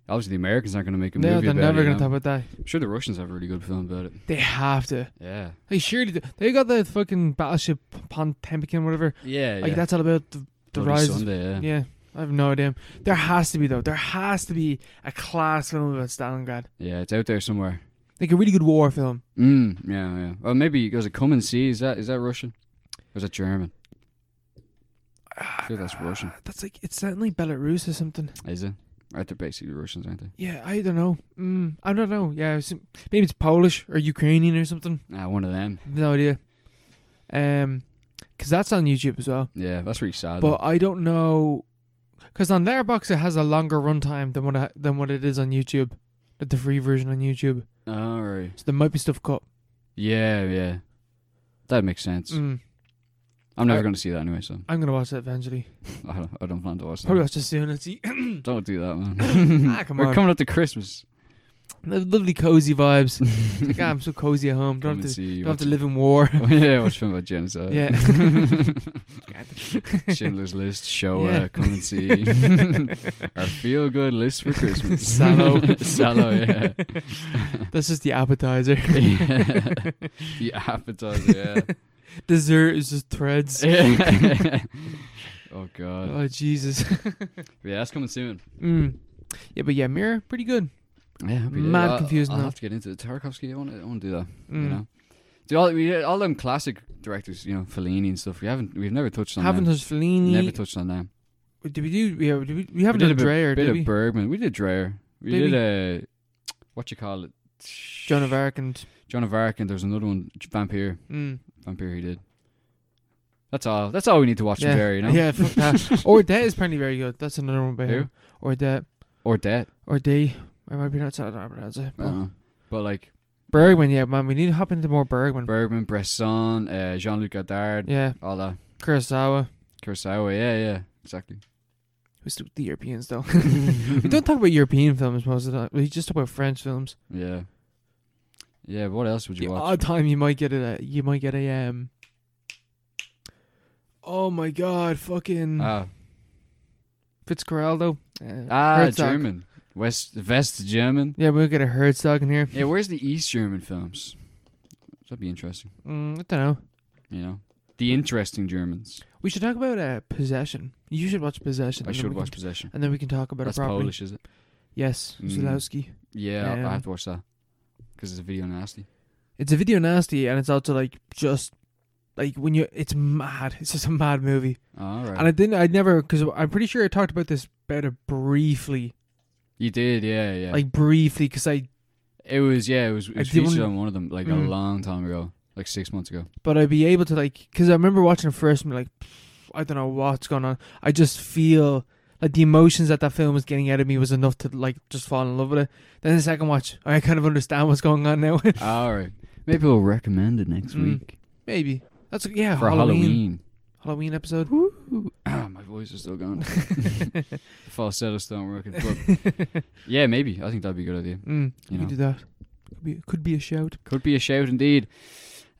[SPEAKER 2] Obviously, the Americans aren't going to make a
[SPEAKER 1] No,
[SPEAKER 2] movie
[SPEAKER 1] they're
[SPEAKER 2] about
[SPEAKER 1] never
[SPEAKER 2] it. you
[SPEAKER 1] gonna
[SPEAKER 2] know?
[SPEAKER 1] talk about that.
[SPEAKER 2] I'm sure the Russians have a really good film about it.
[SPEAKER 1] They have to.
[SPEAKER 2] Yeah.
[SPEAKER 1] They surely do. they got the fucking battleship Potemkin, whatever.
[SPEAKER 2] Yeah.
[SPEAKER 1] Like
[SPEAKER 2] yeah.
[SPEAKER 1] that's all about the, the
[SPEAKER 2] Bloody
[SPEAKER 1] rise. Of,
[SPEAKER 2] Sunday, yeah.
[SPEAKER 1] yeah, I have no idea. There has to be though. There has to be a class film about Stalingrad,
[SPEAKER 2] Yeah, it's out there somewhere.
[SPEAKER 1] like a really good war film.
[SPEAKER 2] Mm, yeah, yeah. Well, maybe goes a come and see. Is that is that Russian? Or is that German? I feel that's Russian.
[SPEAKER 1] That's like it's certainly Belarus or something.
[SPEAKER 2] Is it? Right, they're basically Russians, aren't they?
[SPEAKER 1] Yeah, I don't know. Mm, I don't know. Yeah, it's- maybe it's Polish or Ukrainian or something.
[SPEAKER 2] Ah, one of them.
[SPEAKER 1] No idea. Um, because that's on YouTube as well.
[SPEAKER 2] Yeah, that's really sad.
[SPEAKER 1] But I don't know, because on Letterboxd it has a longer runtime than what I, than what it is on YouTube, like the free version on YouTube.
[SPEAKER 2] all right.
[SPEAKER 1] So there might be stuff cut.
[SPEAKER 2] Yeah, yeah. That makes sense.
[SPEAKER 1] Mm,
[SPEAKER 2] I'm never
[SPEAKER 1] I-
[SPEAKER 2] going to see that anyway, so
[SPEAKER 1] I'm gonna watch that eventually.
[SPEAKER 2] I don't, I don't plan to watch that.
[SPEAKER 1] Probably watch it soon. It's the
[SPEAKER 2] Don't do that, man.
[SPEAKER 1] Ah, come
[SPEAKER 2] We're
[SPEAKER 1] on.
[SPEAKER 2] coming up to Christmas.
[SPEAKER 1] lovely cozy vibes. It's like, ah, I'm so cozy at home.
[SPEAKER 2] Come
[SPEAKER 1] Don't
[SPEAKER 2] and
[SPEAKER 1] have to,
[SPEAKER 2] see.
[SPEAKER 1] don't have
[SPEAKER 2] watch-
[SPEAKER 1] to live in war.
[SPEAKER 2] Oh, yeah, watch a film about genocide. Schindler's List, show,
[SPEAKER 1] Yeah.
[SPEAKER 2] uh, come and see. Our feel good list for Christmas.
[SPEAKER 1] Sallow.
[SPEAKER 2] Sallow, yeah.
[SPEAKER 1] That's just the appetizer.
[SPEAKER 2] yeah. The appetizer,
[SPEAKER 1] Dessert is just threads.
[SPEAKER 2] yeah. oh, God.
[SPEAKER 1] oh Jesus.
[SPEAKER 2] Yeah, that's coming soon.
[SPEAKER 1] Mm. Yeah, but yeah, mirror pretty good.
[SPEAKER 2] Yeah, happy days.
[SPEAKER 1] Mad
[SPEAKER 2] I'll-
[SPEAKER 1] confusing
[SPEAKER 2] I'll
[SPEAKER 1] that.
[SPEAKER 2] have to get into it. Tarkovsky, I want to, I want to do that. You
[SPEAKER 1] Mm.
[SPEAKER 2] know, er do all we all them classic directors, you know, Fellini and stuff. We haven't, we've never touched on.
[SPEAKER 1] Haven't
[SPEAKER 2] them.
[SPEAKER 1] touched Fellini.
[SPEAKER 2] never touched on them.
[SPEAKER 1] did we do? Yeah, did we, we haven't
[SPEAKER 2] did
[SPEAKER 1] done
[SPEAKER 2] a bit-
[SPEAKER 1] Dreyer,
[SPEAKER 2] bit
[SPEAKER 1] did
[SPEAKER 2] of
[SPEAKER 1] we?
[SPEAKER 2] Bergman. We did Dreyer. We
[SPEAKER 1] Did
[SPEAKER 2] did, uh, what you call it?
[SPEAKER 1] Joan of Arc and
[SPEAKER 2] Joan of Arc, and there's another one, Vampire.
[SPEAKER 1] mm.
[SPEAKER 2] Vampire, he did. That's all. That's all we need to watch
[SPEAKER 1] yeah,
[SPEAKER 2] from Dreyer, you know.
[SPEAKER 1] yeah, fuck that. or that is apparently very good. That's another one by
[SPEAKER 2] Who?
[SPEAKER 1] him. Or that,
[SPEAKER 2] Or that.
[SPEAKER 1] or D. I might pronounce it. I don't know how to pronounce it.
[SPEAKER 2] I don't know. But like
[SPEAKER 1] Bergman, yeah, man, we need to hop into more Bergman.
[SPEAKER 2] Bergman, Bresson, uh, Jean Luc Godard,
[SPEAKER 1] yeah,
[SPEAKER 2] all that.
[SPEAKER 1] Kurosawa.
[SPEAKER 2] Kurosawa, yeah, yeah, exactly.
[SPEAKER 1] We stick with the Europeans though. we don't talk about European films most of the time. We just talk about French films.
[SPEAKER 2] Yeah. Yeah, what else would you
[SPEAKER 1] the
[SPEAKER 2] watch?
[SPEAKER 1] odd time you might get a you might get a um. Oh my god, fucking
[SPEAKER 2] Ah,
[SPEAKER 1] Fitzcarraldo. Uh,
[SPEAKER 2] ah
[SPEAKER 1] Herzog.
[SPEAKER 2] German. West West German.
[SPEAKER 1] Yeah, we'll get a Herzog in here.
[SPEAKER 2] Yeah, where's the East German films? That'd be interesting,
[SPEAKER 1] Mm, I don't know.
[SPEAKER 2] you know. The interesting Germans.
[SPEAKER 1] We should talk about uh, possession. You should watch possession.
[SPEAKER 2] I
[SPEAKER 1] and then
[SPEAKER 2] should
[SPEAKER 1] we
[SPEAKER 2] watch
[SPEAKER 1] Can,
[SPEAKER 2] Possession.
[SPEAKER 1] and then we can talk about
[SPEAKER 2] That's
[SPEAKER 1] it properly.
[SPEAKER 2] Polish, is it?
[SPEAKER 1] Yes,
[SPEAKER 2] Mm.
[SPEAKER 1] Zulowski.
[SPEAKER 2] Yeah, I- I
[SPEAKER 1] Um,
[SPEAKER 2] have to watch that because it's a video nasty.
[SPEAKER 1] It's a video nasty, and it's also like just like when you. It's mad. It's just a mad movie.
[SPEAKER 2] All right,
[SPEAKER 1] And I didn't. I never because I'm pretty sure I talked about this better briefly,
[SPEAKER 2] you did, yeah, yeah.
[SPEAKER 1] like briefly, because I.
[SPEAKER 2] it was, yeah, it was, it
[SPEAKER 1] I
[SPEAKER 2] was
[SPEAKER 1] did
[SPEAKER 2] featured
[SPEAKER 1] wanna-
[SPEAKER 2] on one of them like a
[SPEAKER 1] Mm.
[SPEAKER 2] long time ago, like six months ago.
[SPEAKER 1] But I'd be able to like because I remember watching it first and be like, "Pff, I don't know what's going on. I just feel. Like the emotions that that film was getting out of me was enough to like just fall in love with it. Then the second watch, I kind of understand what's going on now.
[SPEAKER 2] All right, maybe we'll recommend it next
[SPEAKER 1] Mm.
[SPEAKER 2] week
[SPEAKER 1] Maybe. That's yeah,
[SPEAKER 2] for
[SPEAKER 1] Halloween. Halloween.
[SPEAKER 2] Halloween.
[SPEAKER 1] episode.
[SPEAKER 2] Ah, my voice is still going. Falsetto's still working. But yeah, maybe. I think that'd be a good idea.
[SPEAKER 1] Mm,
[SPEAKER 2] You
[SPEAKER 1] you
[SPEAKER 2] know.
[SPEAKER 1] could do that. Could be, could be a shout.
[SPEAKER 2] Could be a shout indeed.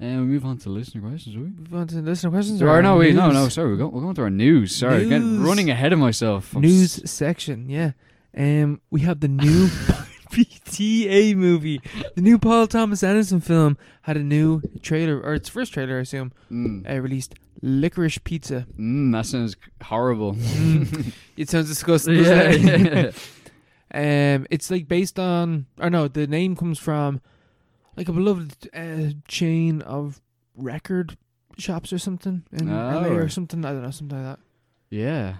[SPEAKER 2] And we move on to listener questions, will we?
[SPEAKER 1] Move on to listener questions.
[SPEAKER 2] There
[SPEAKER 1] or
[SPEAKER 2] are no, we, no,
[SPEAKER 1] news?
[SPEAKER 2] no. Sorry, we're going, we're going to our news. Sorry, Again,
[SPEAKER 1] News.
[SPEAKER 2] running ahead of myself. I'm s-
[SPEAKER 1] News section. Yeah. Um, we have the new PTA movie. The new Paul Thomas Anderson film had a new trailer, or its first trailer, I assume,
[SPEAKER 2] Mm.
[SPEAKER 1] uh, released. Licorice Pizza.
[SPEAKER 2] Mm, that sounds horrible.
[SPEAKER 1] Mm. it sounds disgusting.
[SPEAKER 2] yeah,
[SPEAKER 1] doesn't it?
[SPEAKER 2] yeah.
[SPEAKER 1] Um, it's like based on, or no, the name comes from like a beloved uh, chain of record shops or something in
[SPEAKER 2] Ah,
[SPEAKER 1] LA or
[SPEAKER 2] right.
[SPEAKER 1] something. I don't know, something like that.
[SPEAKER 2] yeah.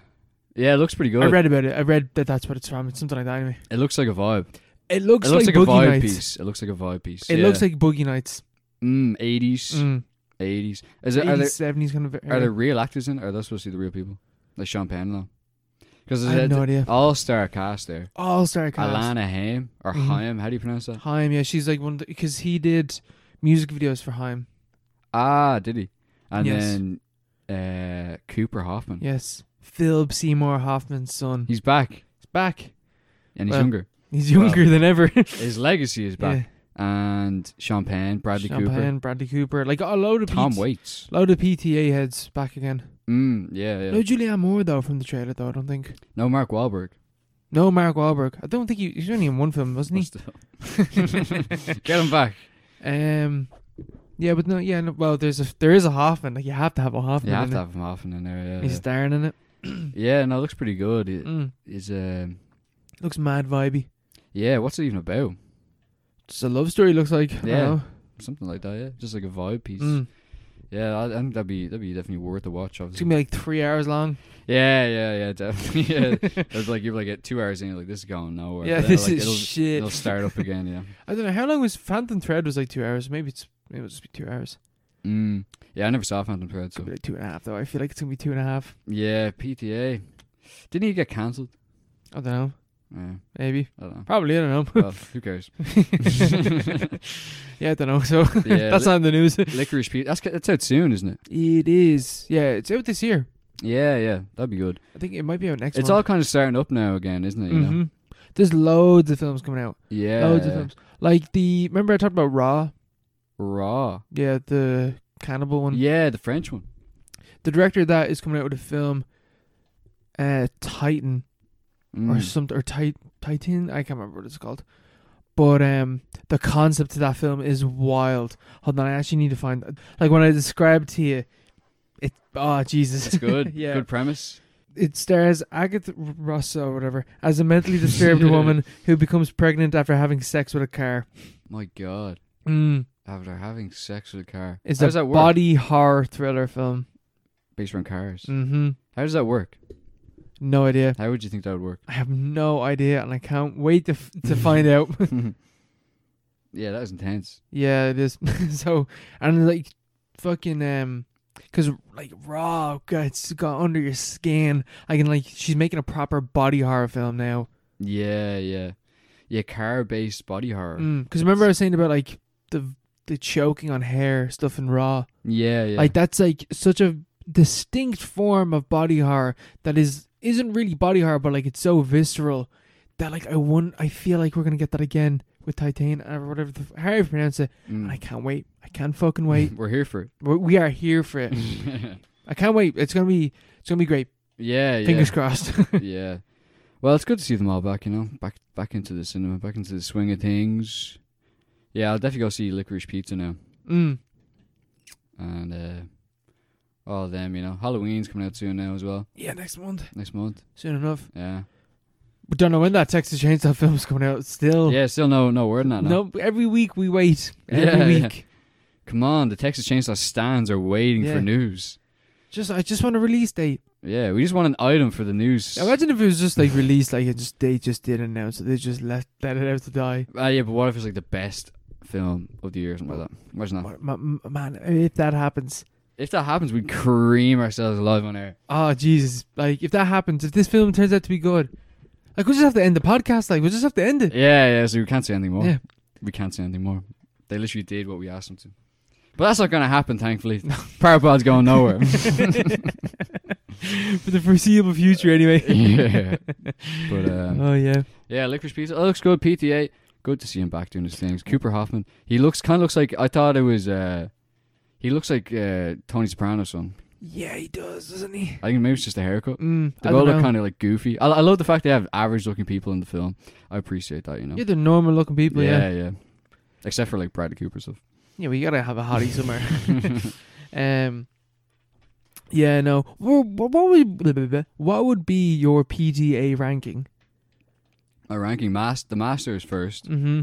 [SPEAKER 2] Yeah, it looks pretty good.
[SPEAKER 1] I read about it. I read that that's what it's from. It's something like that. Anyway,
[SPEAKER 2] it looks like a vibe.
[SPEAKER 1] it looks,
[SPEAKER 2] it looks
[SPEAKER 1] like,
[SPEAKER 2] like, a
[SPEAKER 1] Boogie
[SPEAKER 2] vibe
[SPEAKER 1] Nights.
[SPEAKER 2] piece. It looks like a vibe piece.
[SPEAKER 1] It
[SPEAKER 2] yeah.
[SPEAKER 1] looks like Boogie Nights.
[SPEAKER 2] mm, 80s,
[SPEAKER 1] Mm.
[SPEAKER 2] 80s. Is it, are,
[SPEAKER 1] 80s,
[SPEAKER 2] there,
[SPEAKER 1] 70s kind of.
[SPEAKER 2] are there real actors in it? Or are those supposed to be the real people? Like Sean Penn, though? Because
[SPEAKER 1] I have no idea. Oh,
[SPEAKER 2] all star cast there.
[SPEAKER 1] All star cast.
[SPEAKER 2] Alana Haim or
[SPEAKER 1] Mhm.
[SPEAKER 2] Haim, how do you pronounce that?
[SPEAKER 1] Haim, yeah, she's like one because he did music videos for Haim.
[SPEAKER 2] Ah, did he? And
[SPEAKER 1] Yes.
[SPEAKER 2] then uh, Cooper Hoffman.
[SPEAKER 1] Yes, Philip Seymour Hoffman's son.
[SPEAKER 2] He's back
[SPEAKER 1] He's back.
[SPEAKER 2] and he's
[SPEAKER 1] Well-
[SPEAKER 2] younger.
[SPEAKER 1] He's younger than ever.
[SPEAKER 2] His legacy is back. And Sean Penn, Bradley Cooper,
[SPEAKER 1] Champagne, Bradley Cooper, like a load of
[SPEAKER 2] Tom
[SPEAKER 1] PT
[SPEAKER 2] Waits.
[SPEAKER 1] load of PTA heads back again.
[SPEAKER 2] Mm, yeah, yeah.
[SPEAKER 1] No Julianne Moore though from the trailer though. I don't think.
[SPEAKER 2] No Mark Wahlberg.
[SPEAKER 1] No Mark Wahlberg. I don't think he, he's only in one film, wasn't he?
[SPEAKER 2] What's the- Get him back.
[SPEAKER 1] Um, yeah, but no, yeah, no, well, there's a there is a Hoffman. Like you have to have a Hoffman.
[SPEAKER 2] You have
[SPEAKER 1] in
[SPEAKER 2] to
[SPEAKER 1] it.
[SPEAKER 2] have him Hoffman in there. Yeah,
[SPEAKER 1] He's
[SPEAKER 2] yeah.
[SPEAKER 1] starring in it.
[SPEAKER 2] yeah no, it looks pretty good. It,
[SPEAKER 1] Mm.
[SPEAKER 2] it's, um,
[SPEAKER 1] Looks mad vibey.
[SPEAKER 2] yeah, what's it even about?
[SPEAKER 1] It's a love story. Looks like. I
[SPEAKER 2] Yeah.
[SPEAKER 1] don't
[SPEAKER 2] Something like that. Yeah, just like a vibe piece.
[SPEAKER 1] know. Mm.
[SPEAKER 2] Yeah, I, I think that'd be that'd be definitely worth a watch.
[SPEAKER 1] It's
[SPEAKER 2] Obviously.
[SPEAKER 1] gonna be like three hours long.
[SPEAKER 2] Yeah, yeah, yeah, definitely. Yeah, it was like you're like at two hours in, you're like this is going nowhere.
[SPEAKER 1] yeah,
[SPEAKER 2] But then,
[SPEAKER 1] this
[SPEAKER 2] like,
[SPEAKER 1] is
[SPEAKER 2] it'll,
[SPEAKER 1] shit.
[SPEAKER 2] It'll start up again. Yeah.
[SPEAKER 1] I don't know how long was Phantom Thread was like two hours. Maybe it's maybe it'll just be two hours.
[SPEAKER 2] Mm. Yeah, I never saw Phantom Thread. So
[SPEAKER 1] Could be like two and a half though. I feel like it's gonna be two and a half.
[SPEAKER 2] yeah, PTA. Didn't he get cancelled?
[SPEAKER 1] I don't know.
[SPEAKER 2] Yeah,
[SPEAKER 1] Maybe.
[SPEAKER 2] I don't know.
[SPEAKER 1] Probably. I don't know.
[SPEAKER 2] Well, who cares?
[SPEAKER 1] yeah, I don't know. So
[SPEAKER 2] Yeah,
[SPEAKER 1] that's
[SPEAKER 2] li-
[SPEAKER 1] not in the news.
[SPEAKER 2] Licorice Pizza. That's ca- that's out soon, isn't it?
[SPEAKER 1] It is. Yeah, it's out this year.
[SPEAKER 2] Yeah, yeah, that'd be good.
[SPEAKER 1] I think it might be out next.
[SPEAKER 2] It's all kind of starting up now again, isn't it? You know?
[SPEAKER 1] hmm There's loads of films coming out.
[SPEAKER 2] Yeah.
[SPEAKER 1] Loads of films. Like the remember I talked about Raw.
[SPEAKER 2] Raw.
[SPEAKER 1] Yeah, the cannibal one.
[SPEAKER 2] Yeah, the French one.
[SPEAKER 1] The director of that is coming out with a film. Uh, Titan or
[SPEAKER 2] Mm.
[SPEAKER 1] something or Tit- Titan. I can't remember what it's called. But um, the concept to that film is wild. Hold on, I actually need to find. Like when I described to you, it. Oh Jesus,
[SPEAKER 2] That's good.
[SPEAKER 1] yeah,
[SPEAKER 2] Good premise.
[SPEAKER 1] It stars Agatha Russo, or whatever, as a mentally disturbed woman who becomes pregnant after having sex with a car.
[SPEAKER 2] My God.
[SPEAKER 1] Mm.
[SPEAKER 2] After having sex with a car.
[SPEAKER 1] It's a
[SPEAKER 2] How does that work?
[SPEAKER 1] body horror thriller film.
[SPEAKER 2] Based around cars.
[SPEAKER 1] hmm
[SPEAKER 2] How does that work?
[SPEAKER 1] No idea.
[SPEAKER 2] How would you think that would work?
[SPEAKER 1] I have no idea, and I can't wait to f- to find out.
[SPEAKER 2] yeah, that was intense.
[SPEAKER 1] yeah, it is. so and like fucking um, cause like raw, God, it's got under your skin. I can like she's making a proper body horror film now.
[SPEAKER 2] Yeah, yeah. yeah, car based body horror.
[SPEAKER 1] Because Mm, remember I was saying about like the the choking on hair stuff in Raw.
[SPEAKER 2] Yeah, yeah.
[SPEAKER 1] Like that's like such a distinct form of body horror that is isn't really body horror, but like it's so visceral that like I won. I feel like we're gonna get that again with Titan or whatever the f- how you pronounce it.
[SPEAKER 2] Mm.
[SPEAKER 1] And I can't wait. I can't fucking wait.
[SPEAKER 2] We're here for it.
[SPEAKER 1] We're- we are here for it. I can't wait. It's gonna be it's gonna be great.
[SPEAKER 2] yeah, yeah.
[SPEAKER 1] Fingers crossed.
[SPEAKER 2] yeah. Well, it's good to see them all back, you know, back back into the cinema, back into the swing of things. Yeah, I'll definitely go see Licorice Pizza now,
[SPEAKER 1] mm.
[SPEAKER 2] and uh, all of them, you know. Halloween's coming out soon now as well,
[SPEAKER 1] Yeah, next month.
[SPEAKER 2] next month.
[SPEAKER 1] Soon enough.
[SPEAKER 2] Yeah,
[SPEAKER 1] We don't know when that Texas Chainsaw film is coming out. Still.
[SPEAKER 2] yeah. Still no no word on that. No.
[SPEAKER 1] No, every week we wait. Every
[SPEAKER 2] Yeah, yeah.
[SPEAKER 1] week.
[SPEAKER 2] Come on, the Texas Chainsaw stands are waiting
[SPEAKER 1] Yeah.
[SPEAKER 2] for news.
[SPEAKER 1] Just I just want a release date.
[SPEAKER 2] Yeah, we just want an item for the news.
[SPEAKER 1] Imagine if it was just like released like it just they just did announce it. They just let let it out to die.
[SPEAKER 2] Ah, yeah, but what if it's like the best film of the year or something like that? Imagine that.
[SPEAKER 1] Ma- ma- Man, if that happens,
[SPEAKER 2] If that happens, we'd cream ourselves alive on air.
[SPEAKER 1] oh Jesus! Like if that happens, if this film turns out to be good, like we will just have to end the podcast. Like we will just have to end it.
[SPEAKER 2] Yeah, yeah. So we can't say anything more.
[SPEAKER 1] Yeah.
[SPEAKER 2] We can't say anything more. They literally did what we asked them to. But that's not going to happen, thankfully. Parapod's going nowhere.
[SPEAKER 1] For the foreseeable future, anyway.
[SPEAKER 2] yeah. But um,
[SPEAKER 1] Oh yeah,
[SPEAKER 2] yeah, Licorice Pizza. Oh, looks good. PTA. Good to see him back doing his things. Cooper Hoffman. He looks kind of looks like I thought it was. uh He looks like uh Tony Soprano's son.
[SPEAKER 1] yeah, he does, doesn't he?
[SPEAKER 2] I think maybe it's just a haircut.
[SPEAKER 1] Mm,
[SPEAKER 2] They
[SPEAKER 1] I
[SPEAKER 2] both
[SPEAKER 1] don't
[SPEAKER 2] look
[SPEAKER 1] know.
[SPEAKER 2] kind of like goofy. I, I love the fact they have average looking people in the film. I appreciate that. You know.
[SPEAKER 1] yeah, they're normal looking people. Yeah, yeah.
[SPEAKER 2] yeah, yeah. Except for like Bradley Cooper stuff.
[SPEAKER 1] well, you gotta have a hottie somewhere. um, yeah, no. Wh- wh- What would blah, blah, blah. what would be your PGA ranking?
[SPEAKER 2] My ranking, mas- the Masters first,
[SPEAKER 1] Mm-hmm.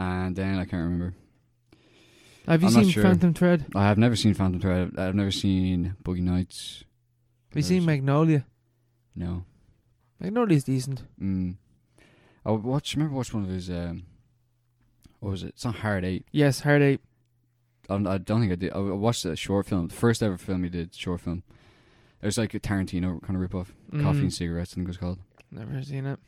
[SPEAKER 2] and then I can't remember.
[SPEAKER 1] Have you
[SPEAKER 2] I'm not
[SPEAKER 1] seen
[SPEAKER 2] sure.
[SPEAKER 1] Phantom Thread?
[SPEAKER 2] I have never seen Phantom Thread. I've never seen Boogie Nights.
[SPEAKER 1] Have you seen Magnolia?
[SPEAKER 2] No.
[SPEAKER 1] Magnolia's decent.
[SPEAKER 2] Mm. I would watch. Remember watch one of his. Um, what was it? It's not Hard Eight.
[SPEAKER 1] Yes, Hard Eight.
[SPEAKER 2] I don't, I don't think I did. I I watched a short film, the first ever film he did, short film. It was like a Tarantino kind of ripoff, off. Coffee and
[SPEAKER 1] Mm,
[SPEAKER 2] Cigarettes, I think it was called.
[SPEAKER 1] Never seen it.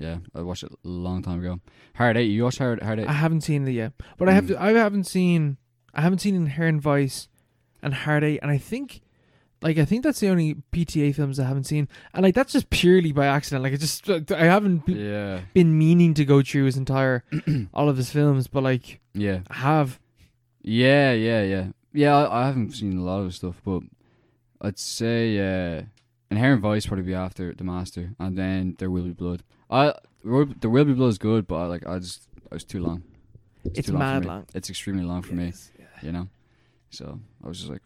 [SPEAKER 2] Yeah, I watched it a long time ago. Hard Eight. You watched Hard, Hard Eight?
[SPEAKER 1] I haven't seen it yet, but I have.
[SPEAKER 2] Eh. Mm.
[SPEAKER 1] I haven't seen. I haven't seen Inherent Vice, and Hard Eight, and I think, like, I think that's the only PTA films I haven't seen, and like that's just purely by accident. Like, I just I haven't b-
[SPEAKER 2] yeah.
[SPEAKER 1] been meaning to go through his entire all of his films, but like
[SPEAKER 2] Yeah.
[SPEAKER 1] I have.
[SPEAKER 2] Yeah, yeah, yeah, yeah. I, I haven't seen a lot of his stuff, but I'd say uh, Inherent Vice probably be after The Master, and then There Will Be Blood. I Will- There Will Be Blood is good, but I, like I just I was too long.
[SPEAKER 1] It's
[SPEAKER 2] too long for
[SPEAKER 1] mad
[SPEAKER 2] me.
[SPEAKER 1] long.
[SPEAKER 2] It's extremely long for me,
[SPEAKER 1] Yes.
[SPEAKER 2] you know. So I was just like,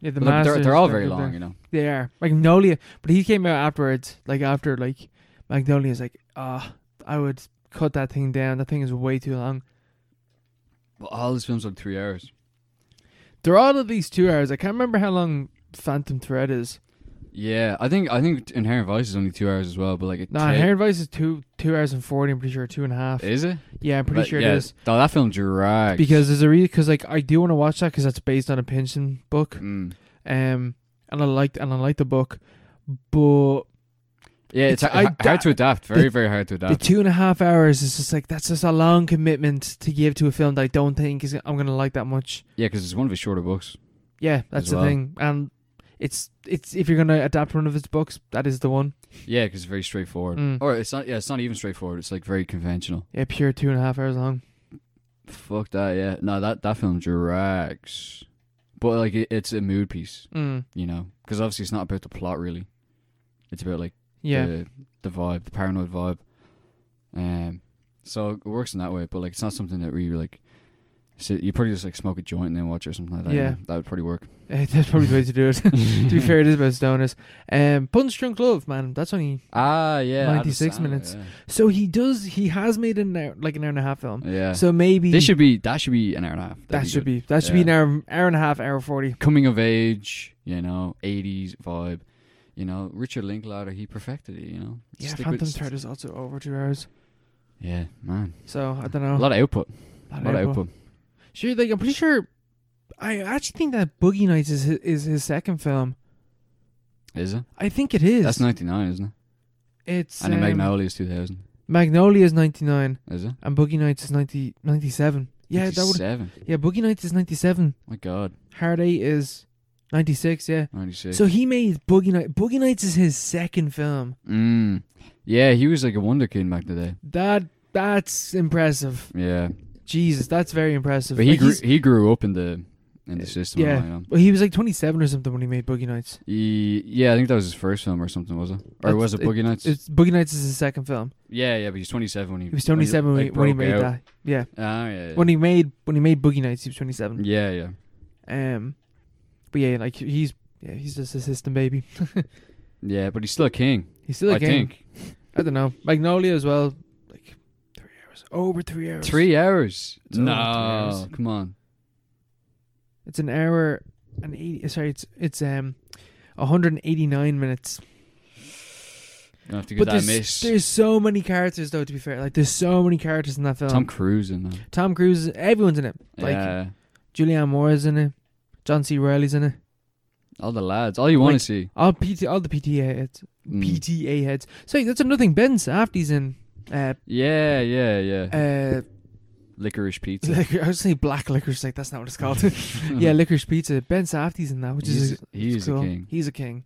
[SPEAKER 1] Yeah, the
[SPEAKER 2] but they're- they're,
[SPEAKER 1] Masters,
[SPEAKER 2] they're all
[SPEAKER 1] they're-
[SPEAKER 2] very
[SPEAKER 1] they're-
[SPEAKER 2] long, you know.
[SPEAKER 1] They are Magnolia, but he came out afterwards. Like after like Magnolia's like, ah, I would cut that thing down. That thing is way too long.
[SPEAKER 2] But all his films are three hours.
[SPEAKER 1] They're all at least two hours. I can't remember how long Phantom Thread is.
[SPEAKER 2] Yeah, I think I think Inherent Vice is only two hours as well, but like it.
[SPEAKER 1] No,
[SPEAKER 2] ta-
[SPEAKER 1] Inherent Vice is two two hours and forty. I'm pretty sure two and a half.
[SPEAKER 2] Is it?
[SPEAKER 1] yeah, I'm pretty
[SPEAKER 2] But
[SPEAKER 1] sure
[SPEAKER 2] yeah,
[SPEAKER 1] it is
[SPEAKER 2] No, that film drags
[SPEAKER 1] because there's a reason. Because like I do want to watch that because that's based on a Pynchon book.
[SPEAKER 2] Mm.
[SPEAKER 1] Um, and I liked and I like the book, but
[SPEAKER 2] Yeah, it's,
[SPEAKER 1] It's-
[SPEAKER 2] ha-
[SPEAKER 1] I-
[SPEAKER 2] hard to adapt. Very,
[SPEAKER 1] the-
[SPEAKER 2] very hard to
[SPEAKER 1] the
[SPEAKER 2] adapt.
[SPEAKER 1] two and a half hours is just like that's just a long commitment to give to a film that I don't think is I'm gonna like that much.
[SPEAKER 2] Yeah, because it's one of his shorter books.
[SPEAKER 1] Yeah, that's the
[SPEAKER 2] well.
[SPEAKER 1] thing. And it's it's if you're gonna adapt one of its books, that is the one.
[SPEAKER 2] Yeah, because it's very straightforward.
[SPEAKER 1] Mm.
[SPEAKER 2] Or it's not. Yeah, it's not even straightforward. It's like very conventional.
[SPEAKER 1] Yeah, pure two and a half hours long.
[SPEAKER 2] Fuck that. Yeah. No, that that film drags. But like, it, it's a mood piece,
[SPEAKER 1] Mm.
[SPEAKER 2] you know, because obviously it's not about the plot really. It's about like
[SPEAKER 1] Yeah,
[SPEAKER 2] the the vibe, the paranoid vibe. Um, so it works in that way. But like, it's not something that we like. Sit, you probably just like smoke a joint and then watch it or something like that. you
[SPEAKER 1] Yeah.
[SPEAKER 2] know? that would probably work.
[SPEAKER 1] Eh, that's probably the way to do it. to be fair, it is about stoners. Um, Punch Drunk Love, man, that's only
[SPEAKER 2] Ah, yeah, Adam
[SPEAKER 1] 96
[SPEAKER 2] Sandler,
[SPEAKER 1] minutes.
[SPEAKER 2] Yeah.
[SPEAKER 1] so he does he has made an hour, like an hour and a half film.
[SPEAKER 2] Yeah.
[SPEAKER 1] So maybe
[SPEAKER 2] this should be that should be an hour and a half. That'd
[SPEAKER 1] that should
[SPEAKER 2] good.
[SPEAKER 1] be that should be an
[SPEAKER 2] Yeah.
[SPEAKER 1] hour hour and a half hour forty.
[SPEAKER 2] coming of age, you know, eighties vibe. You know, Richard Linklater, he perfected it. You know,
[SPEAKER 1] Yeah,
[SPEAKER 2] Stick with-
[SPEAKER 1] Phantom Thread is also over two hours.
[SPEAKER 2] Yeah, man,
[SPEAKER 1] So I don't
[SPEAKER 2] a
[SPEAKER 1] know.
[SPEAKER 2] lot of output,
[SPEAKER 1] Not
[SPEAKER 2] a lot of
[SPEAKER 1] able.
[SPEAKER 2] Oh. output.
[SPEAKER 1] Sure, like I'm pretty sure. I actually think that Boogie Nights is his, is his second film.
[SPEAKER 2] Is it?
[SPEAKER 1] I think it is.
[SPEAKER 2] That's ninety nine, isn't it?
[SPEAKER 1] It's
[SPEAKER 2] and the
[SPEAKER 1] um,
[SPEAKER 2] Magnolia is two thousand.
[SPEAKER 1] Magnolia is 99
[SPEAKER 2] Is it?
[SPEAKER 1] and Boogie Nights is 90, 97. Yeah, that
[SPEAKER 2] seven.
[SPEAKER 1] would. Yeah, Boogie Nights is 97.
[SPEAKER 2] My God,
[SPEAKER 1] Hard Eight is 96. Yeah.
[SPEAKER 2] ninety six.
[SPEAKER 1] So he made Boogie Night. Boogie Nights is his second film.
[SPEAKER 2] mm. yeah, he was like a wonder kid back in the day.
[SPEAKER 1] That that's impressive.
[SPEAKER 2] Yeah,
[SPEAKER 1] Jesus, that's very impressive.
[SPEAKER 2] but he
[SPEAKER 1] Like,
[SPEAKER 2] grew,
[SPEAKER 1] he's-
[SPEAKER 2] he grew up in the in the system. um,
[SPEAKER 1] yeah.
[SPEAKER 2] Uh, Yeah. Know.
[SPEAKER 1] well, he was like 27 or something when he made Boogie Nights.
[SPEAKER 2] He, yeah, I think that was his first film or something, was it? Or
[SPEAKER 1] That's-
[SPEAKER 2] was it
[SPEAKER 1] it-
[SPEAKER 2] Boogie Nights?
[SPEAKER 1] It's, Boogie Nights is his second film.
[SPEAKER 2] yeah, yeah, but he's 27 when he
[SPEAKER 1] He was 27 when,
[SPEAKER 2] like,
[SPEAKER 1] he, when he
[SPEAKER 2] broke
[SPEAKER 1] made
[SPEAKER 2] out.
[SPEAKER 1] that. Yeah.
[SPEAKER 2] Ah, yeah, yeah.
[SPEAKER 1] When he made when he made Boogie Nights, he was 27.
[SPEAKER 2] yeah, yeah.
[SPEAKER 1] Um, but yeah, like he's yeah he's just a system baby.
[SPEAKER 2] Yeah, but he's still a king.
[SPEAKER 1] He's still a
[SPEAKER 2] I
[SPEAKER 1] king.
[SPEAKER 2] think
[SPEAKER 1] I don't know. Magnolia as well. Like three hours, over three hours.
[SPEAKER 2] three hours.
[SPEAKER 1] It's
[SPEAKER 2] no,
[SPEAKER 1] only three hours.
[SPEAKER 2] come on.
[SPEAKER 1] It's an hour and eighty. Sorry, it's it's um, hundred and eighty nine minutes.
[SPEAKER 2] Don't have to give
[SPEAKER 1] But
[SPEAKER 2] that a
[SPEAKER 1] there's,
[SPEAKER 2] miss.
[SPEAKER 1] there's so many characters though. To be fair, like there's so many characters in that film.
[SPEAKER 2] Tom
[SPEAKER 1] Tom,
[SPEAKER 2] Cruise in that.
[SPEAKER 1] Cruise, everyone's in it. um, Like
[SPEAKER 2] yeah,
[SPEAKER 1] Julianne Moore is in it. John C. Riley's in it.
[SPEAKER 2] all the lads. All you want
[SPEAKER 1] like,
[SPEAKER 2] to see.
[SPEAKER 1] All PT, all the PTA heads.
[SPEAKER 2] Mm.
[SPEAKER 1] PTA heads. So that's another thing. Ben Safdie's in. Uh,
[SPEAKER 2] Yeah, yeah, yeah.
[SPEAKER 1] uh,
[SPEAKER 2] Licorice pizza.
[SPEAKER 1] liquor, I was saying black licorice. Like that's not what it's called. yeah, licorice pizza. Ben Safdie's in that, which
[SPEAKER 2] he's,
[SPEAKER 1] is
[SPEAKER 2] he
[SPEAKER 1] It's
[SPEAKER 2] is a
[SPEAKER 1] cool.
[SPEAKER 2] king.
[SPEAKER 1] He's a king.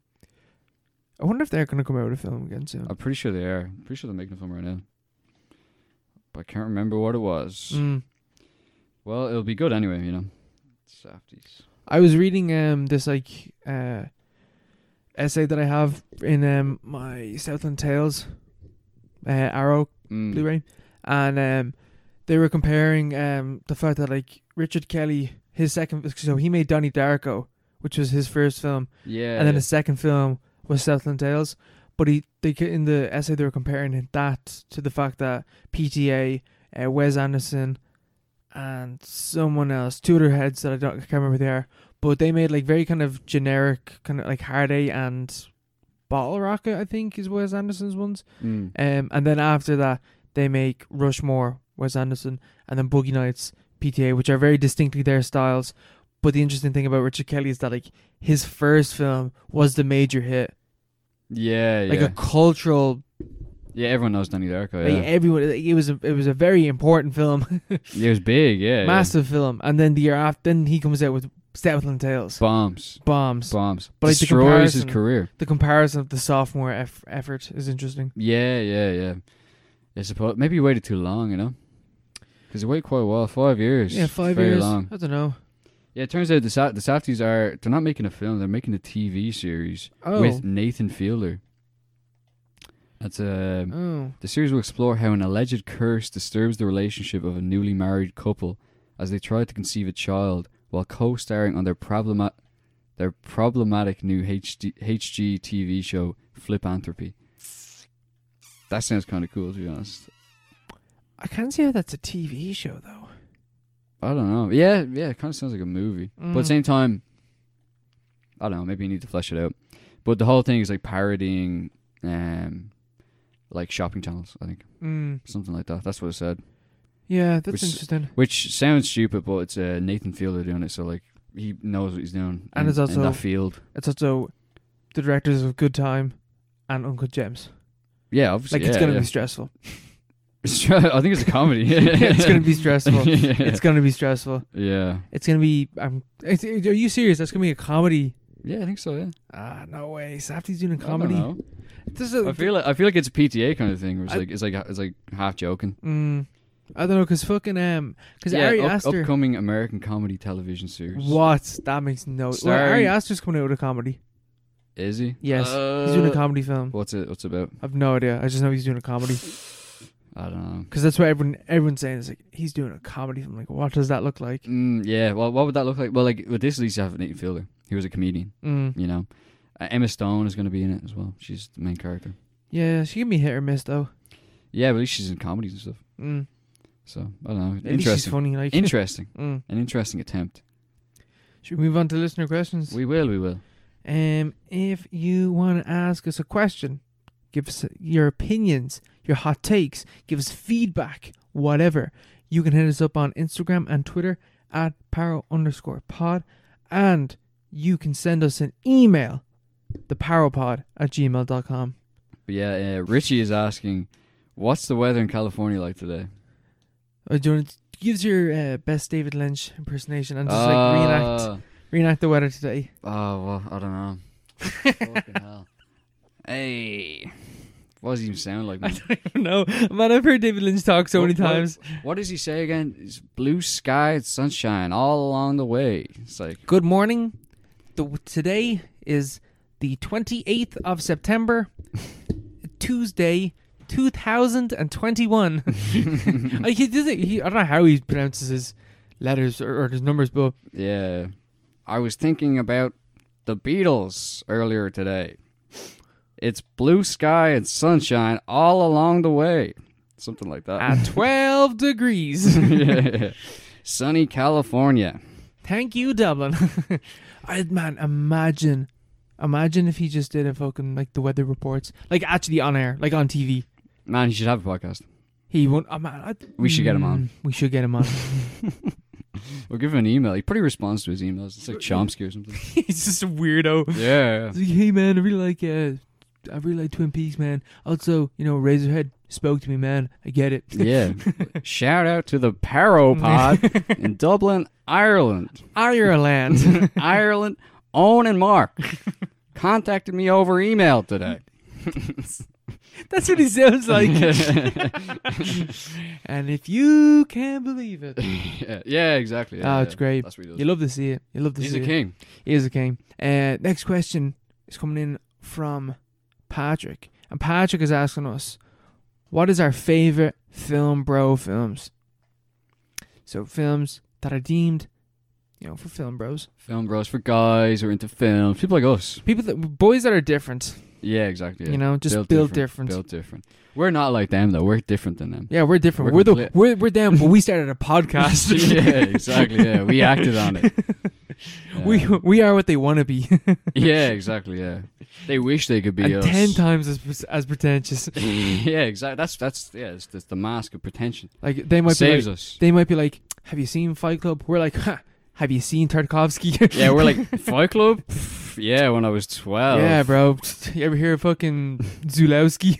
[SPEAKER 1] I wonder if they're going to come out with a film again soon.
[SPEAKER 2] I'm pretty sure they are. I'm pretty sure they're making a film right now. But I can't remember what it was.
[SPEAKER 1] Mm.
[SPEAKER 2] Well, it'll be good anyway, you know. Softies.
[SPEAKER 1] I was reading um this like uh essay that I have in um my Southland Tales uh, Arrow
[SPEAKER 2] Mm.
[SPEAKER 1] Blu-ray, and um they were comparing um the fact that like Richard Kelly his second so he made Donnie Darko, which was his first film,
[SPEAKER 2] Yeah.
[SPEAKER 1] and then
[SPEAKER 2] yeah.
[SPEAKER 1] his second film was Southland Tales. But he, they ca- in the essay they were comparing that to the fact that PTA, uh, Wes Anderson, and someone else, two other heads that I don't I can't remember who they are, but they made like very kind of generic, kind of like Hard A and Bottle Rocket, I think, is Wes Anderson's ones.
[SPEAKER 2] Mm.
[SPEAKER 1] Um, and then after that, they make Rushmore, Wes Anderson, and then Boogie Nights, PTA, which are very distinctly their styles. But the interesting thing about Richard Kelly is that like his first film was the major hit,
[SPEAKER 2] Yeah,
[SPEAKER 1] like
[SPEAKER 2] yeah.
[SPEAKER 1] a cultural.
[SPEAKER 2] yeah, everyone knows Danny Darko.
[SPEAKER 1] Like,
[SPEAKER 2] Yeah.
[SPEAKER 1] everyone, like, it was a it was a very important film,
[SPEAKER 2] it was big, yeah. yeah.
[SPEAKER 1] massive film. And then the year after, then he comes out with Southland Tales,
[SPEAKER 2] Bombs.
[SPEAKER 1] bombs.
[SPEAKER 2] Bombs.
[SPEAKER 1] But, like, the
[SPEAKER 2] Destroys his
[SPEAKER 1] comparison-
[SPEAKER 2] career.
[SPEAKER 1] the comparison of the sophomore eff- effort is interesting.
[SPEAKER 2] Yeah, yeah, yeah. I suppose maybe you waited too long, you know, because you wait quite a while, five years.
[SPEAKER 1] Yeah,
[SPEAKER 2] It's
[SPEAKER 1] five
[SPEAKER 2] very
[SPEAKER 1] years.
[SPEAKER 2] Long.
[SPEAKER 1] I don't know.
[SPEAKER 2] Yeah, it turns out the Sa- the Safties are they're not making a film; they're making a TV series
[SPEAKER 1] Oh,
[SPEAKER 2] with Nathan Fielder. That's uh, a
[SPEAKER 1] oh,
[SPEAKER 2] the series will explore how an alleged curse disturbs the relationship of a newly married couple as they try to conceive a child while co-starring on their problema- their problematic new HD- HGTV show Flipanthropy. That sounds kind of cool to be honest.
[SPEAKER 1] I can't see how that's a TV show though.
[SPEAKER 2] I don't know. Yeah, yeah, it kind of sounds like a movie. But at
[SPEAKER 1] Mm.
[SPEAKER 2] the same time, I don't know. Maybe you need to flesh it out. But the whole thing is like parodying, um, like shopping channels. I think
[SPEAKER 1] Mm.
[SPEAKER 2] something like that. That's what it said.
[SPEAKER 1] Yeah, that's
[SPEAKER 2] Which-
[SPEAKER 1] interesting.
[SPEAKER 2] Which sounds stupid, but it's uh, Nathan Fielder doing it, so like he knows what he's doing.
[SPEAKER 1] And
[SPEAKER 2] in-
[SPEAKER 1] it's also-
[SPEAKER 2] in that field.
[SPEAKER 1] It's also the directors of Good Time and Uncle James.
[SPEAKER 2] Yeah, obviously.
[SPEAKER 1] Like it's
[SPEAKER 2] yeah,
[SPEAKER 1] gonna
[SPEAKER 2] yeah.
[SPEAKER 1] be stressful.
[SPEAKER 2] I think it's a comedy.
[SPEAKER 1] it's gonna be stressful.
[SPEAKER 2] yeah.
[SPEAKER 1] It's gonna be stressful.
[SPEAKER 2] yeah.
[SPEAKER 1] It's gonna be. Um, it's, it- are you serious? That's gonna be a comedy.
[SPEAKER 2] Yeah, I think so. Yeah,
[SPEAKER 1] Ah, no way. Safdie's doing a
[SPEAKER 2] I don't
[SPEAKER 1] comedy.
[SPEAKER 2] know.
[SPEAKER 1] This
[SPEAKER 2] I,
[SPEAKER 1] is.
[SPEAKER 2] feel like I feel like it's a PTA kind of thing. Where it's
[SPEAKER 1] I-
[SPEAKER 2] like it's like it's like half joking.
[SPEAKER 1] Mm, I don't know, cause fucking um, cause
[SPEAKER 2] yeah,
[SPEAKER 1] Ari
[SPEAKER 2] up-
[SPEAKER 1] Aster.
[SPEAKER 2] upcoming American comedy television series.
[SPEAKER 1] What? That makes no. Well,
[SPEAKER 2] Starring-
[SPEAKER 1] Ari Aster's coming out with a comedy.
[SPEAKER 2] Is he?
[SPEAKER 1] Yes, he's doing a
[SPEAKER 2] Uh,
[SPEAKER 1] comedy film.
[SPEAKER 2] What's it? What's it about?
[SPEAKER 1] I've no idea. I just know he's doing a comedy
[SPEAKER 2] I don't know.
[SPEAKER 1] because that's what everyone everyone's saying is like he's doing a comedy. I'm like, what does that look like?
[SPEAKER 2] Mm, yeah. Well, what would that look like? Well, like with this, at least you have Nathan Fielder. He was a comedian.
[SPEAKER 1] Mm.
[SPEAKER 2] You know, uh, Emma Stone is going to be in it as well. She's the main character.
[SPEAKER 1] Yeah, she can be hit or miss though.
[SPEAKER 2] Yeah, but at least she's in comedies and stuff.
[SPEAKER 1] Mm.
[SPEAKER 2] So I don't know.
[SPEAKER 1] At least she's
[SPEAKER 2] Interesting.
[SPEAKER 1] funny. Like,
[SPEAKER 2] Interesting.
[SPEAKER 1] mm.
[SPEAKER 2] An interesting attempt.
[SPEAKER 1] should we move on to listener questions?
[SPEAKER 2] We will. We will.
[SPEAKER 1] Um, if you want to ask us a question, give us your opinions, your hot takes, give us feedback, whatever. You can hit us up on Instagram and Twitter at paro underscore pod, and you can send us an email, theparopod at gmail.com.
[SPEAKER 2] But yeah, uh, Richie is asking, What's the weather in California like today?
[SPEAKER 1] Uh, do you want to gives your uh, best David Lynch impersonation and just like reenact reenact the weather today.
[SPEAKER 2] Uh, Oh, well, I don't know. Fucking hell. Hey. What does he even sound like, man?
[SPEAKER 1] no, man, I've heard David Lynch talk so
[SPEAKER 2] What-
[SPEAKER 1] many
[SPEAKER 2] what-
[SPEAKER 1] times.
[SPEAKER 2] What does he say again? It's blue sky, it's sunshine all along the way. It's like,
[SPEAKER 1] Good morning. The, today is the 28th of September, Tuesday, 2021. Like, he does it, he, I don't know how he pronounces his letters or, or his numbers, but
[SPEAKER 2] yeah. I was thinking about the Beatles earlier today. It's blue sky and sunshine all along the way. Something like that.
[SPEAKER 1] at 12 degrees.
[SPEAKER 2] Yeah. Sunny California.
[SPEAKER 1] Thank you, Dublin. I man, imagine, imagine if he just did a fucking like the weather reports, like actually on air, like on TV.
[SPEAKER 2] Man, you should have a podcast.
[SPEAKER 1] He won't. Oh, man, I,
[SPEAKER 2] We should get him
[SPEAKER 1] Mm,
[SPEAKER 2] on.
[SPEAKER 1] We should get him on.
[SPEAKER 2] We'll give him an email. He pretty responds to his emails. It's like Chomsky or something.
[SPEAKER 1] He's just a weirdo.
[SPEAKER 2] yeah.
[SPEAKER 1] He's like, hey man, I really like uh, I really like Twin Peaks, man. Also, you know, Razorhead spoke to me, man. I get it.
[SPEAKER 2] Yeah. Shout out to the Paro Pod in Dublin, Ireland.
[SPEAKER 1] Ireland.
[SPEAKER 2] Ireland, Owen and Mark contacted me over email today.
[SPEAKER 1] That's what he sounds like. and if you can't believe it,
[SPEAKER 2] yeah, yeah, exactly. Yeah,
[SPEAKER 1] Oh,
[SPEAKER 2] yeah.
[SPEAKER 1] it's great.
[SPEAKER 2] That's what he
[SPEAKER 1] you
[SPEAKER 2] does.
[SPEAKER 1] love to see it. You love to
[SPEAKER 2] He's
[SPEAKER 1] see
[SPEAKER 2] a
[SPEAKER 1] it.
[SPEAKER 2] king.
[SPEAKER 1] He is a king. Uh, next question is coming in from Patrick, and Patrick is asking us, "What is our favorite film, bro? Films? So films that are deemed, you know, for film bros,
[SPEAKER 2] Film bros for guys who are into films. People like us.
[SPEAKER 1] people that boys that are different,
[SPEAKER 2] Yeah, exactly.
[SPEAKER 1] you know, just built, different.
[SPEAKER 2] Built different. We're not like them, though. We're different than them.
[SPEAKER 1] Yeah, we're different.
[SPEAKER 2] We're
[SPEAKER 1] We're, the
[SPEAKER 2] complete-
[SPEAKER 1] we're, we're them, but we started a podcast.
[SPEAKER 2] yeah, exactly. Yeah, we acted on it.
[SPEAKER 1] we
[SPEAKER 2] Um,
[SPEAKER 1] we are what they want to be,
[SPEAKER 2] yeah, exactly. Yeah, they wish they could be
[SPEAKER 1] and
[SPEAKER 2] us.
[SPEAKER 1] ten times as as pretentious.
[SPEAKER 2] yeah, exactly. That's that's yeah. It's, it's the mask of pretension.
[SPEAKER 1] Like they might be like,
[SPEAKER 2] Saves us.
[SPEAKER 1] they might be like, "Have you seen Fight Club?" We're like, "Huh, "Have you seen Tarkovsky?"
[SPEAKER 2] yeah, we're like Fight Club. Pff, yeah, when I was twelve.
[SPEAKER 1] yeah, bro. You ever hear of fucking Zulowski?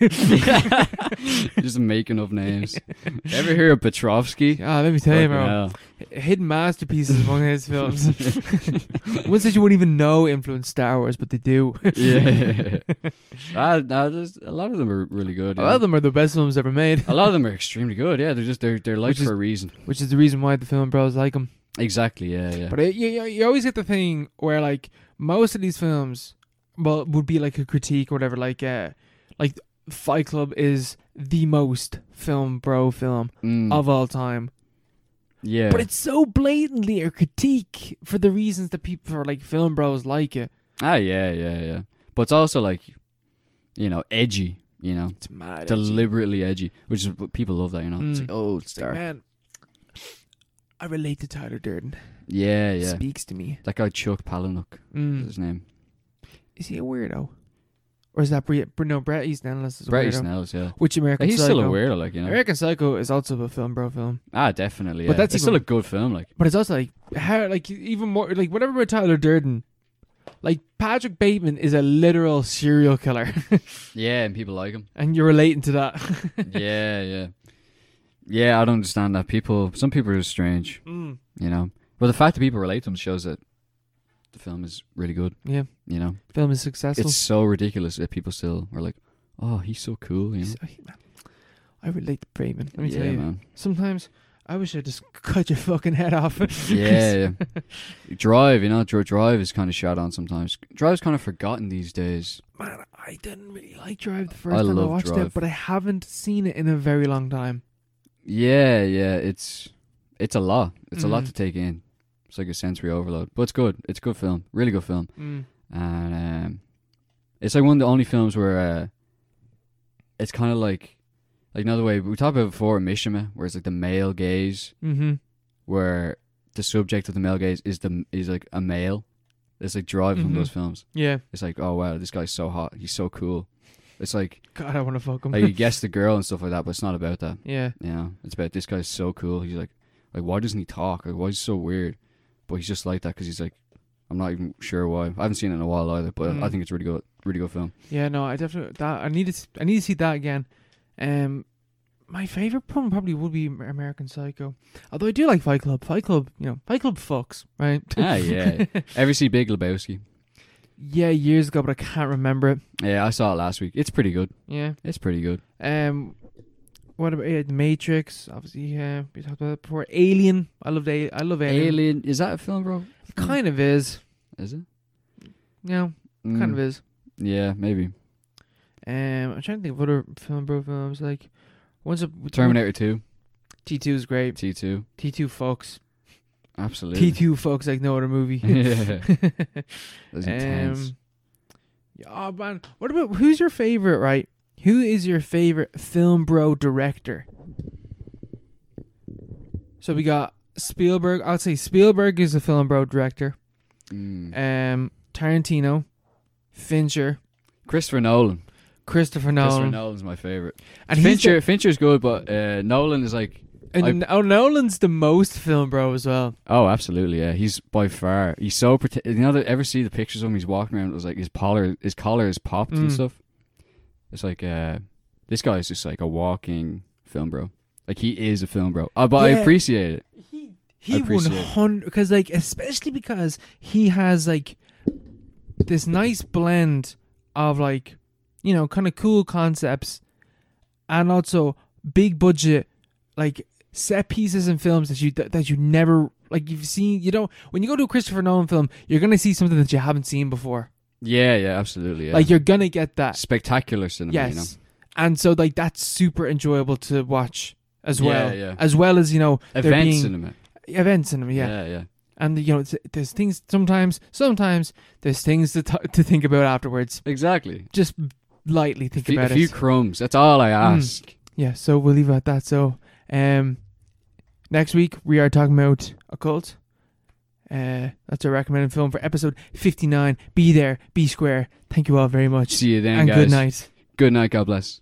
[SPEAKER 2] Just making up names. Ever hear of Petrovsky?
[SPEAKER 1] Ah, let me tell you,
[SPEAKER 2] Fucking
[SPEAKER 1] bro.
[SPEAKER 2] hell.
[SPEAKER 1] H- Hidden masterpieces among his films. Ones that you wouldn't even know influenced Star Wars, but they do.
[SPEAKER 2] Yeah. Ah, nah, there's- a lot of them are really good.
[SPEAKER 1] A
[SPEAKER 2] yeah.
[SPEAKER 1] lot of them are the best films ever made,
[SPEAKER 2] A lot of them are extremely good. Yeah, they're just they're they're like
[SPEAKER 1] Which is-
[SPEAKER 2] for a reason.
[SPEAKER 1] which is the reason why the film bros like them.
[SPEAKER 2] Exactly. Yeah, yeah.
[SPEAKER 1] But it, you, you- you always get the thing where like most of these films, well, would be like a critique or whatever. Like, uh, like Fight Club is the most film bro film
[SPEAKER 2] Mm,
[SPEAKER 1] of all time.
[SPEAKER 2] yeah.
[SPEAKER 1] But it's so blatantly a critique for the reasons that people for like film bros like it.
[SPEAKER 2] ah, yeah, yeah, yeah. But it's also like, you know, edgy. You know,
[SPEAKER 1] It's mad.
[SPEAKER 2] deliberately edgy, which is people love that. You know, it's
[SPEAKER 1] Mm.
[SPEAKER 2] like, oh, it's dark.
[SPEAKER 1] man. I relate to Tyler Durden.
[SPEAKER 2] Yeah, yeah.
[SPEAKER 1] Speaks to me.
[SPEAKER 2] That guy Chuck Palahniuk is
[SPEAKER 1] Mm.
[SPEAKER 2] his name.
[SPEAKER 1] Is he a weirdo, or is that Bre- Bre- no Brett Easton Ellis is a
[SPEAKER 2] Brett
[SPEAKER 1] weirdo?
[SPEAKER 2] Easton Ellis, yeah.
[SPEAKER 1] Which American?
[SPEAKER 2] He's
[SPEAKER 1] Psycho?
[SPEAKER 2] still a weirdo, like you know.
[SPEAKER 1] American Psycho is also a film bro film,
[SPEAKER 2] Ah, definitely. Yeah.
[SPEAKER 1] But
[SPEAKER 2] But that's
[SPEAKER 1] that's
[SPEAKER 2] it's
[SPEAKER 1] even-
[SPEAKER 2] still a good film, like.
[SPEAKER 1] but it's also like how like even more like whatever about Tyler Durden, like Patrick Bateman is a literal serial killer,
[SPEAKER 2] Yeah, and people like him.
[SPEAKER 1] and you're relating to that.
[SPEAKER 2] yeah, yeah, yeah. I don't understand that people. Some people are strange,
[SPEAKER 1] Mm.
[SPEAKER 2] you know. But the fact that people relate to him shows that the film is really good.
[SPEAKER 1] Yeah.
[SPEAKER 2] you know,
[SPEAKER 1] Film is successful.
[SPEAKER 2] it's so ridiculous that people still are like, "Oh, he's so cool," you know.
[SPEAKER 1] So, man, I relate to Bremen. Let me
[SPEAKER 2] yeah,
[SPEAKER 1] tell you.
[SPEAKER 2] man.
[SPEAKER 1] Sometimes I wish I just cut your fucking head off.
[SPEAKER 2] Yeah, yeah. Drive, you know, Dr- Drive is kind of shot on sometimes. Drive's kind of forgotten these days.
[SPEAKER 1] man, I didn't really like Drive the first
[SPEAKER 2] I
[SPEAKER 1] time I
[SPEAKER 2] love
[SPEAKER 1] watched
[SPEAKER 2] Drive.
[SPEAKER 1] it, but I haven't seen it in a very long time.
[SPEAKER 2] Yeah, yeah, it's it's a lot. It's a lot
[SPEAKER 1] Mm.
[SPEAKER 2] to take in. It's like a sensory overload, but it's good. It's a good film, really good film,
[SPEAKER 1] Mm.
[SPEAKER 2] and um, it's like one of the only films where uh, it's kind of like like another way we talked about it before Mishima, where it's like the male gaze,
[SPEAKER 1] hmm
[SPEAKER 2] where the subject of the male gaze is the is like a male. It's like Drive from
[SPEAKER 1] Mhm.
[SPEAKER 2] those films.
[SPEAKER 1] Yeah.
[SPEAKER 2] It's like oh wow, this guy's so hot, he's so cool. It's like
[SPEAKER 1] God, I want to fuck him.
[SPEAKER 2] like you guess the girl and stuff like that, but it's not about that.
[SPEAKER 1] yeah.
[SPEAKER 2] You know, it's about this guy's so cool. He's like, like why doesn't he talk? Like why is he so weird? But he's just like that because he's like, I'm not even sure why. I haven't seen it in a while either, but I
[SPEAKER 1] Mm.
[SPEAKER 2] think it's really good, really good film.
[SPEAKER 1] Yeah. No, I definitely that I need to. s- I need to see that again. Um, my favorite one probably would be Amer- American Psycho. Although I do like Fight Club. Fight Club, you know, Fight Club fucks, right?
[SPEAKER 2] ah, yeah. Ever see Big Lebowski?
[SPEAKER 1] yeah, years ago, but I can't remember it.
[SPEAKER 2] Yeah, I saw it last week. It's pretty good.
[SPEAKER 1] Yeah.
[SPEAKER 2] It's pretty good.
[SPEAKER 1] Um, what about yeah, The Matrix? Obviously, yeah, we talked about that before. Alien, I love A- I love Alien.
[SPEAKER 2] Alien is that a film, bro?
[SPEAKER 1] It kind of is.
[SPEAKER 2] Is it? Mm.
[SPEAKER 1] Yeah, kind of is.
[SPEAKER 2] Yeah, maybe.
[SPEAKER 1] Um, I'm trying to think of other film bro films like. Once a
[SPEAKER 2] Terminator Two,
[SPEAKER 1] T two is great.
[SPEAKER 2] T two,
[SPEAKER 1] T two fucks. T
[SPEAKER 2] absolutely.
[SPEAKER 1] two fucks like no other movie.
[SPEAKER 2] yeah, that's intense.
[SPEAKER 1] Um, yeah, oh man, what about who's your favorite? Right, who is your favorite film bro director? So we got Spielberg. I'd say Spielberg is a film bro director.
[SPEAKER 2] Mm.
[SPEAKER 1] Um, Tarantino, Fincher,
[SPEAKER 2] Christopher Nolan.
[SPEAKER 1] Christopher
[SPEAKER 2] Christopher
[SPEAKER 1] Nolan,
[SPEAKER 2] Nolan's my favorite.
[SPEAKER 1] and he's
[SPEAKER 2] Fincher, Fincher's good, but uh, Nolan is like,
[SPEAKER 1] the, and oh, Nolan's the most film bro as well.
[SPEAKER 2] oh, absolutely, yeah. He's by far, he's so prote- You know, that ever see the pictures of him? He's walking around. It was like his collar, his collar is popped
[SPEAKER 1] Mm.
[SPEAKER 2] and stuff. It's like, uh, this guy is just like a walking film bro. Like he is a film bro. Uh, but I
[SPEAKER 1] Yeah.
[SPEAKER 2] appreciate it.
[SPEAKER 1] He he one
[SPEAKER 2] appreciate it.
[SPEAKER 1] hundred because like especially because he has like this nice blend of like you know kind of cool concepts and also big budget like set pieces and films that you that, that you never like you've seen you don't when you go to a Christopher Nolan film you're gonna see something that you haven't seen before
[SPEAKER 2] Yeah, yeah, absolutely. Yeah.
[SPEAKER 1] like you're gonna get that
[SPEAKER 2] spectacular cinema.
[SPEAKER 1] yes
[SPEAKER 2] You know?
[SPEAKER 1] and so like that's super enjoyable to watch as
[SPEAKER 2] Yeah,
[SPEAKER 1] well
[SPEAKER 2] yeah.
[SPEAKER 1] as well as you know there
[SPEAKER 2] Event
[SPEAKER 1] being
[SPEAKER 2] cinema.
[SPEAKER 1] events in them yeah
[SPEAKER 2] yeah, yeah.
[SPEAKER 1] and you know it's, there's things sometimes sometimes there's things to t- to think about afterwards
[SPEAKER 2] Exactly.
[SPEAKER 1] just lightly think
[SPEAKER 2] Fe- a
[SPEAKER 1] about
[SPEAKER 2] few
[SPEAKER 1] it Mm.
[SPEAKER 2] crumbs. That's all I ask.
[SPEAKER 1] yeah so we'll leave it at that so um next week we are talking about occult uh that's a recommended film for episode 59 be there be square thank you all very much
[SPEAKER 2] See you then,
[SPEAKER 1] and
[SPEAKER 2] guys.
[SPEAKER 1] good night
[SPEAKER 2] Good night. God bless.